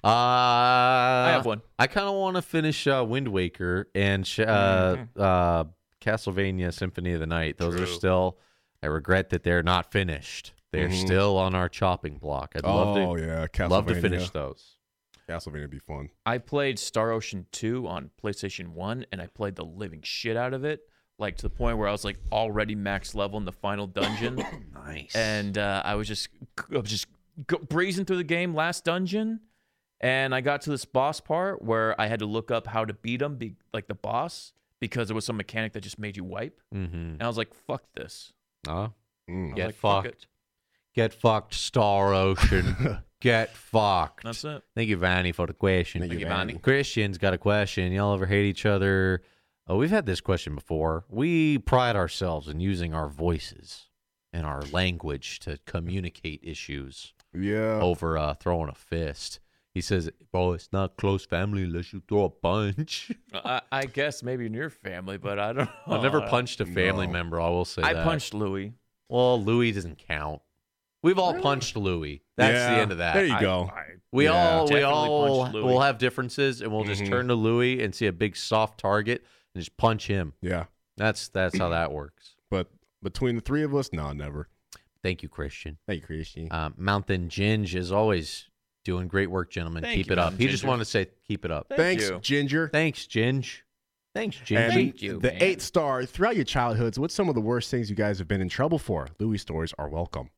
[SPEAKER 1] Uh, I
[SPEAKER 4] have one.
[SPEAKER 1] I kind of want to finish uh, Wind Waker and sh- uh,
[SPEAKER 4] Mm-hmm.
[SPEAKER 1] uh, Castlevania Symphony of the Night. Those are still. I regret that they're not finished. They're still on our chopping block. I'd
[SPEAKER 3] Mm-hmm. oh
[SPEAKER 1] love to
[SPEAKER 3] yeah, Castlevania.
[SPEAKER 1] love to finish those.
[SPEAKER 3] Castlevania would be fun.
[SPEAKER 4] I played Star Ocean 2 on PlayStation 1 and I played the living shit out of it, like to the point where I was like already max level in the
[SPEAKER 1] [coughs]
[SPEAKER 4] final dungeon. nice. And uh, I was just I was just go- breezing through the game last dungeon and I got to this boss part where I had to look up how to beat him be- like the boss because there was some mechanic that just made you wipe.
[SPEAKER 1] Mm-hmm.
[SPEAKER 4] And I was like, fuck this.
[SPEAKER 1] Huh?
[SPEAKER 3] Mm.
[SPEAKER 1] Get
[SPEAKER 4] like, fuck
[SPEAKER 1] fucked.
[SPEAKER 4] it.
[SPEAKER 1] Get fucked, Star
[SPEAKER 3] [laughs]
[SPEAKER 1] Ocean. Get fucked.
[SPEAKER 4] That's it.
[SPEAKER 1] Thank you, Vanny, for the question.
[SPEAKER 3] Thank you, Thank you, Vanny. Vanny.
[SPEAKER 1] Christian's got a question. Y'all ever hate each other? Oh, we've had this question before. We pride ourselves in using our voices and our language to communicate issues
[SPEAKER 3] Yeah.
[SPEAKER 1] over uh, throwing a fist. He says, "Bro, it's not close family unless you throw a punch." [laughs]
[SPEAKER 4] I, I guess maybe in your family, but I don't know.
[SPEAKER 1] I've never punched a family
[SPEAKER 3] no.
[SPEAKER 1] member. I will say
[SPEAKER 4] Oh, I
[SPEAKER 1] that.
[SPEAKER 4] punched Louis.
[SPEAKER 1] Well, Louis doesn't count. We've all punched Louis. That's the
[SPEAKER 3] Yeah.
[SPEAKER 1] end of that.
[SPEAKER 3] There you
[SPEAKER 4] I-
[SPEAKER 3] go.
[SPEAKER 4] I-
[SPEAKER 1] We
[SPEAKER 3] Yeah. Mm-hmm.
[SPEAKER 1] all we
[SPEAKER 4] Definitely
[SPEAKER 1] all
[SPEAKER 4] punch Louis.
[SPEAKER 1] will have differences, and we'll just turn to Louis and see a big soft target and just punch him.
[SPEAKER 3] yeah.
[SPEAKER 1] That's that's how that works.
[SPEAKER 3] But between the three of us, no, never.
[SPEAKER 1] Thank you, Christian.
[SPEAKER 3] Thank you, Christian.
[SPEAKER 1] Uh, Mountain Ginge is always doing great work, gentlemen.
[SPEAKER 4] Thank
[SPEAKER 1] keep
[SPEAKER 4] you,
[SPEAKER 1] it up.
[SPEAKER 4] Mountain
[SPEAKER 1] He just
[SPEAKER 4] Ginger.
[SPEAKER 1] wanted to say keep it up.
[SPEAKER 3] Thanks,
[SPEAKER 4] you.
[SPEAKER 3] Ginger.
[SPEAKER 1] Thanks, Ginge. Thanks,
[SPEAKER 3] And
[SPEAKER 1] Gingy.
[SPEAKER 7] you,
[SPEAKER 3] the
[SPEAKER 7] man.
[SPEAKER 3] eight star throughout your childhoods. What's some of the worst things you guys have been in trouble for? Louis stories are welcome.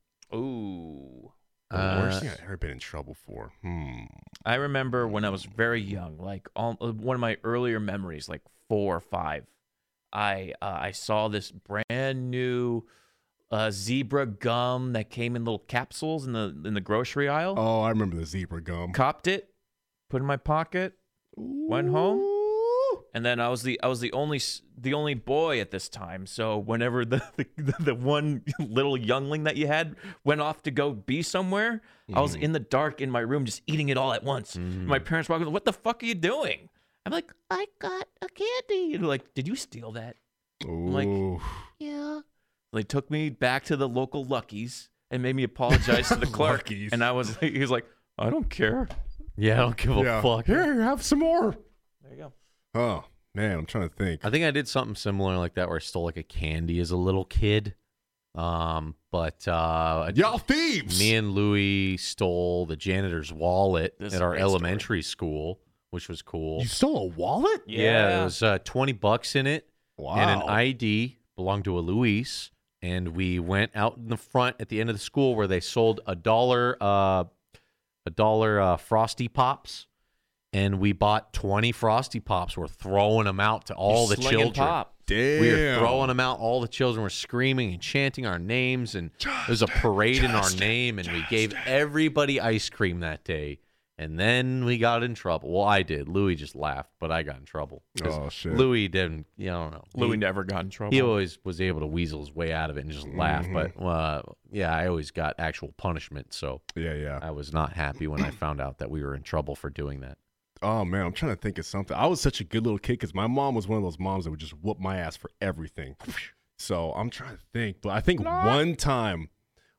[SPEAKER 4] Ooh.
[SPEAKER 3] The
[SPEAKER 1] Uh,
[SPEAKER 3] worst thing I've ever been in trouble for. Hmm.
[SPEAKER 4] I remember when I was very young, like all, uh, one of my earlier memories, like four or five. I uh, I saw this brand new uh, zebra gum that came in little capsules in the in the grocery aisle.
[SPEAKER 3] Oh, I remember the zebra gum.
[SPEAKER 4] Copped it, put it in my pocket, went home. And then I was the I was the only s- the only boy at this time. So whenever the [laughs] the, the one [laughs] little youngling that you had went off to go be somewhere, I was
[SPEAKER 1] Mm-hmm.
[SPEAKER 4] in the dark in my room just eating it all at once. My parents walked in, "What the fuck are you doing?" I'm like, "I got a candy." And they're like, "Did you steal that?" like-
[SPEAKER 3] Ooh.
[SPEAKER 7] Yeah.
[SPEAKER 4] They took me back to the local Lucky's and made me
[SPEAKER 1] [laughs]
[SPEAKER 4] apologize to the clerk.
[SPEAKER 3] Lucky's.
[SPEAKER 4] And I was like, he was like, "I don't care."
[SPEAKER 1] yeah, I don't give a
[SPEAKER 3] yeah.
[SPEAKER 1] fuck.
[SPEAKER 3] Here, have some more.
[SPEAKER 4] There you go.
[SPEAKER 3] Oh man, I'm trying to think.
[SPEAKER 1] I think I did something similar like that where I stole like a candy as a little kid. Um, but uh, I-
[SPEAKER 3] Y'all thieves.
[SPEAKER 1] Me and Louie stole the janitor's wallet
[SPEAKER 4] This is
[SPEAKER 1] at
[SPEAKER 4] a
[SPEAKER 1] our
[SPEAKER 4] great story.
[SPEAKER 1] elementary school, which was cool.
[SPEAKER 3] you stole a wallet?
[SPEAKER 1] yeah, there was uh, 20 bucks in it
[SPEAKER 3] Wow.
[SPEAKER 1] and an ID belonged to a Luis. And we went out in the front at the end of the school where they sold a dollar, uh, a dollar uh, Frosty Pops. And we bought 20 Frosty Pops. We're throwing them out to all the
[SPEAKER 4] Slinging
[SPEAKER 1] children.
[SPEAKER 4] Pop.
[SPEAKER 3] Damn.
[SPEAKER 1] We were throwing them out. All the children were screaming and chanting our names, and there was a parade in our name. And we gave everybody ice cream that day. And then we got in trouble. Well, I did. Louis just laughed, but I got in trouble. 'Cause
[SPEAKER 3] Oh, shit.
[SPEAKER 1] Louis didn't. You know, I don't know.
[SPEAKER 4] Louis never got in trouble.
[SPEAKER 1] He, he always was able to weasel his way out of it and just laugh.
[SPEAKER 3] Mm-hmm.
[SPEAKER 1] But uh, yeah, I always got actual punishment, so
[SPEAKER 3] Yeah, yeah.
[SPEAKER 1] I was not happy when I found out that we were in trouble for doing that.
[SPEAKER 3] Oh man, I'm trying to think of something. I was such a good little kid because my mom was one of those moms that would just whoop my ass for everything. So I'm trying to think, but I think one time,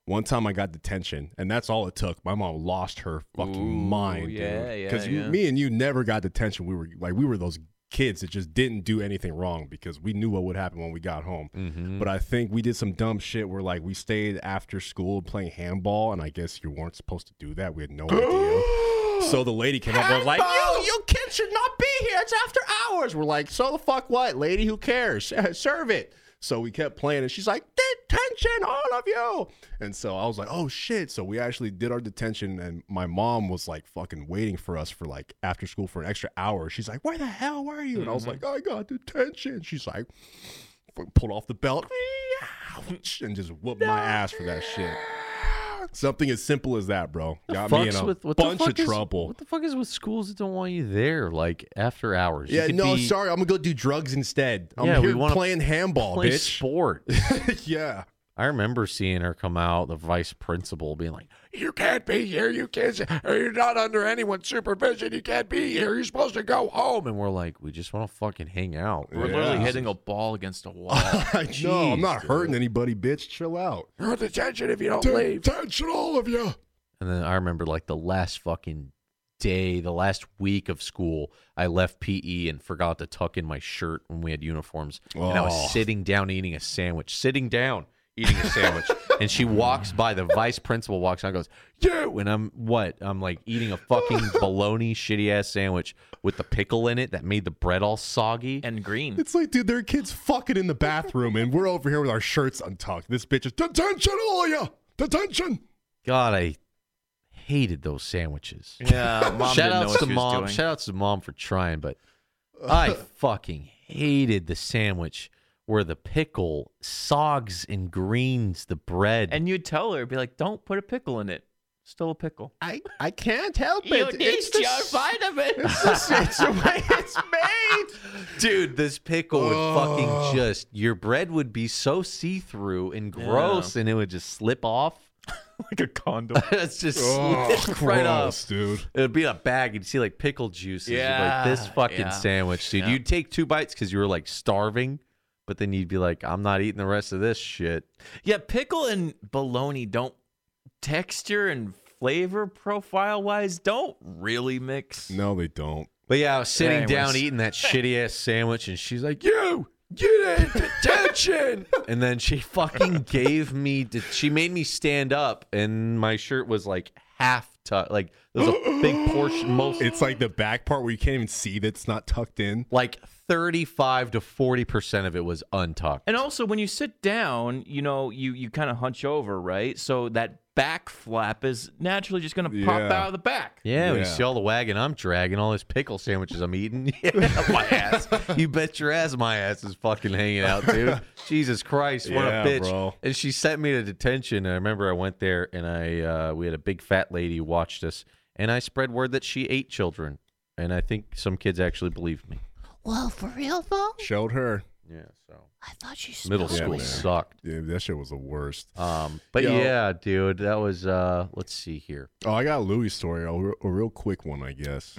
[SPEAKER 3] One time I got detention, and that's all it took. My mom lost her fucking mind, dude.
[SPEAKER 4] yeah, yeah,
[SPEAKER 3] Because
[SPEAKER 4] yeah.
[SPEAKER 3] me and you never got detention. We were like, we were those kids that just didn't do anything wrong because we knew what would happen when we got home.
[SPEAKER 4] Mm-hmm.
[SPEAKER 3] But I think we did some dumb shit where like we stayed after school playing handball, and I guess you weren't supposed to do that. We had
[SPEAKER 4] [gasps]
[SPEAKER 3] no idea. So the lady came up and was like,
[SPEAKER 6] You, you kids should not be here. It's after hours. We're like, so the fuck what, lady? Who
[SPEAKER 3] [laughs]
[SPEAKER 6] cares? Serve it.
[SPEAKER 3] So we kept playing, and she's like, "Detention, all of you!" And so I was like, "Oh shit!" So we actually did our detention, and my mom was like, "Fucking waiting for us for like after school for an extra hour." She's like, "Where the hell were you?" And I was
[SPEAKER 1] Mm-hmm.
[SPEAKER 3] like, "I got detention." She's like, f- pulled off the belt, and just whooped my ass for that shit. Something as simple as that, bro, got me in
[SPEAKER 1] Fucks
[SPEAKER 3] a
[SPEAKER 1] with- what the
[SPEAKER 3] bunch
[SPEAKER 1] fuck
[SPEAKER 3] of
[SPEAKER 1] is-
[SPEAKER 3] trouble.
[SPEAKER 1] What the fuck is with schools that don't want you there, like after hours? You
[SPEAKER 3] yeah,
[SPEAKER 1] could
[SPEAKER 3] no,
[SPEAKER 1] be-
[SPEAKER 3] sorry, I'm gonna go do drugs instead. I'm
[SPEAKER 1] Yeah, we
[SPEAKER 3] here
[SPEAKER 1] wanna
[SPEAKER 3] playing handball,
[SPEAKER 1] Play
[SPEAKER 3] bitch.
[SPEAKER 1] sport. [laughs]
[SPEAKER 3] [laughs] yeah.
[SPEAKER 1] I remember seeing her come out, the vice principal being like,
[SPEAKER 8] You can't be here. You kids. You're not under anyone's supervision. You can't be here. You're supposed to go home.
[SPEAKER 1] home and we're like, we just want to fucking hang out.
[SPEAKER 4] We're literally hitting a ball against
[SPEAKER 3] [laughs]
[SPEAKER 4] a wall.
[SPEAKER 3] no, I'm not hurting anybody, bitch. Chill out.
[SPEAKER 8] You're on detention if you don't leave.
[SPEAKER 3] Attention, all of you.
[SPEAKER 1] And then I remember like the last fucking day, the last week of school, I left PE and forgot to tuck in my shirt when we had uniforms. And I
[SPEAKER 3] Oh.
[SPEAKER 1] was sitting down eating a sandwich, sitting down eating a sandwich. and she walks by, the vice principal walks out and goes, You! And I'm what? I'm like eating a fucking bologna shitty ass sandwich with the pickle in it that made the bread all soggy.
[SPEAKER 4] and green.
[SPEAKER 3] It's like, dude, there are kids fucking in the bathroom, and we're over here with our shirts untucked. This bitch is detention, all of you. Detention.
[SPEAKER 1] God, I hated those sandwiches.
[SPEAKER 4] Yeah,
[SPEAKER 1] Shout
[SPEAKER 4] mom didn't know
[SPEAKER 1] outs
[SPEAKER 4] what
[SPEAKER 1] to
[SPEAKER 4] she was
[SPEAKER 1] mom.
[SPEAKER 4] doing.
[SPEAKER 1] Shout outs to mom for trying, but
[SPEAKER 6] [laughs]
[SPEAKER 1] I fucking hated the sandwich where the pickle sogs and greens the bread.
[SPEAKER 4] and you'd tell her, be like, "Don't put a pickle in it. Still a pickle."
[SPEAKER 6] I, I can't help
[SPEAKER 7] You
[SPEAKER 6] it.
[SPEAKER 7] need
[SPEAKER 6] It's the,
[SPEAKER 7] your vitamins.
[SPEAKER 6] it's the- it's the way it's made.
[SPEAKER 1] dude, this pickle would fucking just your bread would be so see through and gross, and it would just slip off. [laughs]
[SPEAKER 4] like a condom.
[SPEAKER 1] it's just slip [laughs] right off.
[SPEAKER 3] Oh, dude.
[SPEAKER 1] It would be in a bag. You'd see like pickle juices. You'd be
[SPEAKER 4] Yeah,
[SPEAKER 1] like this fucking
[SPEAKER 4] yeah.
[SPEAKER 1] sandwich, dude. You'd take two bites because you were like starving, but then you'd be like, I'm not eating the rest of this shit.
[SPEAKER 4] [laughs] yeah, pickle and bologna don't texture and flavor profile wise don't really mix.
[SPEAKER 3] No, they don't.
[SPEAKER 1] But yeah, I was sitting down
[SPEAKER 4] Anyways.
[SPEAKER 1] eating that shitty ass sandwich, and she's like, "You get in
[SPEAKER 4] [laughs]
[SPEAKER 1] detention!" and then she fucking gave me. de- She made me stand up, and my shirt was like half tucked. Like there's a big portion, most
[SPEAKER 3] It's like the back part where you can't even see that it's not tucked in.
[SPEAKER 1] like thirty-five to forty percent of it was untucked.
[SPEAKER 4] And also, when you sit down, you know, you you kind of hunch over, right? So that back flap is naturally just going to pop
[SPEAKER 3] Yeah.
[SPEAKER 4] out of the back.
[SPEAKER 1] yeah, when you
[SPEAKER 3] Yeah.
[SPEAKER 1] see all the wagon I'm dragging, all these pickle sandwiches I'm eating. [laughs] Yeah, my ass. You bet your ass my ass is fucking hanging out,
[SPEAKER 3] [laughs]
[SPEAKER 1] dude. Jesus Christ, what
[SPEAKER 3] Yeah,
[SPEAKER 1] a bitch.
[SPEAKER 3] bro.
[SPEAKER 1] And she sent me to detention. And I remember I went there and I uh, we had a big fat lady who watched us and I spread word that she ate children. And I think some kids actually believed me.
[SPEAKER 7] Whoa, for real though?
[SPEAKER 3] Showed her.
[SPEAKER 1] Yeah, so
[SPEAKER 7] I thought you
[SPEAKER 1] middle
[SPEAKER 7] smelled
[SPEAKER 1] school
[SPEAKER 7] weird.
[SPEAKER 1] sucked.
[SPEAKER 3] Yeah, that shit was the worst.
[SPEAKER 1] Um, but
[SPEAKER 3] Yo.
[SPEAKER 1] yeah, dude, that was uh, let's see here.
[SPEAKER 3] Oh, I got a Louis story, a, re- a real quick one, I guess.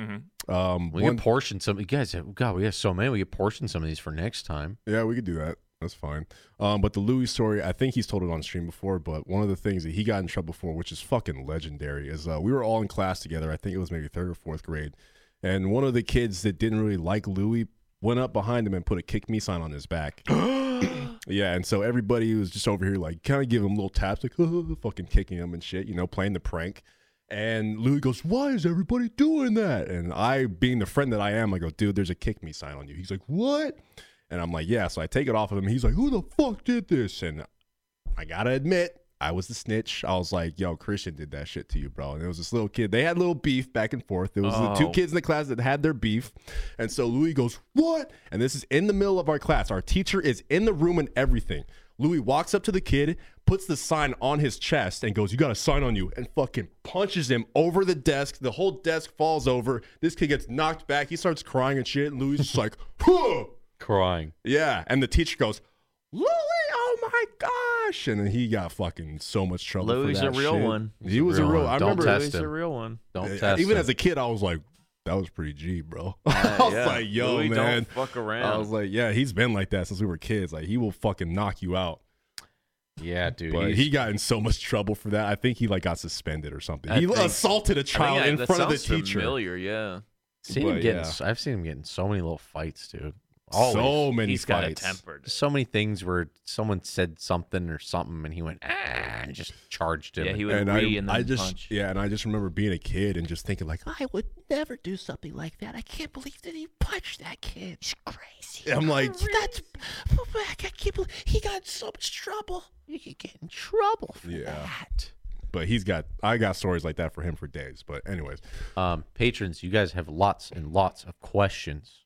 [SPEAKER 3] Um,
[SPEAKER 1] We
[SPEAKER 3] one-
[SPEAKER 1] can portion some. You guys, God, we have so many. We can portion some of these for next time.
[SPEAKER 3] Yeah, we could do that. That's fine. Um, but the Louis story, I think he's told it on stream before. But one of the things that he got in trouble for, which is fucking legendary, is uh, we were all in class together. I think it was maybe third or fourth grade, and one of the kids that didn't really like Louis went up behind him and put a kick me sign on his back. yeah, and so everybody was just over here like kind of giving him little taps, like [laughs] fucking kicking him and shit, you know, playing the prank. And Louis goes, Why is everybody doing that? And I, being the friend that I am, I go, Dude, there's a kick me sign on you. He's like, What? And I'm like, Yeah. So I take it off of him. He's like, Who the fuck did this? And I gotta admit, I was the snitch. I was like, Yo, Christian did that shit to you, bro. And it was this little kid. They had little beef back and forth. It was the two
[SPEAKER 4] Oh.
[SPEAKER 3] kids in the class that had their beef. And so Louis goes, What? And this is in the middle of our class. Our teacher is in the room and everything. Louis walks up to the kid, puts the sign on his chest, and goes, You got a sign on you, and fucking punches him over the desk. The whole desk falls over. This kid gets knocked back. He starts crying and shit. And Louis is just like, [laughs] Huh!
[SPEAKER 1] Crying.
[SPEAKER 3] Yeah. And the teacher goes, Louis, oh my gosh. And then he got fucking so much trouble. for
[SPEAKER 4] Louis is
[SPEAKER 3] that
[SPEAKER 4] a real
[SPEAKER 3] shit.
[SPEAKER 4] one.
[SPEAKER 3] He was a
[SPEAKER 1] real
[SPEAKER 3] real
[SPEAKER 1] one.
[SPEAKER 3] I
[SPEAKER 1] Don't
[SPEAKER 3] remember
[SPEAKER 1] test
[SPEAKER 4] It's a
[SPEAKER 1] him.
[SPEAKER 4] real one.
[SPEAKER 1] Don't
[SPEAKER 3] uh,
[SPEAKER 1] test
[SPEAKER 3] even
[SPEAKER 1] him.
[SPEAKER 3] as a kid, I was like, that was pretty G, bro. [laughs] I was
[SPEAKER 4] Uh, Yeah.
[SPEAKER 3] like, yo,
[SPEAKER 4] Louis
[SPEAKER 3] man.
[SPEAKER 4] don't fuck around.
[SPEAKER 3] I was like, yeah, he's been like that since we were kids. Like, he will fucking knock you out.
[SPEAKER 1] Yeah, dude.
[SPEAKER 3] But
[SPEAKER 1] he's-
[SPEAKER 3] he got in so much trouble for that. I think he like got suspended or something.
[SPEAKER 4] I
[SPEAKER 3] he
[SPEAKER 4] think-
[SPEAKER 3] assaulted a child
[SPEAKER 4] I think I-
[SPEAKER 3] in
[SPEAKER 4] that
[SPEAKER 3] front of the
[SPEAKER 4] sounds
[SPEAKER 3] teacher.
[SPEAKER 4] Familiar, yeah.
[SPEAKER 1] seen him
[SPEAKER 3] but
[SPEAKER 1] getting.
[SPEAKER 3] yeah.
[SPEAKER 1] s- I've seen him getting so many little fights, dude. Always.
[SPEAKER 3] So many
[SPEAKER 4] He's got a
[SPEAKER 3] fights.
[SPEAKER 4] temper.
[SPEAKER 1] so many things where someone said something or something and he went ah and just charged him.
[SPEAKER 4] Yeah, he would
[SPEAKER 3] and I,
[SPEAKER 4] re and then
[SPEAKER 3] I just
[SPEAKER 4] punch.
[SPEAKER 3] yeah, and I just remember being a kid and just thinking like, "Ah,
[SPEAKER 6] I would never do something like that. I can't believe that he punched that kid. He's crazy.
[SPEAKER 3] I'm like,
[SPEAKER 6] That's. I can't believe he got in so much trouble. You could get in trouble for
[SPEAKER 3] Yeah.
[SPEAKER 6] that.
[SPEAKER 3] but he's got I got stories like that for him for days. But anyways,
[SPEAKER 1] um, patrons, you guys have lots and lots of questions,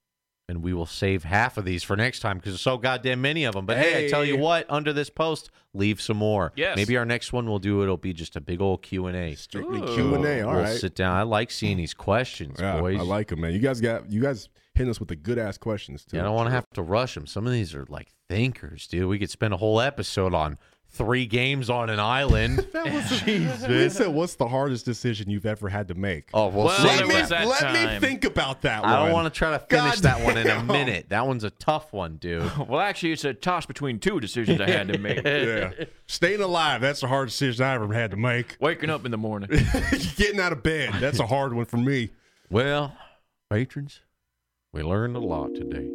[SPEAKER 1] and we will save half of these for next time because there's so goddamn many of them. But hey, I tell you
[SPEAKER 3] Hey.
[SPEAKER 1] what, under this post, leave some more.
[SPEAKER 4] Yes.
[SPEAKER 1] Maybe our next one we'll do it'll be just a big old Q and A.
[SPEAKER 3] strictly
[SPEAKER 4] Ooh.
[SPEAKER 3] Q and A. All
[SPEAKER 1] we'll
[SPEAKER 3] right.
[SPEAKER 1] sit down. I like seeing these questions,
[SPEAKER 3] yeah,
[SPEAKER 1] boys.
[SPEAKER 3] I like him, man. You guys got you guys hitting us with the good ass questions too.
[SPEAKER 1] Yeah, I don't want to have to rush them. Some of these are like thinkers, dude. We could spend a whole episode on three games on an island.
[SPEAKER 3] That was They said, "What's the hardest decision you've ever had to make?"
[SPEAKER 1] [laughs] oh, well,
[SPEAKER 4] Well,
[SPEAKER 1] save
[SPEAKER 4] there
[SPEAKER 3] let me,
[SPEAKER 1] that.
[SPEAKER 4] was that
[SPEAKER 3] let
[SPEAKER 4] time.
[SPEAKER 3] me think about that.
[SPEAKER 1] I don't
[SPEAKER 3] one.
[SPEAKER 1] want to try to finish
[SPEAKER 3] God
[SPEAKER 1] that one in a
[SPEAKER 3] damn.
[SPEAKER 1] minute. That one's a tough one, [laughs] dude.
[SPEAKER 4] Well, actually, it's a toss between two decisions I had to make.
[SPEAKER 3] [laughs] [laughs] Yeah, staying alive—that's the hardest decision I ever had to make. [laughs]
[SPEAKER 4] Waking up in the morning.
[SPEAKER 3] Getting out of bed—that's a hard one for me.
[SPEAKER 1] Well, patrons, we learned a lot today.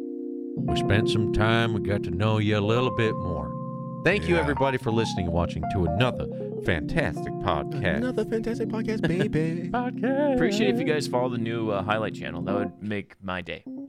[SPEAKER 1] We spent some time, we got to know you a little bit more. Thank you,
[SPEAKER 3] Yeah.
[SPEAKER 1] everybody, for listening and watching to another fantastic podcast.
[SPEAKER 3] Another
[SPEAKER 1] [laughs]
[SPEAKER 3] fantastic podcast, baby.
[SPEAKER 1] podcast.
[SPEAKER 4] Appreciate if you guys follow the new uh, highlight channel. That would make my day.
[SPEAKER 1] Get on.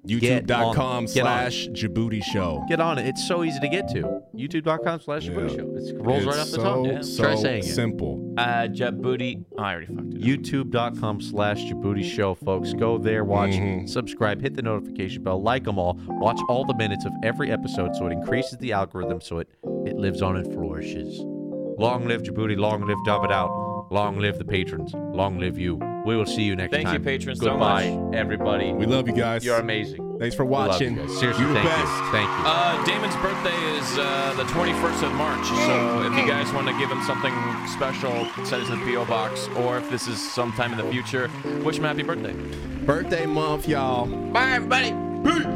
[SPEAKER 3] YouTube.com
[SPEAKER 1] Get on.
[SPEAKER 3] slash Djibouti Show.
[SPEAKER 1] Get on it. It's so easy to get to. YouTube.com slash
[SPEAKER 3] Yeah.
[SPEAKER 1] Shibuya Show. It rolls
[SPEAKER 3] It's
[SPEAKER 1] right off the
[SPEAKER 3] so,
[SPEAKER 1] top. Yeah.
[SPEAKER 3] So
[SPEAKER 1] Try saying it.
[SPEAKER 3] simple.
[SPEAKER 4] Uh, Jeb Booty. Oh, I already fucked it. up.
[SPEAKER 1] youtube.com slash Djibouti show folks go there watch
[SPEAKER 3] Mm-hmm.
[SPEAKER 1] subscribe hit the notification bell like them all watch all the minutes of every episode so it increases the algorithm so it it lives on and flourishes long live Djibouti long live dub it out long live the patrons long live you we will see you next
[SPEAKER 4] Thank you,
[SPEAKER 1] time
[SPEAKER 4] patrons, so
[SPEAKER 1] goodbye
[SPEAKER 4] much.
[SPEAKER 1] everybody
[SPEAKER 3] We love you guys.
[SPEAKER 1] you're amazing
[SPEAKER 3] Thanks for
[SPEAKER 1] We love you
[SPEAKER 3] watching.
[SPEAKER 1] guys. seriously
[SPEAKER 3] You're the
[SPEAKER 1] thank
[SPEAKER 3] best.
[SPEAKER 1] you thank you
[SPEAKER 4] Uh, Damon's birthday is uh, the 21st of March, so if you guys want to give him something special, send it to the P.O. Box, or if this is sometime in the future, wish him happy birthday.
[SPEAKER 3] Birthday month, y'all.
[SPEAKER 8] Bye, everybody. Peace.